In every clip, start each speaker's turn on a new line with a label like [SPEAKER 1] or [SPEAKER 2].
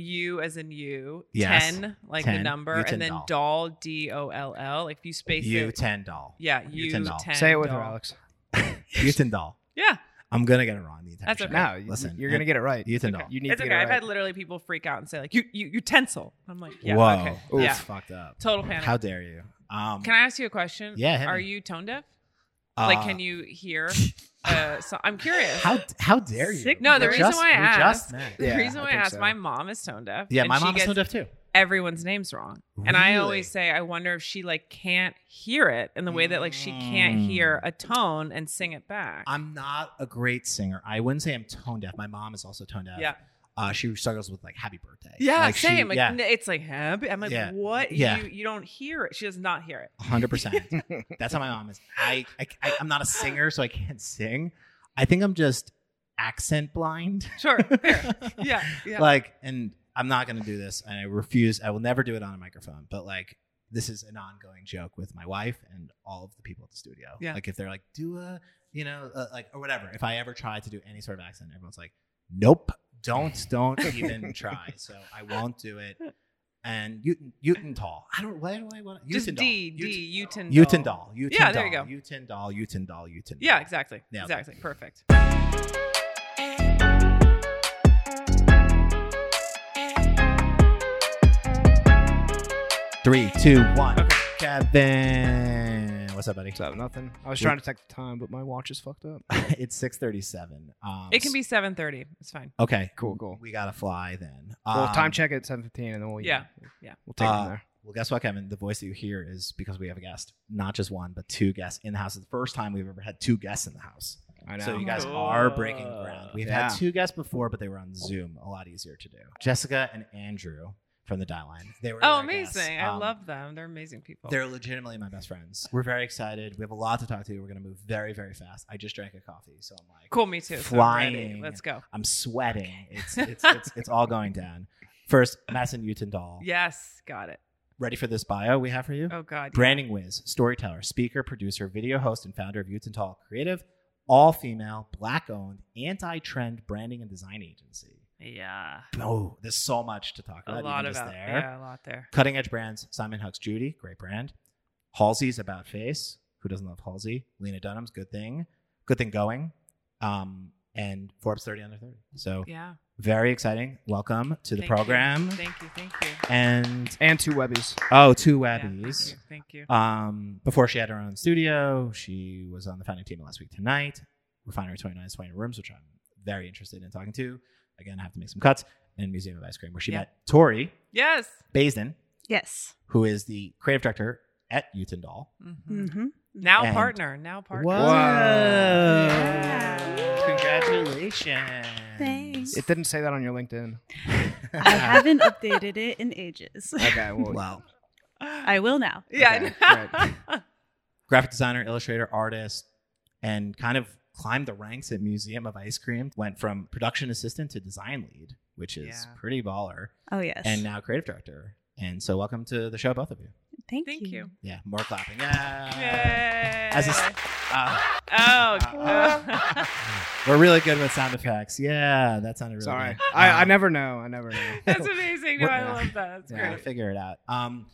[SPEAKER 1] you as in you,
[SPEAKER 2] Yes.
[SPEAKER 1] 10, like the
[SPEAKER 2] 10,
[SPEAKER 1] number,
[SPEAKER 2] you 10
[SPEAKER 1] and then
[SPEAKER 2] doll.
[SPEAKER 1] doll, D O L L. Like if you space
[SPEAKER 2] U
[SPEAKER 1] it.
[SPEAKER 2] ten doll.
[SPEAKER 1] yeah,
[SPEAKER 2] you
[SPEAKER 1] you
[SPEAKER 2] 10 doll.
[SPEAKER 1] 10
[SPEAKER 3] Say it with her,
[SPEAKER 1] doll.
[SPEAKER 3] Alex.
[SPEAKER 2] U ten doll.
[SPEAKER 1] Yeah,
[SPEAKER 2] I'm gonna get it wrong the entire
[SPEAKER 1] That's
[SPEAKER 2] show.
[SPEAKER 1] okay.
[SPEAKER 3] No, listen,
[SPEAKER 2] listen,
[SPEAKER 3] you're gonna get it right.
[SPEAKER 2] U ten
[SPEAKER 1] okay.
[SPEAKER 2] doll.
[SPEAKER 3] You need
[SPEAKER 1] it's
[SPEAKER 3] to
[SPEAKER 1] okay.
[SPEAKER 3] get it
[SPEAKER 1] I've had
[SPEAKER 3] right.
[SPEAKER 1] literally people freak out and say, like, you, you, utensil. I'm like, yeah,
[SPEAKER 2] Whoa,
[SPEAKER 1] okay.
[SPEAKER 2] Oof,
[SPEAKER 1] Yeah,
[SPEAKER 2] fucked up.
[SPEAKER 1] total panic.
[SPEAKER 2] How dare you? Um,
[SPEAKER 1] Can I ask you a question?
[SPEAKER 2] Yeah, hit
[SPEAKER 1] Are
[SPEAKER 2] me.
[SPEAKER 1] you tone deaf?
[SPEAKER 2] uh,
[SPEAKER 1] like, can you hear? Uh, so I'm curious.
[SPEAKER 2] How how dare you?
[SPEAKER 1] Sick- No, the
[SPEAKER 2] We
[SPEAKER 1] reason
[SPEAKER 2] just-
[SPEAKER 1] why I
[SPEAKER 2] we
[SPEAKER 1] asked-
[SPEAKER 2] Just met.
[SPEAKER 1] the
[SPEAKER 3] Yeah,
[SPEAKER 1] reason
[SPEAKER 3] I
[SPEAKER 1] why I,
[SPEAKER 3] think
[SPEAKER 1] asked,
[SPEAKER 3] so.
[SPEAKER 1] my mom is tone deaf.
[SPEAKER 2] Yeah,
[SPEAKER 1] and
[SPEAKER 2] my
[SPEAKER 1] she
[SPEAKER 2] mom is
[SPEAKER 1] gets
[SPEAKER 2] tone deaf too.
[SPEAKER 1] Everyone's names wrong, and I
[SPEAKER 2] Really?
[SPEAKER 1] always say, I wonder if she like can't hear it in the way that like she can't
[SPEAKER 2] Mm.
[SPEAKER 1] hear a tone and sing it back.
[SPEAKER 2] I'm not a great singer. I wouldn't say I'm tone deaf. My mom is also tone deaf.
[SPEAKER 1] yeah,
[SPEAKER 2] Uh, she struggles with like happy birthday.
[SPEAKER 1] yeah,
[SPEAKER 2] Like, she-
[SPEAKER 1] same. like,
[SPEAKER 2] yeah.
[SPEAKER 1] n- it's like happy. I'm like,
[SPEAKER 2] Yeah.
[SPEAKER 1] what?
[SPEAKER 2] Yeah.
[SPEAKER 1] You you don't hear it. She does not hear it.
[SPEAKER 2] hundred percent. That's how my mom is. I, I, I am not a singer, so I can't sing. I think I'm just accent blind.
[SPEAKER 1] Sure. fair. yeah. Yeah.
[SPEAKER 2] Like, and I'm not gonna do this, and I refuse. I will never do it on a microphone. But like, this is an ongoing joke with my wife and all of the people at the studio.
[SPEAKER 1] Yeah.
[SPEAKER 2] Like, if they're like, do a, you know, uh, like or whatever. If I ever try to do any sort of accent, everyone's like, nope, don't, don't even try. So I won't do it. And Utental. I don't. Why do I want
[SPEAKER 1] Just D
[SPEAKER 2] Utental.
[SPEAKER 1] D Utensil.
[SPEAKER 2] Utendal. Utendal.
[SPEAKER 1] Yeah, there you go.
[SPEAKER 2] Utendal, Utendal, Utendal.
[SPEAKER 1] Yeah. Exactly.
[SPEAKER 2] Nailed it.
[SPEAKER 1] exactly. Perfect.
[SPEAKER 2] Three, two, one.
[SPEAKER 1] Okay.
[SPEAKER 2] Kevin. What's up, buddy?
[SPEAKER 3] What's up? Nothing. I was
[SPEAKER 2] We-
[SPEAKER 3] trying to check the time, but my watch is fucked up.
[SPEAKER 2] it's 637. Um,
[SPEAKER 1] It can be 7:30. It's fine.
[SPEAKER 2] Okay.
[SPEAKER 3] Cool, cool.
[SPEAKER 2] We got to fly then.
[SPEAKER 3] We'll
[SPEAKER 2] Um,
[SPEAKER 3] time check it at seven fifteen, and then we'll
[SPEAKER 1] Yeah.
[SPEAKER 3] we'll take it
[SPEAKER 2] Uh,
[SPEAKER 3] from there.
[SPEAKER 2] Well, guess what, Kevin? The voice that you hear is because we have a guest. Not just one, but two guests in the house. It's the first time we've ever had two guests in the house.
[SPEAKER 3] I know.
[SPEAKER 2] So you guys
[SPEAKER 1] Cool.
[SPEAKER 2] are breaking
[SPEAKER 1] Oh,
[SPEAKER 2] ground. We've
[SPEAKER 3] Yeah.
[SPEAKER 2] had two guests before, but they were on Zoom. A lot easier to do. Jessica and Andrew from the Die Line. They were
[SPEAKER 1] Oh,
[SPEAKER 2] our guests.
[SPEAKER 1] amazing! I
[SPEAKER 2] Um,
[SPEAKER 1] love them. They're amazing people.
[SPEAKER 2] They're legitimately my best friends. We're very excited. We have a lot to talk to. We're gonna move very, very fast. I just drank a coffee, so I'm like,
[SPEAKER 1] cool. Me too. So I'm ready.
[SPEAKER 2] flying.
[SPEAKER 1] Let's go.
[SPEAKER 2] I'm sweating. It's it's, it's it's all going down. First, Madison Utendahl.
[SPEAKER 1] Yes, got it.
[SPEAKER 2] Ready for this bio we have for you?
[SPEAKER 1] Oh God.
[SPEAKER 2] Branding whiz, storyteller, speaker, producer, video host, and founder of Utendahl Creative, all female, black owned, anti trend branding and design agency.
[SPEAKER 1] Yeah.
[SPEAKER 2] Oh, there's so much to talk about.
[SPEAKER 1] A
[SPEAKER 2] even
[SPEAKER 1] lot
[SPEAKER 2] just
[SPEAKER 1] about
[SPEAKER 2] there.
[SPEAKER 1] yeah, a lot there.
[SPEAKER 2] Cutting Edge Brands, Simon Hucks Judy, great brand. Halsey's About Face, who doesn't love Halsey? Lena Dunham's Good Thing, Good Thing Going, um, and Forbes 30 Under 30. So
[SPEAKER 1] Yeah.
[SPEAKER 2] very exciting. Welcome to
[SPEAKER 1] Thank
[SPEAKER 2] the
[SPEAKER 1] you.
[SPEAKER 2] program.
[SPEAKER 1] Thank you. Thank you.
[SPEAKER 2] And
[SPEAKER 3] and two webbies.
[SPEAKER 2] oh, two
[SPEAKER 1] Yeah,
[SPEAKER 2] Webbies.
[SPEAKER 1] thank you. Thank you.
[SPEAKER 2] Um, before she had her own studio, she was on the founding team of last week tonight. Refinery 29 is 20 rooms, which I'm very interested in talking to. Again, I have to make some cuts. And Museum of Ice Cream, where she
[SPEAKER 1] Yeah.
[SPEAKER 2] met Tori
[SPEAKER 1] yes.
[SPEAKER 2] Basin,
[SPEAKER 4] Yes.
[SPEAKER 2] who is the creative director at Utendal.
[SPEAKER 1] Mhm.
[SPEAKER 4] Mm-hmm.
[SPEAKER 1] Now
[SPEAKER 2] mm, And-
[SPEAKER 1] partner. Now partner.
[SPEAKER 2] Whoa.
[SPEAKER 4] Yeah.
[SPEAKER 2] Congratulations.
[SPEAKER 4] Thanks.
[SPEAKER 3] It didn't say that on your LinkedIn.
[SPEAKER 4] I haven't updated it in ages.
[SPEAKER 3] Okay, well,
[SPEAKER 2] Wow.
[SPEAKER 4] I will now.
[SPEAKER 1] Yeah.
[SPEAKER 3] Okay,
[SPEAKER 2] Graphic designer, illustrator, artist, and kind of climbed the ranks at Museum of Ice Cream. Went from production assistant to design lead, which is
[SPEAKER 1] Yeah.
[SPEAKER 2] pretty baller,
[SPEAKER 4] Oh yes.
[SPEAKER 2] and now creative director. And so, welcome to the show, both of you.
[SPEAKER 4] thank,
[SPEAKER 1] Thank you.
[SPEAKER 2] Yeah, more clapping. Yeah.
[SPEAKER 1] Yay.
[SPEAKER 2] As a s- uh,
[SPEAKER 1] oh.
[SPEAKER 2] Uh, we're really good with sound effects. Yeah, that sounded really
[SPEAKER 3] Sorry,
[SPEAKER 2] good.
[SPEAKER 3] I, I
[SPEAKER 2] Um,
[SPEAKER 3] never know. I never know.
[SPEAKER 1] that's amazing. No, I
[SPEAKER 2] Yeah.
[SPEAKER 1] love that. That's
[SPEAKER 2] Yeah,
[SPEAKER 1] great.
[SPEAKER 2] figure it out. Um,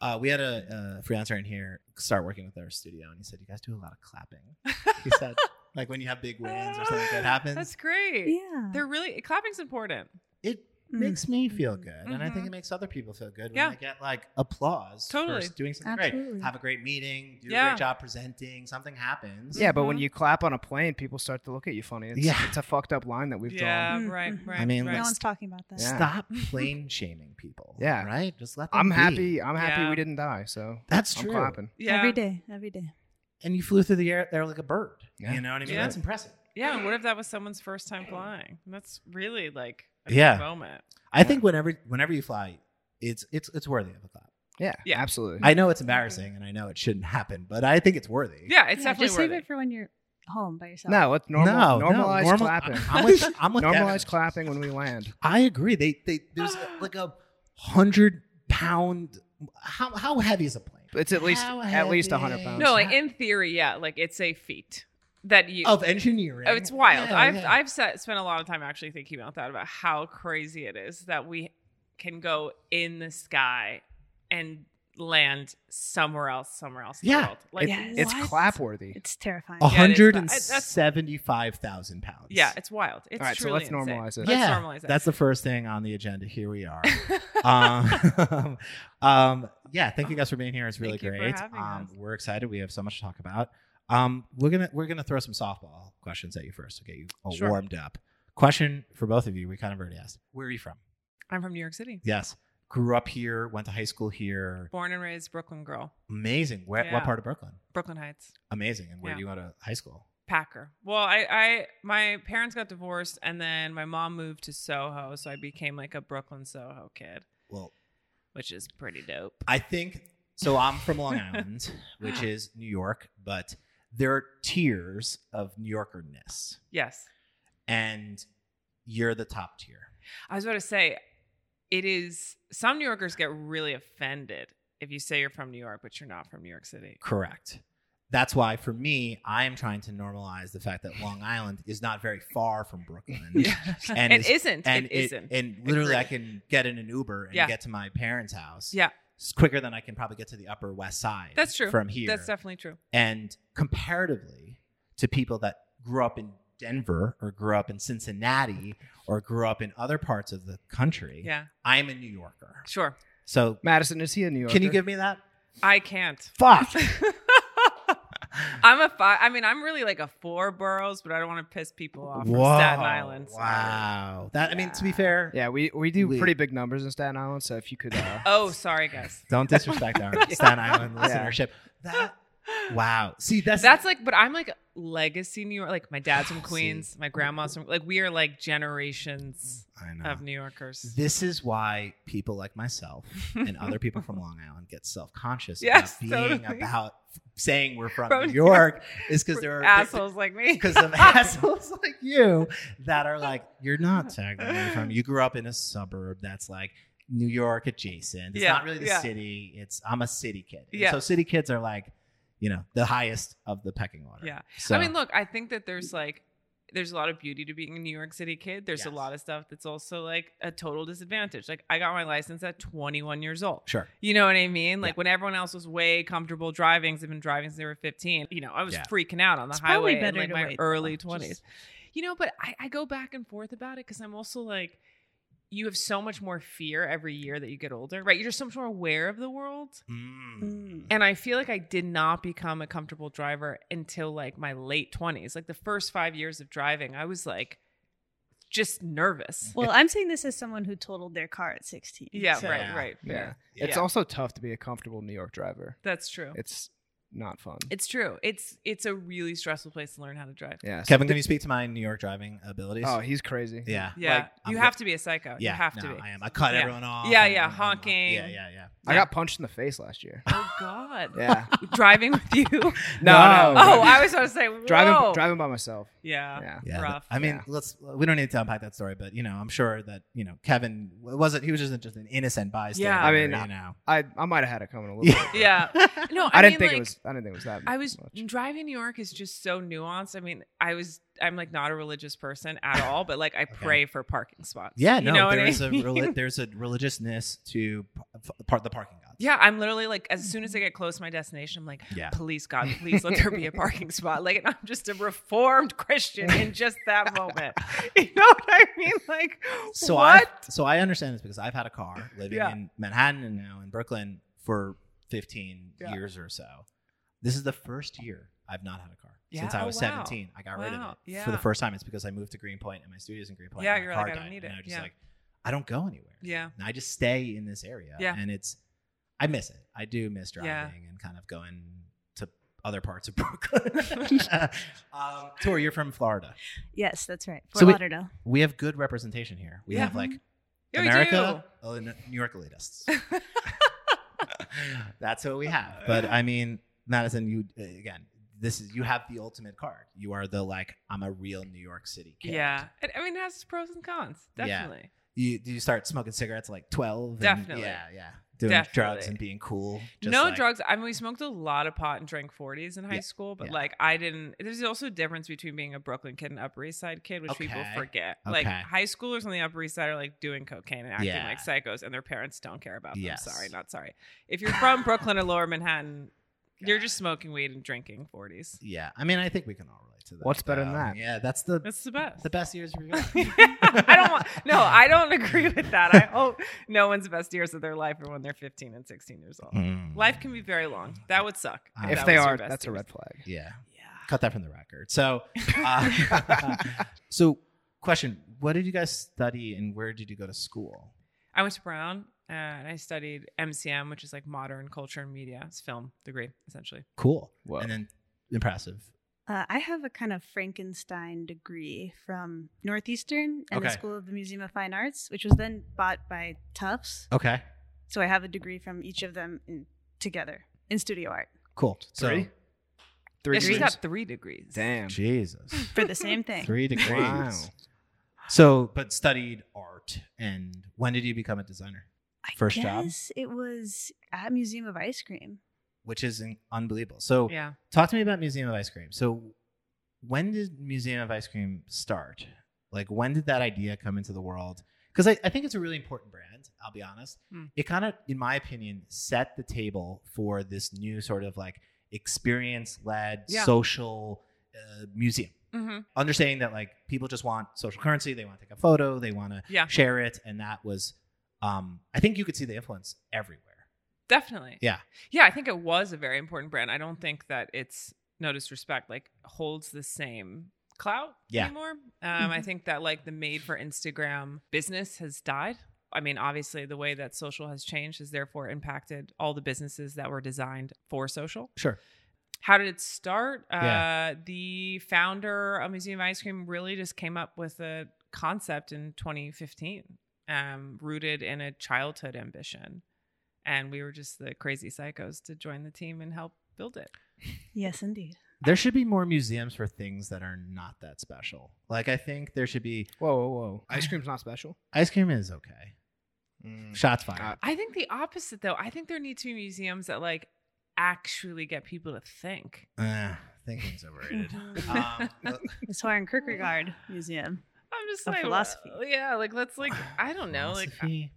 [SPEAKER 2] uh, we had a, a freelancer in here start working with our studio, and he said, "You guys do a lot of clapping." he said, "Like when you have big wins or something that happens,
[SPEAKER 1] That's great.
[SPEAKER 4] Yeah.
[SPEAKER 1] They're really clapping's important.
[SPEAKER 2] it
[SPEAKER 4] Mm.
[SPEAKER 2] makes me feel
[SPEAKER 3] Mm-hmm.
[SPEAKER 2] good, and I think
[SPEAKER 1] Mhm.
[SPEAKER 2] it makes other people feel good
[SPEAKER 1] Yeah.
[SPEAKER 2] when they get like applause
[SPEAKER 1] Totally.
[SPEAKER 2] for doing something
[SPEAKER 4] Absolutely.
[SPEAKER 2] great. Have a great meeting, do a
[SPEAKER 1] Yeah.
[SPEAKER 2] great job presenting, something happens.
[SPEAKER 3] Yeah, but when
[SPEAKER 1] Mhm.
[SPEAKER 3] you clap on a plane, people start to look at you funny. It's,
[SPEAKER 2] Yeah.
[SPEAKER 3] it's a fucked up line that we've drawn.
[SPEAKER 1] Yeah.
[SPEAKER 4] drawn.
[SPEAKER 1] Right.
[SPEAKER 4] Mhm.
[SPEAKER 1] Right.
[SPEAKER 2] I mean,
[SPEAKER 1] right.
[SPEAKER 4] No
[SPEAKER 2] let's-
[SPEAKER 4] one's talking about that.
[SPEAKER 3] Yeah.
[SPEAKER 2] Stop plain shaming people.
[SPEAKER 3] Yeah.
[SPEAKER 2] right. Just let. Them
[SPEAKER 3] I'm
[SPEAKER 2] be.
[SPEAKER 3] happy. I'm happy
[SPEAKER 1] Yeah.
[SPEAKER 3] we didn't die. So
[SPEAKER 2] That's
[SPEAKER 3] I'm
[SPEAKER 2] Oh, true.
[SPEAKER 3] clapping.
[SPEAKER 1] yeah.
[SPEAKER 4] Every day. Every day.
[SPEAKER 2] And you flew through the air there like a bird.
[SPEAKER 3] Yeah.
[SPEAKER 2] You know what I mean?
[SPEAKER 1] Yeah.
[SPEAKER 2] That's impressive.
[SPEAKER 1] Yeah, and what if that was someone's first time flying? That's really like a
[SPEAKER 2] Yeah.
[SPEAKER 1] big moment.
[SPEAKER 2] I think whenever whenever you fly, it's it's it's worthy of a clap.
[SPEAKER 3] Yeah,
[SPEAKER 1] Yeah.
[SPEAKER 3] absolutely.
[SPEAKER 2] I know it's embarrassing and I know it shouldn't happen, but I think it's worthy.
[SPEAKER 1] Yeah, it's
[SPEAKER 4] Yeah,
[SPEAKER 1] definitely
[SPEAKER 4] just
[SPEAKER 1] worth
[SPEAKER 4] save it for when you're home by yourself.
[SPEAKER 3] no, let's normal,
[SPEAKER 2] no,
[SPEAKER 3] normalize
[SPEAKER 2] no, normal-
[SPEAKER 3] clapping.
[SPEAKER 2] I- I'm with, I'm with Kevin.
[SPEAKER 3] normalize clapping when we land.
[SPEAKER 2] I agree. They they there's a, like a hundred pound. How how heavy is a plane?
[SPEAKER 3] It's at least
[SPEAKER 2] How
[SPEAKER 3] at least
[SPEAKER 2] heavy?
[SPEAKER 3] hundred pounds.
[SPEAKER 1] No, like in theory, yeah, like it's a feat that you.
[SPEAKER 2] Of engineering,
[SPEAKER 1] Oh, it's wild.
[SPEAKER 2] Yeah,
[SPEAKER 1] I've
[SPEAKER 2] yeah.
[SPEAKER 1] I've set, spent a lot of time actually thinking about that about how crazy it is that we can go in the sky and land somewhere else, somewhere else in
[SPEAKER 2] Yeah.
[SPEAKER 1] the world. Like
[SPEAKER 4] It-
[SPEAKER 3] It's
[SPEAKER 1] what?
[SPEAKER 3] clapworthy.
[SPEAKER 4] It's terrifying.
[SPEAKER 2] A
[SPEAKER 1] Yeah, it is
[SPEAKER 2] hundred
[SPEAKER 1] bad.
[SPEAKER 2] and
[SPEAKER 1] I- that's-
[SPEAKER 2] seventy-five thousand pounds.
[SPEAKER 1] Yeah, it's wild. It's
[SPEAKER 3] All right, so
[SPEAKER 1] truly
[SPEAKER 3] let's
[SPEAKER 1] insane.
[SPEAKER 3] normalize it.
[SPEAKER 1] Let's
[SPEAKER 2] yeah.
[SPEAKER 1] normalize it.
[SPEAKER 2] That's the first thing on the agenda. Here we are. um, um, yeah, thank you guys for being here. It's really
[SPEAKER 1] Thank you for
[SPEAKER 2] great.
[SPEAKER 1] having
[SPEAKER 2] um,
[SPEAKER 1] us.
[SPEAKER 2] We're excited. We have so much to talk about. Um, we're gonna we're gonna throw some softball questions at you first to get you all
[SPEAKER 1] Sure.
[SPEAKER 2] warmed up. Question for both of you. We kind of already asked. Where are you from?
[SPEAKER 1] I'm from New York City.
[SPEAKER 2] Yes, grew up here. Went to high school here.
[SPEAKER 1] Born and raised Brooklyn girl.
[SPEAKER 2] Amazing. Where,
[SPEAKER 1] Yeah.
[SPEAKER 2] What part of Brooklyn?
[SPEAKER 1] Brooklyn Heights.
[SPEAKER 2] Amazing. And where
[SPEAKER 1] Yeah.
[SPEAKER 2] do you go to high school?
[SPEAKER 1] Packer. Well, I, I my parents got divorced and then my mom moved to Soho, so I became like a Brooklyn Soho kid,
[SPEAKER 2] Well,
[SPEAKER 1] which is pretty dope.
[SPEAKER 2] I think so. I'm from Long Island, which is New York, but there are tiers of New Yorkerness,
[SPEAKER 1] Yes.
[SPEAKER 2] and you're the top tier.
[SPEAKER 1] I was about to say it is some New Yorkers get really offended if you say you're from New York but you're not from New York City.
[SPEAKER 2] Correct. That's why, for me, I am trying to normalize the fact that Long Island is not very far from Brooklyn. And
[SPEAKER 1] it
[SPEAKER 2] it's-
[SPEAKER 1] isn't.
[SPEAKER 2] And
[SPEAKER 1] it isn't.
[SPEAKER 2] And literally, I
[SPEAKER 1] Agreed.
[SPEAKER 2] can get in an Uber and
[SPEAKER 1] Yeah.
[SPEAKER 2] get to my parents' house.
[SPEAKER 1] Yeah.
[SPEAKER 2] s- quicker than I can probably get to the Upper West Side.
[SPEAKER 1] That's true.
[SPEAKER 2] From here,
[SPEAKER 1] That's definitely true.
[SPEAKER 2] and comparatively to people that grew up in Denver or grew up in Cincinnati or grew up in other parts of the country,
[SPEAKER 1] Yeah.
[SPEAKER 2] I'm a New Yorker.
[SPEAKER 1] Sure.
[SPEAKER 2] So
[SPEAKER 3] Madison, is he a New Yorker?
[SPEAKER 2] can you give me that?
[SPEAKER 1] I can't.
[SPEAKER 2] Fuck.
[SPEAKER 1] I'm a five. I mean, I'm really like a four boroughs, but I don't want to piss people off from
[SPEAKER 2] Whoa.
[SPEAKER 1] Staten Island. so-
[SPEAKER 2] Wow. That I mean, to be
[SPEAKER 1] Yeah.
[SPEAKER 2] fair,
[SPEAKER 3] Yeah, we, we do
[SPEAKER 2] We-
[SPEAKER 3] pretty big numbers in Staten Island, so if you could. Uh,
[SPEAKER 1] Oh, sorry, guys.
[SPEAKER 2] don't disrespect our Staten Island
[SPEAKER 3] Yeah.
[SPEAKER 2] listenership. That wow. See, that's
[SPEAKER 1] That's like, but I'm like legacy New York. Like my dad's from
[SPEAKER 2] See.
[SPEAKER 1] Queens, my grandma's from. Like we are like generations
[SPEAKER 2] I know.
[SPEAKER 1] of New Yorkers.
[SPEAKER 2] This is why people like myself and other people from Long Island get self-conscious
[SPEAKER 1] Yes,
[SPEAKER 2] about being
[SPEAKER 1] totally.
[SPEAKER 2] about saying we're from,
[SPEAKER 1] From
[SPEAKER 2] New
[SPEAKER 1] New
[SPEAKER 2] York is because there are
[SPEAKER 1] assholes like me.
[SPEAKER 2] because of assholes like you that are like you're not technically from you grew up in a suburb that's like New York adjacent. It's
[SPEAKER 1] Yeah,
[SPEAKER 2] not really the
[SPEAKER 1] yeah.
[SPEAKER 2] city. It's I'm a city kid. And
[SPEAKER 1] Yeah.
[SPEAKER 2] So city kids are like, you know, the highest of the pecking order.
[SPEAKER 1] Yeah.
[SPEAKER 2] So
[SPEAKER 1] I mean, look, I think that
[SPEAKER 4] Mm-hmm.
[SPEAKER 1] there's like there's a lot of beauty to being a New York City kid. There's a
[SPEAKER 2] Yes.
[SPEAKER 1] lot of stuff that's also like a total disadvantage. Like I got my license at 21 years old.
[SPEAKER 2] sure.
[SPEAKER 1] You know what I mean? Like when everyone else was way comfortable driving, 'cause they've been driving since they were 15. You know, I was
[SPEAKER 2] Yeah.
[SPEAKER 1] freaking out on the
[SPEAKER 4] It's
[SPEAKER 1] highway
[SPEAKER 4] probably
[SPEAKER 1] in
[SPEAKER 4] better
[SPEAKER 1] like
[SPEAKER 4] to
[SPEAKER 1] my
[SPEAKER 4] wait, though.
[SPEAKER 1] early
[SPEAKER 4] Just-
[SPEAKER 1] 20s. You know, but I, I go back and forth about it because I'm also like, you have so much more fear every year that you get older, right? You're just so much more aware of the world.
[SPEAKER 2] Mm.
[SPEAKER 4] Mm.
[SPEAKER 1] And I feel like I did not become a comfortable driver until like my late 20s. Like the first five years of driving, I was like just nervous.
[SPEAKER 4] Well, I'm saying this as someone who totaled their car at 16.
[SPEAKER 1] Yeah,
[SPEAKER 4] so-
[SPEAKER 1] right, right.
[SPEAKER 3] yeah.
[SPEAKER 2] Yeah.
[SPEAKER 3] It's also tough to be a comfortable New York driver.
[SPEAKER 1] That's true.
[SPEAKER 3] It's not fun.
[SPEAKER 1] It's true. It's it's a really stressful place to learn how to drive.
[SPEAKER 3] yeah. so-
[SPEAKER 2] Kevin, can you speak to my New York driving abilities?
[SPEAKER 3] Oh, he's crazy.
[SPEAKER 2] yeah.
[SPEAKER 1] Yeah.
[SPEAKER 3] Like,
[SPEAKER 2] I'm
[SPEAKER 1] you
[SPEAKER 2] good.
[SPEAKER 1] have to be a psycho. you have to
[SPEAKER 2] no,
[SPEAKER 1] be.
[SPEAKER 2] I am. I cut
[SPEAKER 1] Yeah.
[SPEAKER 2] everyone off.
[SPEAKER 1] Yeah,
[SPEAKER 2] I'm-
[SPEAKER 1] yeah,
[SPEAKER 2] I'm- I'm-
[SPEAKER 1] honking.
[SPEAKER 2] Yeah, yeah, yeah.
[SPEAKER 3] I got punched in the face last year.
[SPEAKER 1] Oh God.
[SPEAKER 3] Yeah.
[SPEAKER 1] Driving with you. oh,
[SPEAKER 3] No,
[SPEAKER 2] No.
[SPEAKER 3] no. no.
[SPEAKER 1] I was about to say Whoa.
[SPEAKER 3] driving driving by myself.
[SPEAKER 1] Yeah.
[SPEAKER 3] Yeah.
[SPEAKER 2] Yeah,
[SPEAKER 1] Rough.
[SPEAKER 2] I mean,
[SPEAKER 3] Yeah.
[SPEAKER 2] let's. We don't need to unpack that story, but you know, I'm sure that you know Kevin wasn't. He was just just an innocent bystander.
[SPEAKER 1] Yeah.
[SPEAKER 3] I mean,
[SPEAKER 2] you know,
[SPEAKER 3] I I might have had it coming a little. bit.
[SPEAKER 1] Yeah. No, I,
[SPEAKER 3] I, didn't
[SPEAKER 1] mean,
[SPEAKER 3] think
[SPEAKER 1] like,
[SPEAKER 3] it was. I didn't think it was that.
[SPEAKER 1] I was
[SPEAKER 3] Much.
[SPEAKER 1] driving New York is just so nuanced. I mean, I was I'm like not a religious person at all, but like I pray for parking spots.
[SPEAKER 2] yeah,
[SPEAKER 1] You
[SPEAKER 2] no,
[SPEAKER 1] know what I
[SPEAKER 2] there's a
[SPEAKER 1] mean?
[SPEAKER 2] reli- there's a religiousness to p- part the parking gods.
[SPEAKER 1] Yeah, I'm literally like as soon as I get close to my destination, I'm like,
[SPEAKER 2] Yeah.
[SPEAKER 1] please God, please let there be a parking spot. Like, and I'm just a reformed Christian in just that moment. You know what I mean? Like,
[SPEAKER 2] So
[SPEAKER 1] what?
[SPEAKER 2] I so I understand this because I've had a car living
[SPEAKER 1] Yeah.
[SPEAKER 2] in Manhattan and now in Brooklyn for 15
[SPEAKER 1] Yeah.
[SPEAKER 2] years or so. This is the first year I've not had a car
[SPEAKER 1] Yeah?
[SPEAKER 2] since I
[SPEAKER 1] Oh,
[SPEAKER 2] was
[SPEAKER 1] wow.
[SPEAKER 2] 17. I got rid of
[SPEAKER 1] Wow,
[SPEAKER 2] it for
[SPEAKER 1] yeah.
[SPEAKER 2] the first time. It's because I moved to Greenpoint and my studio's in Greenpoint.
[SPEAKER 1] Yeah,
[SPEAKER 2] and my
[SPEAKER 1] you're
[SPEAKER 2] car
[SPEAKER 1] like, I don't
[SPEAKER 2] died,
[SPEAKER 1] need
[SPEAKER 2] and
[SPEAKER 1] it.
[SPEAKER 2] I was just
[SPEAKER 1] Yeah.
[SPEAKER 2] like, I don't go anywhere.
[SPEAKER 1] Yeah.
[SPEAKER 2] And I just stay in this area.
[SPEAKER 1] Yeah.
[SPEAKER 2] And it's, I miss it. I do miss driving
[SPEAKER 1] Yeah.
[SPEAKER 2] and kind of going to other parts of Brooklyn. um, Tor, you're from Florida.
[SPEAKER 4] Yes, that's right. Fort
[SPEAKER 2] So we-
[SPEAKER 4] Lauderdale.
[SPEAKER 2] We have good representation here. We
[SPEAKER 1] Yeah.
[SPEAKER 2] have like
[SPEAKER 1] Yeah, we
[SPEAKER 2] America, oh, N- New York elitists. That's what we have. But I mean, Madison, you uh, again. This is you have the ultimate card. You are the like I'm a real New York City
[SPEAKER 1] do.
[SPEAKER 2] kid.
[SPEAKER 1] Yeah, And- I mean, it has its pros and cons,
[SPEAKER 2] Yeah.
[SPEAKER 1] definitely.
[SPEAKER 2] You do you start smoking cigarettes at like 12? And,
[SPEAKER 1] Definitely.
[SPEAKER 2] Yeah, yeah. doing drugs
[SPEAKER 1] Definitely.
[SPEAKER 2] and being cool. just
[SPEAKER 1] no
[SPEAKER 2] like-
[SPEAKER 1] drugs. I mean, we smoked a lot of pot and drank 40s in high
[SPEAKER 2] Yeah.
[SPEAKER 1] school, but
[SPEAKER 2] Yeah.
[SPEAKER 1] like I didn't. There's also a difference between being a Brooklyn kid and Upper East Side kid, which people
[SPEAKER 2] Okay.
[SPEAKER 1] forget. Like
[SPEAKER 2] Okay.
[SPEAKER 1] high schoolers on the Upper East Side are like doing cocaine and acting
[SPEAKER 2] Yeah.
[SPEAKER 1] like psychos, and their parents don't care about them.
[SPEAKER 2] Yes.
[SPEAKER 1] Sorry, not sorry. If you're from Brooklyn or Lower Manhattan, you're just smoking weed and drinking 40s.
[SPEAKER 2] Yeah, I mean, I think we can all relate to that.
[SPEAKER 3] What's better than
[SPEAKER 2] though.
[SPEAKER 3] that?
[SPEAKER 2] Yeah, that's the
[SPEAKER 1] That's the best.
[SPEAKER 2] the best years of your life.
[SPEAKER 1] I don't want. No, I don't agree with that. I hope no one's best years of their life are when they're 15 and 16 years old.
[SPEAKER 2] Mm.
[SPEAKER 1] Life can be very long. That would suck.
[SPEAKER 2] If
[SPEAKER 3] if
[SPEAKER 1] that
[SPEAKER 3] they
[SPEAKER 1] was your
[SPEAKER 3] are,
[SPEAKER 1] best
[SPEAKER 3] that's a
[SPEAKER 1] years.
[SPEAKER 3] red flag.
[SPEAKER 2] Yeah,
[SPEAKER 1] Yeah.
[SPEAKER 2] cut that from the record. So, uh, so question: What did you guys study, and where did you go to school?
[SPEAKER 1] I went to Brown uh, and I studied MCM, which is like modern culture and media. It's film degree, essentially.
[SPEAKER 2] Cool,
[SPEAKER 3] Whoa.
[SPEAKER 2] and then impressive.
[SPEAKER 4] Uh, I have a kind of Frankenstein degree from Northeastern and the
[SPEAKER 2] Okay.
[SPEAKER 4] School of the Museum of Fine Arts, which was then bought by Tufts.
[SPEAKER 2] Okay,
[SPEAKER 4] So I have a degree from each of them in, together in studio art
[SPEAKER 2] cool.
[SPEAKER 3] Three?
[SPEAKER 2] So,
[SPEAKER 3] Three
[SPEAKER 1] yeah, she's
[SPEAKER 3] degrees.
[SPEAKER 1] got three degrees.
[SPEAKER 3] Damn.
[SPEAKER 2] Jesus,
[SPEAKER 4] for the same thing.
[SPEAKER 2] three degrees.
[SPEAKER 3] Wow.
[SPEAKER 2] So, but studied art, and when did you become a designer?
[SPEAKER 4] I
[SPEAKER 2] First job?
[SPEAKER 4] guess it was at Museum of Ice Cream.
[SPEAKER 2] Which is in- unbelievable. So,
[SPEAKER 1] Yeah.
[SPEAKER 2] Talk to me about Museum of Ice Cream. So, when did Museum of Ice Cream start? Like, when did that idea come into the world? Because I, I think it's a really important brand, I'll be honest.
[SPEAKER 1] Hmm.
[SPEAKER 2] It kind of, in my opinion, set the table for this new sort of like experience led
[SPEAKER 1] Yeah.
[SPEAKER 2] social uh, museum.
[SPEAKER 1] hmm
[SPEAKER 2] Understanding that like people just want social currency, they want to take a photo, they want to
[SPEAKER 1] Yeah.
[SPEAKER 2] share it. And that was, um, I think you could see the influence everywhere.
[SPEAKER 1] Definitely.
[SPEAKER 2] Yeah.
[SPEAKER 1] Yeah. I think it was a very important brand. I don't think that it's, no disrespect, like holds the same clout
[SPEAKER 2] Yeah.
[SPEAKER 1] anymore. Um, I
[SPEAKER 4] Mhm.
[SPEAKER 1] think that like the made for Instagram business has died. I mean, obviously, the way that social has changed has therefore impacted all the businesses that were designed for social.
[SPEAKER 2] Sure.
[SPEAKER 1] How did it start?
[SPEAKER 2] Yeah.
[SPEAKER 1] Uh, the founder of Museum of Ice Cream really just came up with a concept in 2015, um, rooted in a childhood ambition. And we were just the crazy psychos to join the team and help build it.
[SPEAKER 4] Yes, indeed.
[SPEAKER 2] There should be more museums for things that are not that special. Like I think there should be
[SPEAKER 3] Whoa, whoa, whoa. Ice cream's not special.
[SPEAKER 2] ice cream is okay.
[SPEAKER 4] Mm,
[SPEAKER 3] Mm.
[SPEAKER 2] Shots fired.
[SPEAKER 3] God.
[SPEAKER 1] I think the opposite, though. I think there need to be museums that like actually get people to think.
[SPEAKER 2] Ugh, thinking's overrated.
[SPEAKER 4] Mm-hmm.
[SPEAKER 2] um, but-
[SPEAKER 4] The Soren Kierkegaard Museum.
[SPEAKER 1] I'm just
[SPEAKER 4] A
[SPEAKER 1] like
[SPEAKER 4] philosophy.
[SPEAKER 1] Yeah, like let's like I don't know, like
[SPEAKER 2] Philosophy.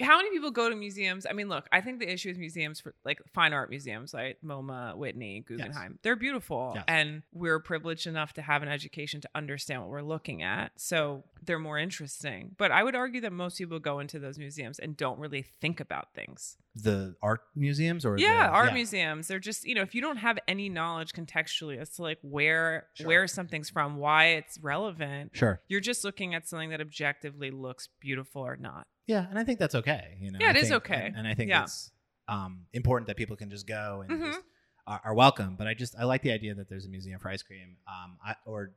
[SPEAKER 1] how many people go to museums? I mean, look, I think the issue with museums for like fine art museums, like MoMA, Whitney, Guggenheim, they're beautiful.
[SPEAKER 2] Yes.
[SPEAKER 1] And we're privileged enough to have an education to understand what we're looking at. So they're more interesting. But I would argue that most people go into those museums and don't really think about things.
[SPEAKER 2] the art museums or
[SPEAKER 1] yeah,
[SPEAKER 2] the,
[SPEAKER 1] art museums. They're just, you know, if you don't have any knowledge contextually as to like where
[SPEAKER 2] Sure.
[SPEAKER 1] where something's from, why it's relevant,
[SPEAKER 2] Sure.
[SPEAKER 1] you're just looking at something that objectively looks beautiful or not.
[SPEAKER 2] Yeah, and I think that's okay. You know.
[SPEAKER 1] Yeah,
[SPEAKER 2] it
[SPEAKER 1] it
[SPEAKER 2] is
[SPEAKER 1] is okay.
[SPEAKER 2] and, and I think
[SPEAKER 1] Yeah.
[SPEAKER 2] it's um, important that people can just go and
[SPEAKER 1] Mhm.
[SPEAKER 2] just are, are welcome. But I just I like the idea that there's a museum for ice cream, um, I, or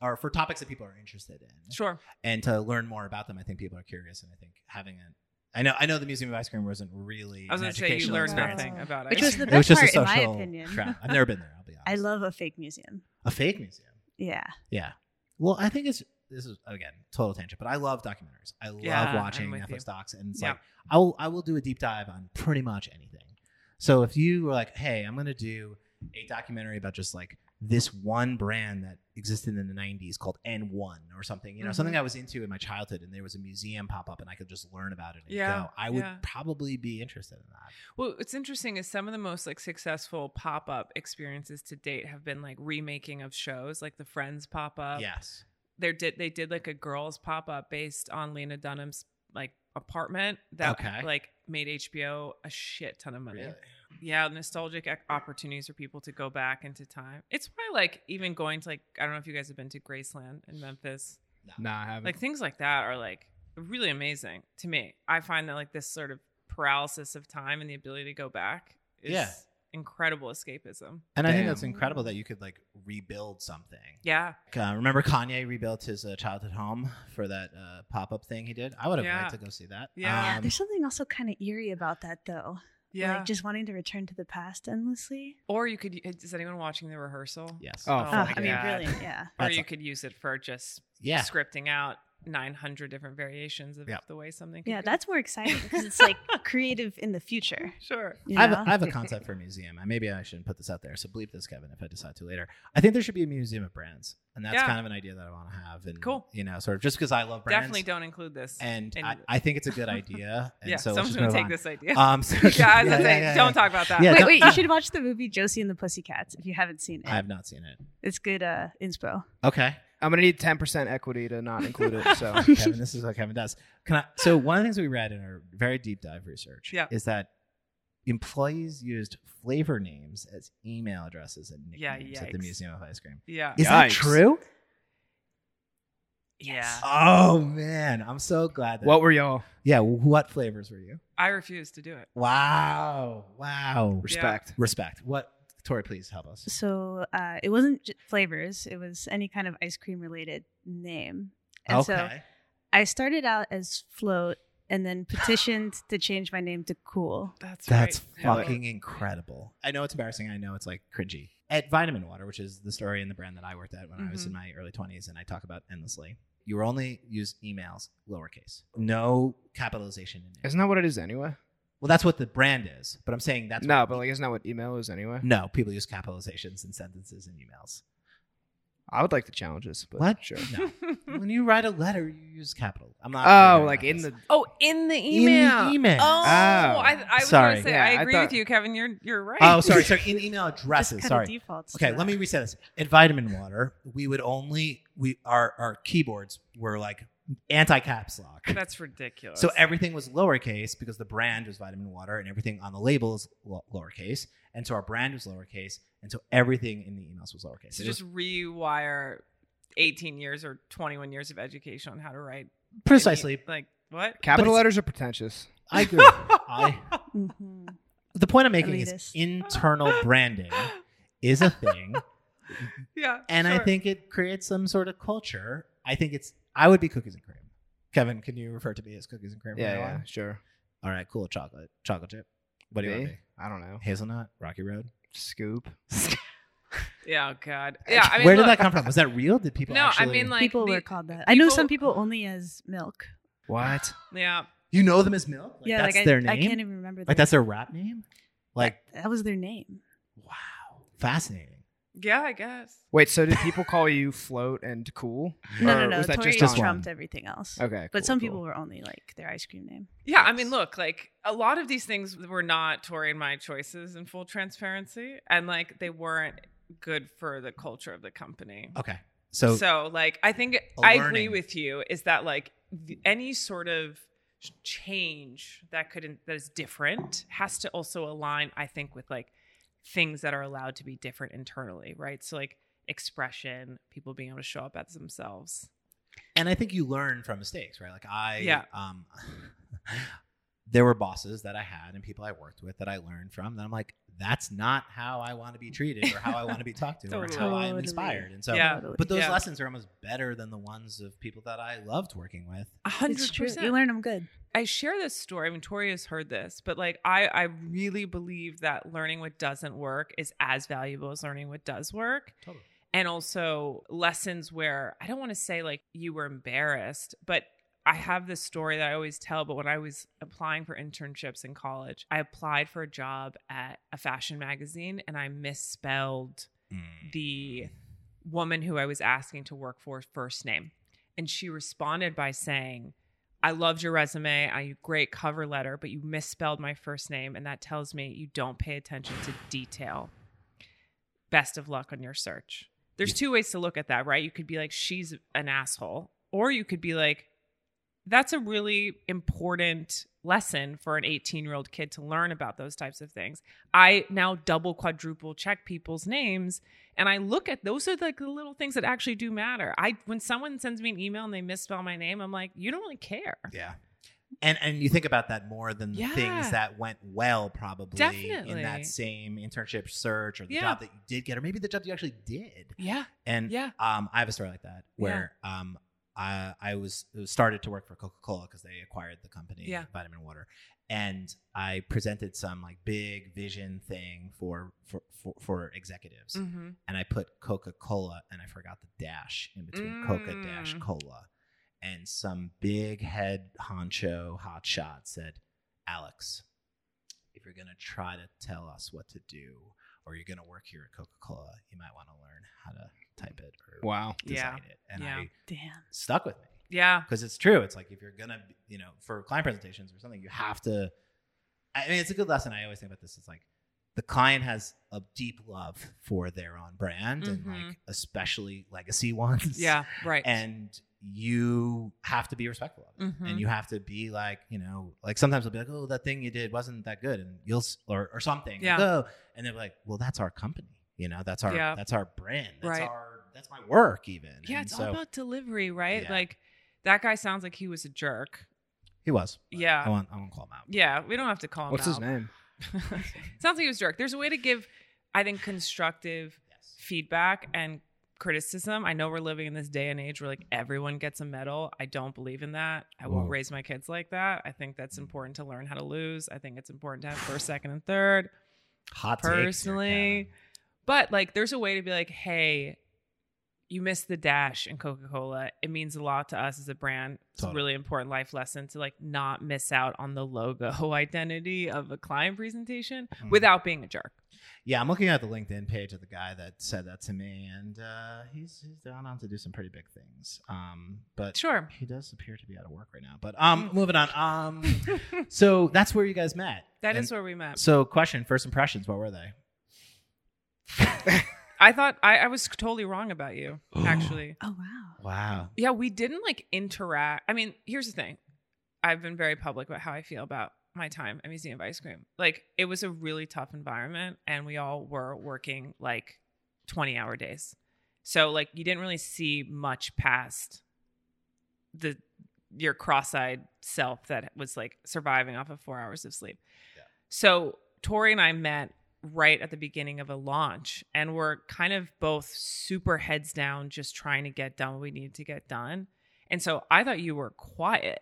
[SPEAKER 2] or for topics that people are interested in.
[SPEAKER 1] Sure.
[SPEAKER 2] and to learn more about them, I think people are curious, and I think having it. I know, I know, the Museum of Ice Cream wasn't really.
[SPEAKER 1] I was
[SPEAKER 2] an
[SPEAKER 1] going to say you
[SPEAKER 2] educational
[SPEAKER 1] learned
[SPEAKER 2] experience.
[SPEAKER 1] nothing about
[SPEAKER 4] Which
[SPEAKER 1] ice
[SPEAKER 4] was the
[SPEAKER 1] cream.
[SPEAKER 2] It was
[SPEAKER 4] best
[SPEAKER 2] just
[SPEAKER 4] part,
[SPEAKER 2] a
[SPEAKER 4] in my
[SPEAKER 2] social
[SPEAKER 4] opinion.
[SPEAKER 2] trap. I've never been there. I'll be honest.
[SPEAKER 4] I love a fake museum.
[SPEAKER 2] a fake museum.
[SPEAKER 4] Yeah.
[SPEAKER 2] Yeah. Well, I think it's this is again total tangent, but I love documentaries. I love
[SPEAKER 1] Yeah, I'm
[SPEAKER 2] watching
[SPEAKER 1] with
[SPEAKER 2] Netflix
[SPEAKER 1] you.
[SPEAKER 2] docs, and it's
[SPEAKER 1] Yeah.
[SPEAKER 2] like I will I will do a deep dive on pretty much anything. So if you were like, hey, I'm gonna do a documentary about just like this one brand that existed in the 90s called N1 or something, you know,
[SPEAKER 1] Mhm.
[SPEAKER 2] something I was into in my childhood, and there was a museum pop up, and I could just learn about it and
[SPEAKER 1] Yeah,
[SPEAKER 2] go. I would
[SPEAKER 1] yeah.
[SPEAKER 2] probably be interested in that.
[SPEAKER 1] Well, what's interesting is some of the most like successful pop up experiences to date have been like remaking of shows, like the Friends pop up.
[SPEAKER 2] yes.
[SPEAKER 1] they did they did like a girls pop up based on Lena Dunham's like apartment that
[SPEAKER 2] Okay.
[SPEAKER 1] like made HBO a shit ton of money. Yeah, nostalgic ac- opportunities for people to go back into time. It's why like even going to like I don't know if you guys have been to Graceland in Memphis
[SPEAKER 3] Nah, I haven't.
[SPEAKER 1] like things like that are like really amazing to me i find that like this sort of paralysis of time and the ability to go back is
[SPEAKER 2] Yeah.
[SPEAKER 1] incredible escapism
[SPEAKER 2] And I think
[SPEAKER 3] Damn.
[SPEAKER 2] that's incredible that you could like rebuild something.
[SPEAKER 1] yeah
[SPEAKER 2] Uh, remember Kanye rebuilt his uh, childhood home for that uh, pop up thing he did? I would have
[SPEAKER 1] Yeah.
[SPEAKER 2] liked to go see that. Um,
[SPEAKER 1] Yeah.
[SPEAKER 4] yeah, there's something also kind of eerie about that, though.
[SPEAKER 1] yeah
[SPEAKER 4] Like just wanting to return to the past endlessly.
[SPEAKER 1] or you could uh, is anyone watching the rehearsal
[SPEAKER 2] yes.
[SPEAKER 3] Oh,
[SPEAKER 1] Oh,
[SPEAKER 3] fuck
[SPEAKER 1] my
[SPEAKER 4] I mean,
[SPEAKER 1] God.
[SPEAKER 4] really, yeah.
[SPEAKER 1] or
[SPEAKER 2] That's
[SPEAKER 1] you
[SPEAKER 2] a-
[SPEAKER 1] could use it for just
[SPEAKER 2] yeah.
[SPEAKER 1] scripting out 900 different variations of
[SPEAKER 2] Yeah.
[SPEAKER 1] the way something. Could
[SPEAKER 4] Yeah,
[SPEAKER 1] go.
[SPEAKER 4] that's more exciting because it's like creative in the future.
[SPEAKER 1] sure.
[SPEAKER 4] You
[SPEAKER 2] I have,
[SPEAKER 4] know?
[SPEAKER 2] a, I have a concept for a museum. I maybe I shouldn't put this out there. So bleep this, Kevin, if I decide to later. I think there should be a museum of brands, and that's
[SPEAKER 1] Yeah.
[SPEAKER 2] kind of an idea that I want to have. And
[SPEAKER 1] Cool.
[SPEAKER 2] you know, sort of just because I love brands,
[SPEAKER 1] Definitely don't include this.
[SPEAKER 2] And
[SPEAKER 1] in
[SPEAKER 2] I,
[SPEAKER 1] the-
[SPEAKER 2] I think it's a good idea. And
[SPEAKER 1] yeah,
[SPEAKER 2] so let's
[SPEAKER 1] someone's
[SPEAKER 2] just
[SPEAKER 1] gonna
[SPEAKER 2] move
[SPEAKER 1] take
[SPEAKER 2] on.
[SPEAKER 1] this idea.
[SPEAKER 2] Um, so,
[SPEAKER 1] yeah, I was gonna
[SPEAKER 2] yeah,
[SPEAKER 1] say,
[SPEAKER 2] yeah,
[SPEAKER 1] don't
[SPEAKER 2] yeah.
[SPEAKER 1] talk about that.
[SPEAKER 2] Yeah,
[SPEAKER 4] wait,
[SPEAKER 2] don't- uh,
[SPEAKER 4] wait, you should watch the movie Josie and the Pussycats if you haven't seen it.
[SPEAKER 2] I have not seen it.
[SPEAKER 4] It's good uh inspo.
[SPEAKER 2] Okay,
[SPEAKER 3] I'm gonna need 10% equity to not include it. So
[SPEAKER 2] Kevin, this is what Kevin does. Can I, so one of the things we read in our very deep dive research
[SPEAKER 1] Yeah.
[SPEAKER 2] is that employees used flavor names as email addresses and
[SPEAKER 1] Yeah,
[SPEAKER 2] nicknames at the
[SPEAKER 1] yikes.
[SPEAKER 2] Museum of Ice Cream.
[SPEAKER 1] Yeah.
[SPEAKER 2] Is that
[SPEAKER 3] Yikes.
[SPEAKER 2] true?
[SPEAKER 1] Yeah.
[SPEAKER 2] Oh man, I'm so glad. That,
[SPEAKER 3] what were y'all?
[SPEAKER 2] yeah, what flavors were you?
[SPEAKER 1] I refuse to do it.
[SPEAKER 2] Wow, wow.
[SPEAKER 3] Respect.
[SPEAKER 2] Respect. What, Tori? Please help us.
[SPEAKER 4] So uh it wasn't j- flavors, it was any kind of ice cream related name. And so
[SPEAKER 2] okay.
[SPEAKER 4] I started out as Float and then petitioned to change my name to Cool.
[SPEAKER 1] That's
[SPEAKER 2] That's
[SPEAKER 1] right.
[SPEAKER 2] fucking incredible. I know it's embarrassing. I know it's like cringy. At Vitamin Water, which is the story and the brand that I worked at when I was
[SPEAKER 1] Mhm.
[SPEAKER 2] in
[SPEAKER 3] Mm-hmm.
[SPEAKER 2] my early 20s and I talk about endlessly, you were only use emails lowercase. No capitalization in it.
[SPEAKER 3] Isn't that what it is anyway?
[SPEAKER 2] Well, that's what the brand is, but I'm saying that's
[SPEAKER 3] no, but like, isn't that what email is anyway?
[SPEAKER 2] no, people use capitalizations in sentences and emails.
[SPEAKER 3] I would like to challenge this, but
[SPEAKER 2] What?
[SPEAKER 3] sure.
[SPEAKER 2] No. when you write a letter, you use capital. I'm not
[SPEAKER 3] Oh,
[SPEAKER 2] arguing
[SPEAKER 3] like
[SPEAKER 2] about
[SPEAKER 3] in
[SPEAKER 2] this.
[SPEAKER 3] the
[SPEAKER 1] oh, in the
[SPEAKER 2] the
[SPEAKER 1] email.
[SPEAKER 2] email.
[SPEAKER 1] Oh,
[SPEAKER 3] Oh.
[SPEAKER 1] I, I was
[SPEAKER 2] Sorry.
[SPEAKER 1] gonna say
[SPEAKER 3] Yeah,
[SPEAKER 1] I
[SPEAKER 3] I
[SPEAKER 1] agree
[SPEAKER 3] thought-
[SPEAKER 1] with you, Kevin. You're you're right.
[SPEAKER 2] Oh, sorry. Sorry. In email
[SPEAKER 4] Just
[SPEAKER 2] addresses.
[SPEAKER 4] kinda
[SPEAKER 2] Sorry.
[SPEAKER 4] defaults. to
[SPEAKER 2] Okay, let
[SPEAKER 4] that.
[SPEAKER 2] me reset this. At Vitamin Water, we would only we our our keyboards were like anti caps lock.
[SPEAKER 1] That's ridiculous.
[SPEAKER 2] So everything was lowercase because the brand was Vitamin Water, and everything on the label is lo- lowercase, and so our brand was lowercase, and so everything in the emails was lowercase.
[SPEAKER 1] so
[SPEAKER 2] It
[SPEAKER 1] just
[SPEAKER 2] was
[SPEAKER 1] rewire 18 years or 21 years of education on how to write.
[SPEAKER 2] precisely.
[SPEAKER 1] Like what?
[SPEAKER 3] capital
[SPEAKER 2] it's-
[SPEAKER 3] letters are pretentious.
[SPEAKER 2] I agree. I,
[SPEAKER 4] Mhm.
[SPEAKER 2] the point I'm making is
[SPEAKER 4] Elitist.
[SPEAKER 2] internal branding is a thing,
[SPEAKER 1] yeah.
[SPEAKER 2] and I
[SPEAKER 1] sure.
[SPEAKER 2] think it creates some sort of culture. I think it's. I would be cookies and cream. Kevin, can you refer to me as cookies and cream? from
[SPEAKER 3] Yeah,
[SPEAKER 2] now on?
[SPEAKER 3] yeah, sure.
[SPEAKER 2] All right, cool. Chocolate, chocolate chip. What do you
[SPEAKER 3] Me?
[SPEAKER 2] want to
[SPEAKER 3] I don't know.
[SPEAKER 2] be? Hazelnut, Rocky Road.
[SPEAKER 3] Scoop.
[SPEAKER 1] Yeah. Oh God. Yeah. I mean,
[SPEAKER 2] Where did
[SPEAKER 1] look,
[SPEAKER 2] that come from? Was that real? Did people?
[SPEAKER 1] No,
[SPEAKER 2] actually...
[SPEAKER 1] I mean like
[SPEAKER 4] people
[SPEAKER 1] the-
[SPEAKER 4] were called that. I know
[SPEAKER 1] people-
[SPEAKER 4] some people only as milk.
[SPEAKER 3] What?
[SPEAKER 1] Yeah.
[SPEAKER 2] you know them as milk. Like,
[SPEAKER 4] yeah,
[SPEAKER 2] that's
[SPEAKER 4] like I,
[SPEAKER 2] their
[SPEAKER 4] I
[SPEAKER 2] name.
[SPEAKER 4] can't even remember.
[SPEAKER 2] Like that's their rap name. Like
[SPEAKER 4] that was their name.
[SPEAKER 2] wow, fascinating.
[SPEAKER 1] Yeah. I guess.
[SPEAKER 3] Wait, so did people call you float and cool?
[SPEAKER 4] No,
[SPEAKER 3] Or
[SPEAKER 4] no, no.
[SPEAKER 3] Was that
[SPEAKER 4] Tori
[SPEAKER 3] just
[SPEAKER 2] Just
[SPEAKER 3] on-
[SPEAKER 2] one?
[SPEAKER 4] trumped everything else.
[SPEAKER 3] Okay.
[SPEAKER 4] But
[SPEAKER 3] cool,
[SPEAKER 4] some
[SPEAKER 3] cool.
[SPEAKER 4] people were only like their ice cream name.
[SPEAKER 1] Yeah, I mean, look, like a lot of these things were not Tori and my choices in full transparency, and like they weren't good for the culture of the company.
[SPEAKER 2] Okay, so,
[SPEAKER 1] So, like, I think
[SPEAKER 2] A
[SPEAKER 1] I agree
[SPEAKER 2] learning.
[SPEAKER 1] with you. Is that like th- any sort of sh- change that could that is different has to also align, I think, with like things that are allowed to be different internally, right? So like expression, people being able to show up as themselves.
[SPEAKER 2] and I think you learn from mistakes, right? Like I,
[SPEAKER 1] Yeah.
[SPEAKER 2] um, there were bosses that I had and people I worked with that I learned from that I'm like, that's not how I want to be treated or how I want to be talked to or how I am
[SPEAKER 4] Totally.
[SPEAKER 2] inspired. And so,
[SPEAKER 1] Yeah.
[SPEAKER 4] Totally.
[SPEAKER 2] but those
[SPEAKER 1] Yeah.
[SPEAKER 2] lessons are almost better than the ones of people that I loved working with.
[SPEAKER 1] A
[SPEAKER 4] it's
[SPEAKER 1] hundred
[SPEAKER 4] true.
[SPEAKER 1] percent.
[SPEAKER 4] You learn them good.
[SPEAKER 1] I share this story. I mean, Tori has heard this, but like I, I really believe that learning what doesn't work is as valuable as learning what does work.
[SPEAKER 2] Totally.
[SPEAKER 1] And also lessons where I don't want to say like you were embarrassed, but I have this story that I always tell. But when I was applying for internships in college, I applied for a job at a fashion magazine and I misspelled Mm. the woman who I was asking to work for first name. And she responded by saying, I loved your resume. I great cover letter, but you misspelled my first name. And that tells me you don't pay attention to detail. Best of luck on your search. There's two ways to look at that, right? You could be like, she's an asshole, or you could be like, that's a really important lesson for an 18 year old kid to learn about those types of things. I now double quadruple check people's names and I look at those are like the little things that actually do matter. I when someone sends me an email and they misspell my name, I'm like, you don't really care.
[SPEAKER 2] Yeah. And and you think about that more than the
[SPEAKER 1] Yeah.
[SPEAKER 2] things that went well probably in
[SPEAKER 1] Definitely.
[SPEAKER 2] that same internship search or the
[SPEAKER 1] Yeah.
[SPEAKER 2] job that you did get or maybe the job you actually did.
[SPEAKER 1] Yeah.
[SPEAKER 2] And
[SPEAKER 1] Yeah.
[SPEAKER 2] um I have a story like that where um I I was it was started to work for Coca-Cola cuz they acquired the company
[SPEAKER 1] Yeah.
[SPEAKER 2] Vitamin Water and I presented some like big vision thing for for for, for executives
[SPEAKER 1] Mm-hmm.
[SPEAKER 2] and I put Coca Cola and I forgot the dash in between Coca dash
[SPEAKER 1] Mm.
[SPEAKER 2] Cola. and some big head honcho hotshot said, Alex, if you're going to try to tell us what to do or you're going to work here at Coca Cola, you might want to learn how to type it or
[SPEAKER 3] Wow.
[SPEAKER 2] design it. And
[SPEAKER 1] Yeah.
[SPEAKER 2] I
[SPEAKER 4] Damn.
[SPEAKER 2] stuck with me
[SPEAKER 1] Yeah.
[SPEAKER 2] because it's true. It's like if you're gonna, you know, for client presentations or something, you have to. I mean, it's a good lesson. I always think about this. It's like the client has a deep love for their own brand and like
[SPEAKER 1] Mhm.
[SPEAKER 2] especially legacy ones.
[SPEAKER 1] Yeah. Right.
[SPEAKER 2] and you have to be respectful of it,
[SPEAKER 1] Mhm.
[SPEAKER 2] and you have to be like, you know, like sometimes they'll be like, "Oh, that thing you did wasn't that good," and you'll s- or or something. Like,
[SPEAKER 1] Yeah.
[SPEAKER 2] "Oh," and they're like, "Well, that's our company. You know, that's our
[SPEAKER 1] Yeah.
[SPEAKER 2] that's our brand. That's
[SPEAKER 1] Right.
[SPEAKER 2] our." That's my work, even.
[SPEAKER 1] yeah,
[SPEAKER 2] And
[SPEAKER 1] it's
[SPEAKER 2] so-
[SPEAKER 1] all about delivery, right?
[SPEAKER 2] Yeah.
[SPEAKER 1] Like that guy sounds like he was a jerk.
[SPEAKER 2] He was. but
[SPEAKER 1] Yeah.
[SPEAKER 2] I won't, I won't call him out.
[SPEAKER 1] Yeah, we don't have to call him
[SPEAKER 3] What's his
[SPEAKER 1] out.
[SPEAKER 3] name?
[SPEAKER 1] sounds like he was a jerk. There's a way to give, I think, constructive
[SPEAKER 2] Yes.
[SPEAKER 1] feedback and criticism. I know we're living in this day and age where like everyone gets a medal. I don't believe in that. I won't
[SPEAKER 2] Whoa.
[SPEAKER 1] raise my kids like that. I think that's important to learn how to lose. I think it's important to have first, second, and third.
[SPEAKER 2] Hot takes here,
[SPEAKER 1] Personally,
[SPEAKER 2] Kevin.
[SPEAKER 1] But like, there's a way to be like, hey, you missed the dash in Coca Cola. It means a lot to us as a brand. It's
[SPEAKER 2] Totally.
[SPEAKER 1] a really important life lesson to like not miss out on the logo identity of a client presentation
[SPEAKER 2] Mhm.
[SPEAKER 1] without being a jerk.
[SPEAKER 2] yeah, I'm looking at the LinkedIn page of the guy that said that to me, and uh, he's he's gone on to do some pretty big things. Um, but
[SPEAKER 1] Sure. Mm.
[SPEAKER 2] he does appear to be out of work right now. But um, moving on. Um, so that's where you guys met.
[SPEAKER 1] That is
[SPEAKER 2] And
[SPEAKER 1] where we met.
[SPEAKER 2] So, question: First impressions? What were they?
[SPEAKER 1] I thought I, I was totally wrong about you, actually.
[SPEAKER 4] Oh wow.
[SPEAKER 2] Wow.
[SPEAKER 1] Yeah, we didn't like interact. I mean, here's the thing. I've been very public about how I feel about my time at Museum of Ice Cream. Like it was a really tough environment and we all were working like 20 hour days. So like you didn't really see much past the your cross-eyed self that was like surviving off of 4 hours of sleep.
[SPEAKER 2] Yeah.
[SPEAKER 1] So Tori and I met right at the beginning of a launch and we're kind of both super heads down just trying to get done what we needed to get done and so i thought you were quiet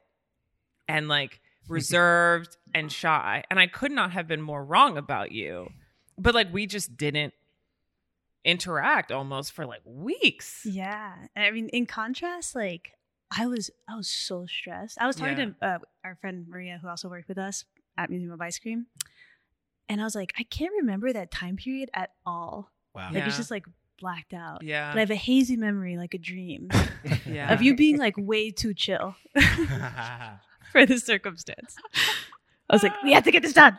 [SPEAKER 1] and like reserved and shy and i could not have been more wrong about you but like we just didn't interact almost for like weeks
[SPEAKER 4] Yeah. I mean, in contrast, like I was, I was so stressed. I was talking to uh, our friend Maria, who also worked with us at Museum of Ice Cream, and I was like, I can't remember that time period at all.
[SPEAKER 2] Wow.
[SPEAKER 4] Like
[SPEAKER 1] Yeah.
[SPEAKER 4] it's just like blacked out. But I
[SPEAKER 1] yeah
[SPEAKER 4] have a hazy memory, like a dream,
[SPEAKER 1] Yeah.
[SPEAKER 4] of you being like way too chill for the circumstance. I was like, we have to get this done.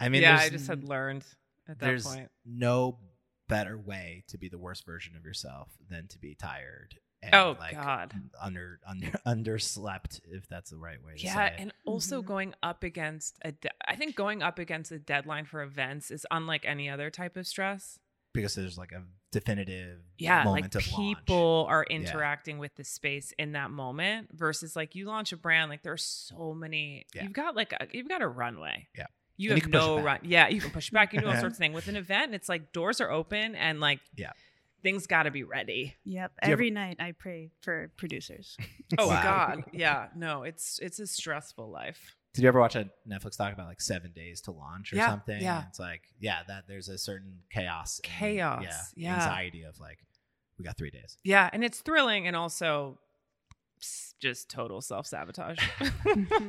[SPEAKER 2] I mean,
[SPEAKER 1] yeah
[SPEAKER 2] there's
[SPEAKER 1] i just had learned at that
[SPEAKER 2] there's
[SPEAKER 1] point
[SPEAKER 2] no better way to be the worst version of yourself than to be tired. And
[SPEAKER 1] Oh,
[SPEAKER 2] like
[SPEAKER 1] God.
[SPEAKER 2] under under underslept if that's the right way to
[SPEAKER 1] Yeah,
[SPEAKER 2] say it.
[SPEAKER 1] and also
[SPEAKER 4] Mhm.
[SPEAKER 1] going up against a de- I think going up against a deadline for events is unlike any other type of stress.
[SPEAKER 2] because there's like a definitive
[SPEAKER 1] Yeah, like
[SPEAKER 2] moment of launch.
[SPEAKER 1] people are interacting with the space in that moment versus like you launch a brand like there's so many
[SPEAKER 2] Yeah.
[SPEAKER 1] you've got like a, you've got a runway.
[SPEAKER 2] Yeah.
[SPEAKER 1] You
[SPEAKER 2] And
[SPEAKER 1] have
[SPEAKER 2] you can push
[SPEAKER 1] no
[SPEAKER 2] it
[SPEAKER 1] run.
[SPEAKER 2] back.
[SPEAKER 1] Yeah, you can push back, you do all
[SPEAKER 2] Yeah.
[SPEAKER 1] sorts of things with an event. It's like doors are open and like
[SPEAKER 2] Yeah.
[SPEAKER 1] things got to be ready.
[SPEAKER 4] yep.
[SPEAKER 2] Do you ever-
[SPEAKER 4] Every night I pray for producers.
[SPEAKER 1] Oh
[SPEAKER 2] Wow.
[SPEAKER 1] god. Yeah, no, it's it's a stressful life.
[SPEAKER 2] Did you ever watch a Netflix doc about like seven days to launch or
[SPEAKER 1] Yeah,
[SPEAKER 2] something?
[SPEAKER 1] yeah.
[SPEAKER 2] And It's like, yeah, that there's a certain chaos. and,
[SPEAKER 1] Chaos, yeah.
[SPEAKER 2] Anxiety of like, we got three days.
[SPEAKER 1] Yeah, and it's thrilling and also s- just total self sabotage.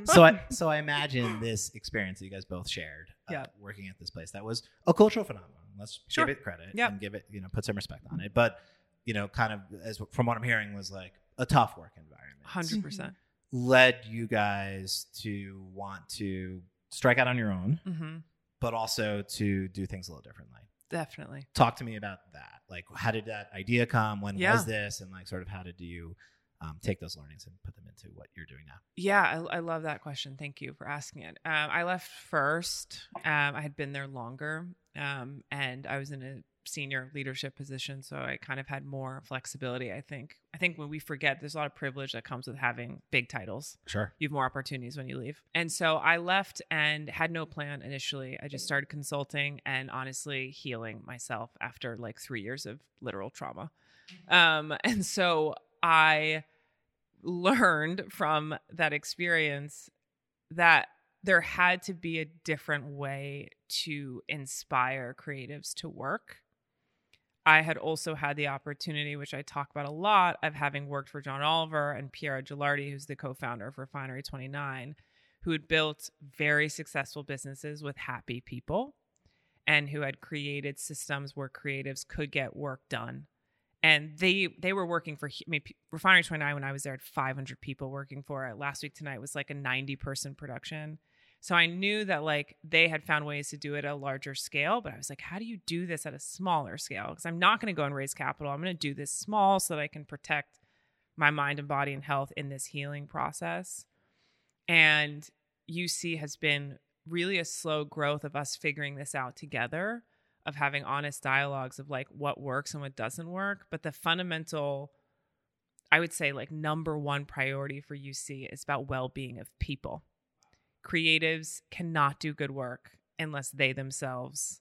[SPEAKER 2] So I so I imagine this experience that you guys both shared uh,
[SPEAKER 1] Yeah.
[SPEAKER 2] working at this place that was a cultural phenomenon. Let's
[SPEAKER 1] Sure.
[SPEAKER 2] give it credit
[SPEAKER 1] Yeah.
[SPEAKER 2] and give it, you know, put some respect on it. But, you know, kind of as from what I'm hearing was like a tough work environment.
[SPEAKER 1] Hundred percent.
[SPEAKER 2] led you guys to want to strike out on your own,
[SPEAKER 1] hmm
[SPEAKER 2] but also to do things a little differently.
[SPEAKER 1] Definitely.
[SPEAKER 2] Talk to me about that. Like, how did that idea come? When
[SPEAKER 1] Yeah.
[SPEAKER 2] was this? And like, sort of, how did you um, take those learnings and put them into what you're doing now?
[SPEAKER 1] Yeah, I, I love that question. Thank you for asking it. Um, I left first. Um, I had been there longer, um, and I was in a senior leadership position, so I kind of had more flexibility. I think. I think when we forget, there's a lot of privilege that comes with having big titles.
[SPEAKER 2] Sure.
[SPEAKER 1] you have more opportunities when you leave. And so I left and had no plan initially. I just started consulting and honestly healing myself after like three years of literal trauma. Um, and so I learned from that experience that there had to be a different way to inspire creatives to work. I had also had the opportunity, which I talk about a lot, of having worked for John Oliver and Piero Gilardi, who's the co founder of Refinery 29, who had built very successful businesses with happy people and who had created systems where creatives could get work done. And they they were working for hu- I mean, P- Refinery 29 when I was there had 500 people working for it. Last week tonight was like a 90 person production. So I knew that like they had found ways to do it at a larger scale, but I was like, how do you do this at a smaller scale? Because I'm not going to go and raise capital. I'm going to do this small so that I can protect my mind and body and health in this healing process. And UC has been really a slow growth of us figuring this out together, of having honest dialogues of like what works and what doesn't work. But the fundamental, I would say, like number one priority for UC is about well being of people creatives cannot do good work unless they themselves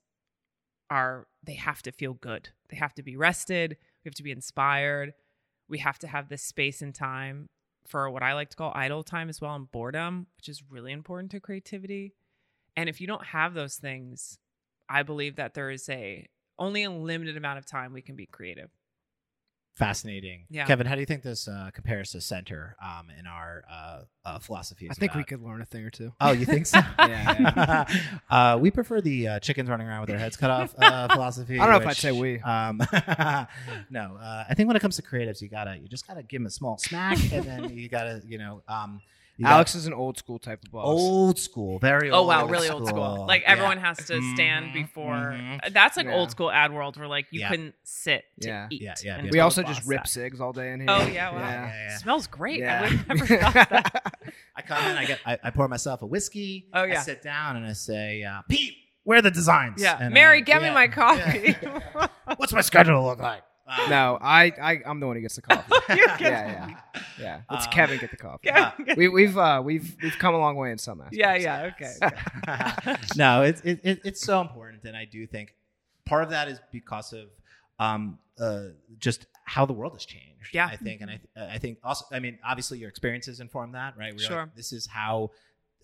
[SPEAKER 1] are they have to feel good they have to be rested we have to be inspired we have to have this space and time for what i like to call idle time as well and boredom which is really important to creativity and if you don't have those things i believe that there is a only a limited amount of time we can be creative
[SPEAKER 2] Fascinating.
[SPEAKER 1] Yeah.
[SPEAKER 2] Kevin, how do you think this uh, compares to center um, in our uh, uh, philosophies?
[SPEAKER 3] I think we
[SPEAKER 2] about-
[SPEAKER 3] could learn a thing or two.
[SPEAKER 2] Oh, you think so?
[SPEAKER 3] Yeah,
[SPEAKER 2] uh, we prefer the uh, chickens running around with their heads cut off uh, philosophy.
[SPEAKER 3] I don't know if
[SPEAKER 2] which,
[SPEAKER 3] I'd say we.
[SPEAKER 2] Um, no, uh, I think when it comes to creatives, you gotta you just gotta give them a small smack, and then you gotta you know. Um, you gotta-
[SPEAKER 3] Alex is an old school type of boss.
[SPEAKER 2] old school, very
[SPEAKER 1] oh
[SPEAKER 2] old
[SPEAKER 1] wow really old school like
[SPEAKER 2] Yeah.
[SPEAKER 1] everyone has to stand
[SPEAKER 2] Mhm,
[SPEAKER 1] before
[SPEAKER 2] mhm.
[SPEAKER 1] that's like
[SPEAKER 3] Yeah.
[SPEAKER 1] old school ad world where like you
[SPEAKER 2] Yeah.
[SPEAKER 1] couldn't sit to
[SPEAKER 3] Yeah.
[SPEAKER 1] eat
[SPEAKER 2] Yeah, yeah,
[SPEAKER 1] and
[SPEAKER 2] yeah.
[SPEAKER 1] it's
[SPEAKER 3] we
[SPEAKER 1] called
[SPEAKER 3] also
[SPEAKER 1] a
[SPEAKER 3] just
[SPEAKER 1] boss
[SPEAKER 3] rip
[SPEAKER 1] up.
[SPEAKER 3] cigs all day in here.
[SPEAKER 1] oh yeah wow
[SPEAKER 2] Yeah, yeah, yeah.
[SPEAKER 1] smells great
[SPEAKER 3] Yeah.
[SPEAKER 1] i would have never thought that
[SPEAKER 2] I come in, I get, I, I pour myself a whiskey.
[SPEAKER 1] Oh, yeah.
[SPEAKER 2] I sit down and I say, uh, Pete, where are the designs?
[SPEAKER 1] yeah
[SPEAKER 2] And,
[SPEAKER 1] mary
[SPEAKER 2] uh,
[SPEAKER 1] get me
[SPEAKER 2] yeah,
[SPEAKER 1] my coffee
[SPEAKER 2] yeah. What's my schedule look like? Uh,
[SPEAKER 3] no, I, I I'm the one who gets the coffee.
[SPEAKER 1] You get-
[SPEAKER 3] yeah, yeah, yeah. It's
[SPEAKER 2] Um,
[SPEAKER 3] Kevin get the coffee.
[SPEAKER 1] yeah okay.
[SPEAKER 3] We, we've uh, we've we've come a long way in some aspects.
[SPEAKER 1] yeah yeah okay
[SPEAKER 2] no, it's it, it, it's so important, and I do think part of that is because of um uh just how the world has changed.
[SPEAKER 1] Yeah.
[SPEAKER 2] I think, and I I think also, I mean, obviously your experiences inform that, right? We're
[SPEAKER 1] Sure.
[SPEAKER 2] Like, this is how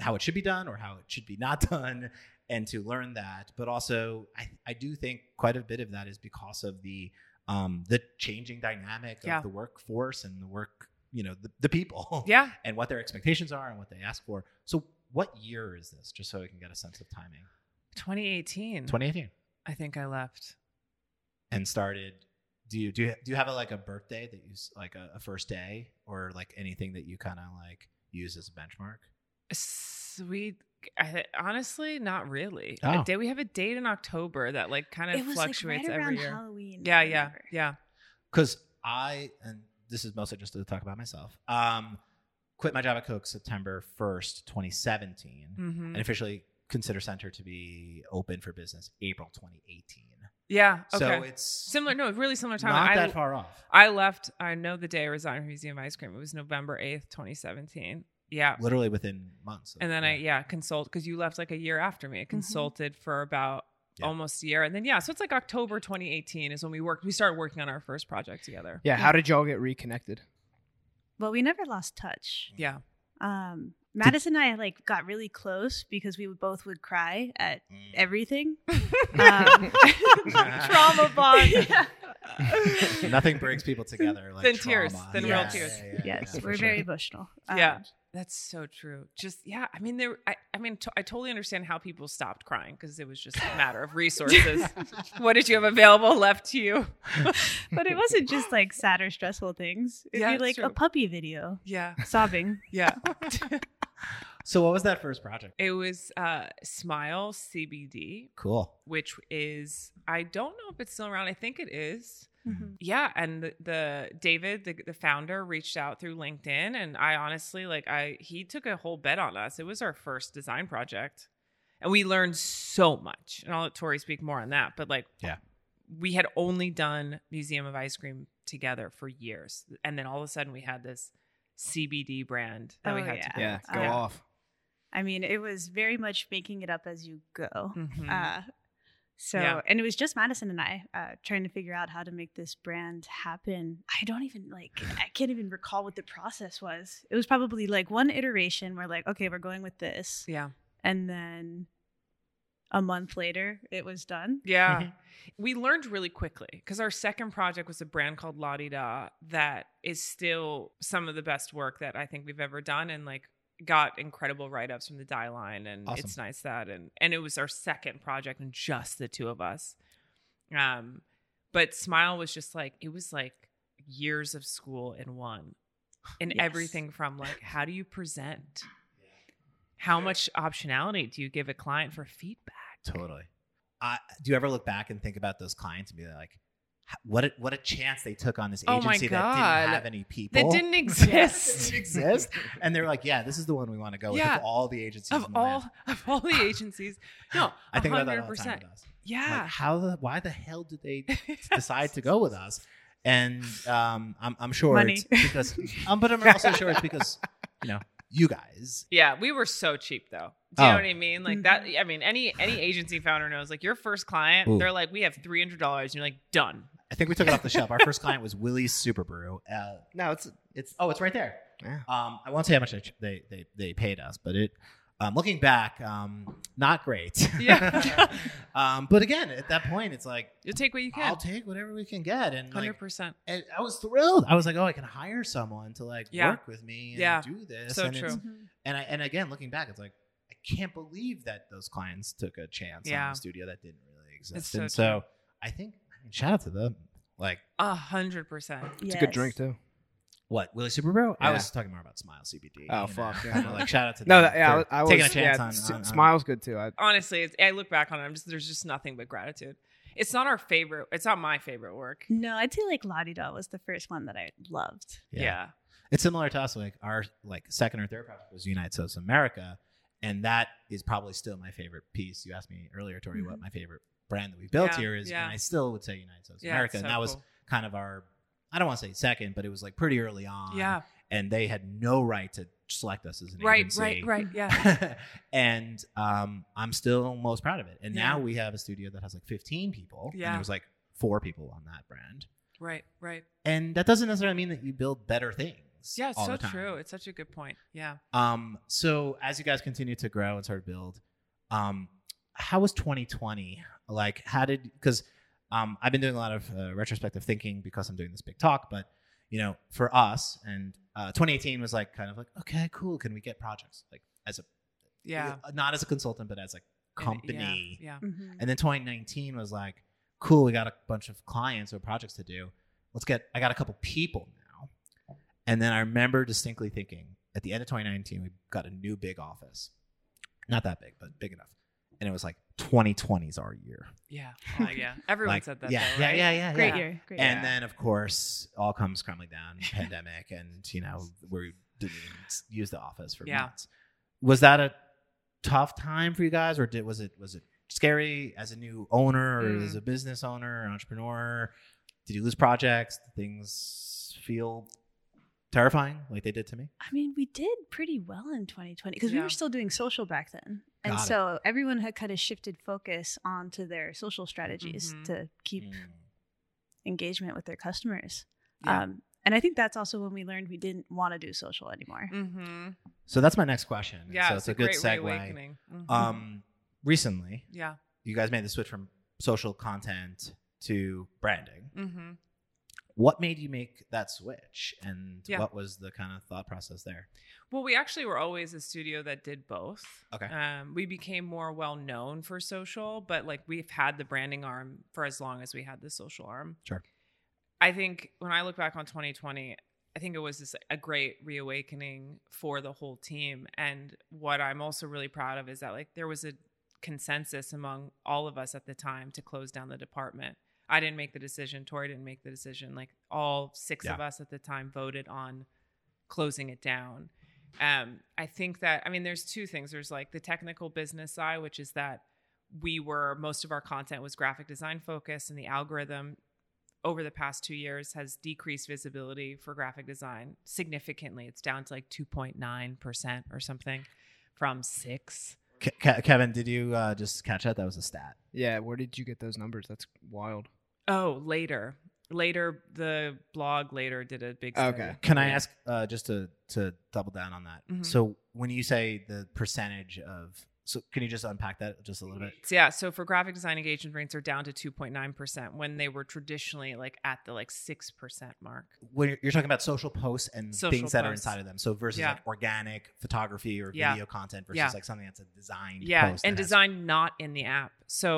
[SPEAKER 2] how it should be done or how it should be not done, and to learn that, but also I I do think quite a bit of that is because of the um the changing dynamic
[SPEAKER 1] Yeah.
[SPEAKER 2] of the workforce and the work you know the, the people
[SPEAKER 1] yeah
[SPEAKER 2] and what their expectations are and what they ask for. So, what year is this? Just so we can get a sense of timing.
[SPEAKER 1] 2018
[SPEAKER 2] 2018,
[SPEAKER 1] i think i left
[SPEAKER 2] and started. Do you do you, do you have a, like a birthday that you s- like a, a first day or like anything that you kind of like use as a benchmark?
[SPEAKER 1] sweet I, th- honestly not really
[SPEAKER 2] Oh.
[SPEAKER 1] did we have a date in october that like kind
[SPEAKER 4] It
[SPEAKER 1] of
[SPEAKER 4] was
[SPEAKER 1] fluctuates
[SPEAKER 4] like right around
[SPEAKER 1] every year
[SPEAKER 4] Halloween.
[SPEAKER 1] yeah
[SPEAKER 4] I
[SPEAKER 1] yeah
[SPEAKER 4] remember.
[SPEAKER 1] yeah
[SPEAKER 2] Because I and this is mostly just to talk about myself. Um, quit my job at Coke September 1st, 2017,
[SPEAKER 1] hmm
[SPEAKER 2] and officially consider Center to be open for business April 2018.
[SPEAKER 1] yeah okay
[SPEAKER 2] So it's
[SPEAKER 1] similar no really similar time
[SPEAKER 2] Not
[SPEAKER 1] I,
[SPEAKER 2] that far off.
[SPEAKER 1] I left. I know the day I resigned from Museum of Ice Cream. It was November eighth, twenty seventeen. Yeah.
[SPEAKER 2] Literally within months. of-
[SPEAKER 1] And then I
[SPEAKER 2] yeah.
[SPEAKER 1] yeah consult because you left like a year after me. I consulted for about
[SPEAKER 2] Yeah.
[SPEAKER 1] almost a year, and then yeah, so it's like October twenty eighteen is when we worked. We started working on our first project together.
[SPEAKER 3] Yeah. How did y'all get reconnected?
[SPEAKER 4] Well, we never lost touch.
[SPEAKER 1] Yeah.
[SPEAKER 4] Um, Madison and I like got really close because we would- both would cry at
[SPEAKER 2] Mm.
[SPEAKER 4] everything. um,
[SPEAKER 1] Trauma bond.
[SPEAKER 4] Yeah.
[SPEAKER 2] Nothing brings people together like
[SPEAKER 1] Than tears,
[SPEAKER 2] trauma.
[SPEAKER 1] than
[SPEAKER 4] real
[SPEAKER 1] tears.
[SPEAKER 4] yes,
[SPEAKER 2] for
[SPEAKER 4] we're
[SPEAKER 2] sure.
[SPEAKER 4] very emotional. Um,
[SPEAKER 1] Yeah. That's so true. Just yeah, I mean there. I, I mean to- I totally understand how people stopped crying because it was just a matter of resources. what did you have available left to you?
[SPEAKER 4] but it wasn't just like sad or stressful things. It'd
[SPEAKER 1] Yeah,
[SPEAKER 4] be
[SPEAKER 1] it's
[SPEAKER 4] like a
[SPEAKER 1] true.
[SPEAKER 4] puppy video,
[SPEAKER 1] Yeah,
[SPEAKER 4] sobbing.
[SPEAKER 1] yeah.
[SPEAKER 2] So what was that first project?
[SPEAKER 1] it was uh, Smile CBD,
[SPEAKER 2] Cool.
[SPEAKER 1] which is I don't know if it's still around. I think it is. Yeah, and the, the David, the, the founder, reached out through LinkedIn, and I honestly like I he took a whole bet on us. It was our first design project, and we learned so much. And I'll let Tori speak more on that. But like,
[SPEAKER 2] Yeah.
[SPEAKER 1] we had only done Museum of Ice Cream together for years, and then all of a sudden we had this CBD brand that we
[SPEAKER 4] Oh,
[SPEAKER 1] had
[SPEAKER 4] yeah.
[SPEAKER 1] to build.
[SPEAKER 3] Yeah. Go
[SPEAKER 4] Yeah.
[SPEAKER 3] off.
[SPEAKER 4] I mean, it was very much making it up as you go.
[SPEAKER 1] Mhm.
[SPEAKER 4] Uh, so,
[SPEAKER 1] Yeah.
[SPEAKER 4] and it was just Madison and I uh, trying to figure out how to make this brand happen. I don't even like, I can't even recall what the process was. It was probably like one iteration where, like, okay, we're going with this.
[SPEAKER 1] yeah,
[SPEAKER 4] And then a month later, it was done.
[SPEAKER 1] Yeah.
[SPEAKER 2] Mm-hmm.
[SPEAKER 1] we learned really quickly because our second project was a brand called La Di Da that is still some of the best work that I think we've ever done and like got incredible write ups from the die line and
[SPEAKER 2] Awesome.
[SPEAKER 1] it's nice that and and it was our second project and just the two of us. Um but Smile was just like it was like years of school in one. And
[SPEAKER 4] Yes.
[SPEAKER 1] everything from like how do you present? How much optionality do you give a client for feedback?
[SPEAKER 2] Totally. I, do you ever look back and think about those clients and be like, "H- what a, what a chance they took on this
[SPEAKER 1] Oh
[SPEAKER 2] agency
[SPEAKER 1] my
[SPEAKER 2] that
[SPEAKER 1] God.
[SPEAKER 2] didn't have any people
[SPEAKER 1] That didn't exist.
[SPEAKER 2] didn't exist, and they're like, yeah, this is the one we want to go with
[SPEAKER 1] Yeah.
[SPEAKER 2] of all the agencies
[SPEAKER 1] of
[SPEAKER 2] in the
[SPEAKER 1] all
[SPEAKER 2] land."
[SPEAKER 1] of all the agencies. No,
[SPEAKER 2] I think about that all the
[SPEAKER 1] 100%.
[SPEAKER 2] time with us. I'm Like,
[SPEAKER 1] Yeah.
[SPEAKER 2] how the why the hell did they decide to go with us? And um, I'm I'm sure
[SPEAKER 4] Money.
[SPEAKER 2] it's because um, but I'm also sure it's because you know you guys.
[SPEAKER 1] Yeah, we were so cheap though. Do you
[SPEAKER 2] Oh.
[SPEAKER 1] know what I mean? Like that. I mean, any any agency founder knows. Like your first client,
[SPEAKER 2] Ooh.
[SPEAKER 1] they're like, "We have three hundred dollars," and you're like, "Done."
[SPEAKER 2] I think we took it off the shelf. Our first client was Willie's Super Brew. Uh,
[SPEAKER 3] No, it's
[SPEAKER 2] it's oh, it's right there.
[SPEAKER 3] yeah.
[SPEAKER 2] Um, I won't say how much they they they, they paid us, but it. Um, looking back, um, not great.
[SPEAKER 1] Yeah.
[SPEAKER 2] um, but again, at that point, it's like
[SPEAKER 1] You'll take what you
[SPEAKER 2] I'll
[SPEAKER 1] can.
[SPEAKER 2] take whatever we can get, and
[SPEAKER 1] Hundred
[SPEAKER 2] like,
[SPEAKER 1] percent.
[SPEAKER 2] and I was thrilled. I was like, oh, I can hire someone to like
[SPEAKER 1] Yeah.
[SPEAKER 2] work with me and
[SPEAKER 1] Yeah.
[SPEAKER 2] do this.
[SPEAKER 1] So
[SPEAKER 2] and it's-
[SPEAKER 1] true.
[SPEAKER 4] Mm-hmm.
[SPEAKER 2] And I and again, looking back, it's like I can't believe that those clients took a chance
[SPEAKER 1] Yeah.
[SPEAKER 2] on a studio that didn't really exist.
[SPEAKER 1] so
[SPEAKER 2] and
[SPEAKER 1] true.
[SPEAKER 2] so I think I mean, shout out to them. Like
[SPEAKER 1] A hundred percent.
[SPEAKER 3] It's a good drink too.
[SPEAKER 2] what Willie Super Bro? I
[SPEAKER 3] Yeah.
[SPEAKER 2] was talking more about Smile CBD.
[SPEAKER 3] Oh,
[SPEAKER 2] you know?
[SPEAKER 3] fuck, yeah.
[SPEAKER 2] You know, like shout out to them.
[SPEAKER 3] No, that, yeah, I was,
[SPEAKER 2] for
[SPEAKER 3] I was
[SPEAKER 2] taking a chance
[SPEAKER 3] yeah,
[SPEAKER 2] on,
[SPEAKER 3] s-
[SPEAKER 2] on- on-
[SPEAKER 3] Smile's good too. I,
[SPEAKER 1] Honestly, it's, I look back on it. I'm just there's just nothing but gratitude. It's not our favorite. It's not my favorite work.
[SPEAKER 4] No, I'd say like La Di Da was the first one that I loved.
[SPEAKER 1] Yeah.
[SPEAKER 2] it's similar to us. Like our like second or third project was United States of America, and that is probably still my favorite piece. You asked me earlier, Tori, what
[SPEAKER 4] Mhm.
[SPEAKER 2] my favorite brand that we built
[SPEAKER 1] Mm-hmm. Yeah,
[SPEAKER 2] here is,
[SPEAKER 1] yeah.
[SPEAKER 2] and I still would say United States of
[SPEAKER 1] Yeah,
[SPEAKER 2] America,
[SPEAKER 1] it's
[SPEAKER 2] and
[SPEAKER 1] so
[SPEAKER 2] that was
[SPEAKER 1] cool.
[SPEAKER 2] kind of our. I don't want to say second, but it was like pretty early on.
[SPEAKER 1] Yeah.
[SPEAKER 2] and they had no right to select us as an
[SPEAKER 1] Right.
[SPEAKER 2] agency.
[SPEAKER 1] Right. Right. Yeah.
[SPEAKER 2] and um, I'm still most proud of it. And now
[SPEAKER 1] Yeah.
[SPEAKER 2] we have a studio that has like 15 people. and
[SPEAKER 1] Yeah.
[SPEAKER 2] there was like four people on that brand,
[SPEAKER 1] Right. Right.
[SPEAKER 2] and that doesn't necessarily mean that you build better things.
[SPEAKER 1] Yeah. It's
[SPEAKER 2] all
[SPEAKER 1] so
[SPEAKER 2] the time.
[SPEAKER 1] true. It's such a good point. Yeah.
[SPEAKER 2] Um, so as you guys continue to grow and sort of build, um, how was 2020? Like, how did because um, I've been doing a lot of uh, retrospective thinking because I'm doing this big talk, but you know, for us and uh, 2018 was like kind of like okay, cool. Can we get projects like as a
[SPEAKER 1] Yeah.
[SPEAKER 2] not as a consultant, but as a company.
[SPEAKER 1] Yeah. yeah.
[SPEAKER 4] Mhm.
[SPEAKER 2] And then 2019 was like, cool, we got a bunch of clients or projects to do. Let's get, I got a couple people now. And then I remember distinctly thinking at the end of 2019, we got a new big office. Not that big, but big enough. And it was like 2020 is our year.
[SPEAKER 1] Yeah. Oh, yeah. Everyone
[SPEAKER 2] Like,
[SPEAKER 1] said that.
[SPEAKER 2] Yeah,
[SPEAKER 1] though,
[SPEAKER 2] yeah,
[SPEAKER 1] right?
[SPEAKER 2] yeah, yeah,
[SPEAKER 4] Great
[SPEAKER 2] yeah.
[SPEAKER 4] year. Great
[SPEAKER 2] And
[SPEAKER 4] year.
[SPEAKER 2] then, of course, all comes crumbling down, pandemic, and you know we didn't even s- use the office for
[SPEAKER 1] Yeah.
[SPEAKER 2] months. Was that a tough time for you guys, or did was it was it scary as a new owner or
[SPEAKER 1] Mm.
[SPEAKER 2] as a business owner, or entrepreneur? Did you lose projects? Did things feel terrifying, like they did to me?
[SPEAKER 4] I mean, we did pretty well in 2020 because we
[SPEAKER 1] Yeah.
[SPEAKER 4] were still doing social back then. And
[SPEAKER 2] Got it.
[SPEAKER 4] so everyone had kind of shifted focus onto their social strategies
[SPEAKER 1] Mhm.
[SPEAKER 4] to keep
[SPEAKER 2] Hmm.
[SPEAKER 4] engagement with their customers.
[SPEAKER 1] Yeah.
[SPEAKER 4] Um, and I think that's also when we learned we didn't want to do social anymore.
[SPEAKER 1] Mm-hmm.
[SPEAKER 2] So that's my next question. and
[SPEAKER 1] Yeah.
[SPEAKER 2] so it's, a, good
[SPEAKER 1] great
[SPEAKER 2] segue.
[SPEAKER 1] reawakening. Mhm.
[SPEAKER 2] Um, recently,
[SPEAKER 1] yeah.
[SPEAKER 2] you guys made the switch from social content to branding.
[SPEAKER 1] Mm-hmm.
[SPEAKER 2] what made you make that switch and
[SPEAKER 1] Yeah.
[SPEAKER 2] what was the kind of thought process there
[SPEAKER 1] Well, we actually were always a studio that did both.
[SPEAKER 2] Okay.
[SPEAKER 1] Um, we became more well known for social, but like we've had the branding arm for as long as we had the social arm.
[SPEAKER 2] Sure.
[SPEAKER 1] I think when I look back on 2020, I think it was just a great reawakening for the whole team. And what I'm also really proud of is that like there was a consensus among all of us at the time to close down the department. I didn't make the decision. Tori didn't make the decision. Like all six of us at the time voted on closing it down. Um, I think that I mean, there's two things. There's like the technical business side, which is that we were most of our content was graphic design focused, and the algorithm over the past two years has decreased visibility for graphic design significantly. It's down to like 2.9 percent or something from six.
[SPEAKER 2] Ke- Ke- kevin did you uh, just catch that that was a stat
[SPEAKER 3] yeah, where did you get those numbers? That's wild.
[SPEAKER 1] Oh, later. Later, the blog later did a big study.
[SPEAKER 3] Okay.
[SPEAKER 2] can i
[SPEAKER 1] Yeah.
[SPEAKER 2] ask uh, just to, to double down on that
[SPEAKER 1] Mhm.
[SPEAKER 2] so when you say the percentage of So can you just unpack that just a little bit?
[SPEAKER 1] So yeah, so for graphic design engagement rates are down to 2.9% when they were traditionally like at the like 6% mark.
[SPEAKER 2] When you're, you're talking about social posts and
[SPEAKER 1] Social
[SPEAKER 2] things that are
[SPEAKER 1] posts.
[SPEAKER 2] inside of them, so versus
[SPEAKER 1] Yeah.
[SPEAKER 2] like organic photography or
[SPEAKER 1] Yeah.
[SPEAKER 2] video content versus
[SPEAKER 1] Yeah.
[SPEAKER 2] like something that's a designed
[SPEAKER 1] Yeah,
[SPEAKER 2] post
[SPEAKER 1] and
[SPEAKER 2] that has-
[SPEAKER 1] designed not in the app. So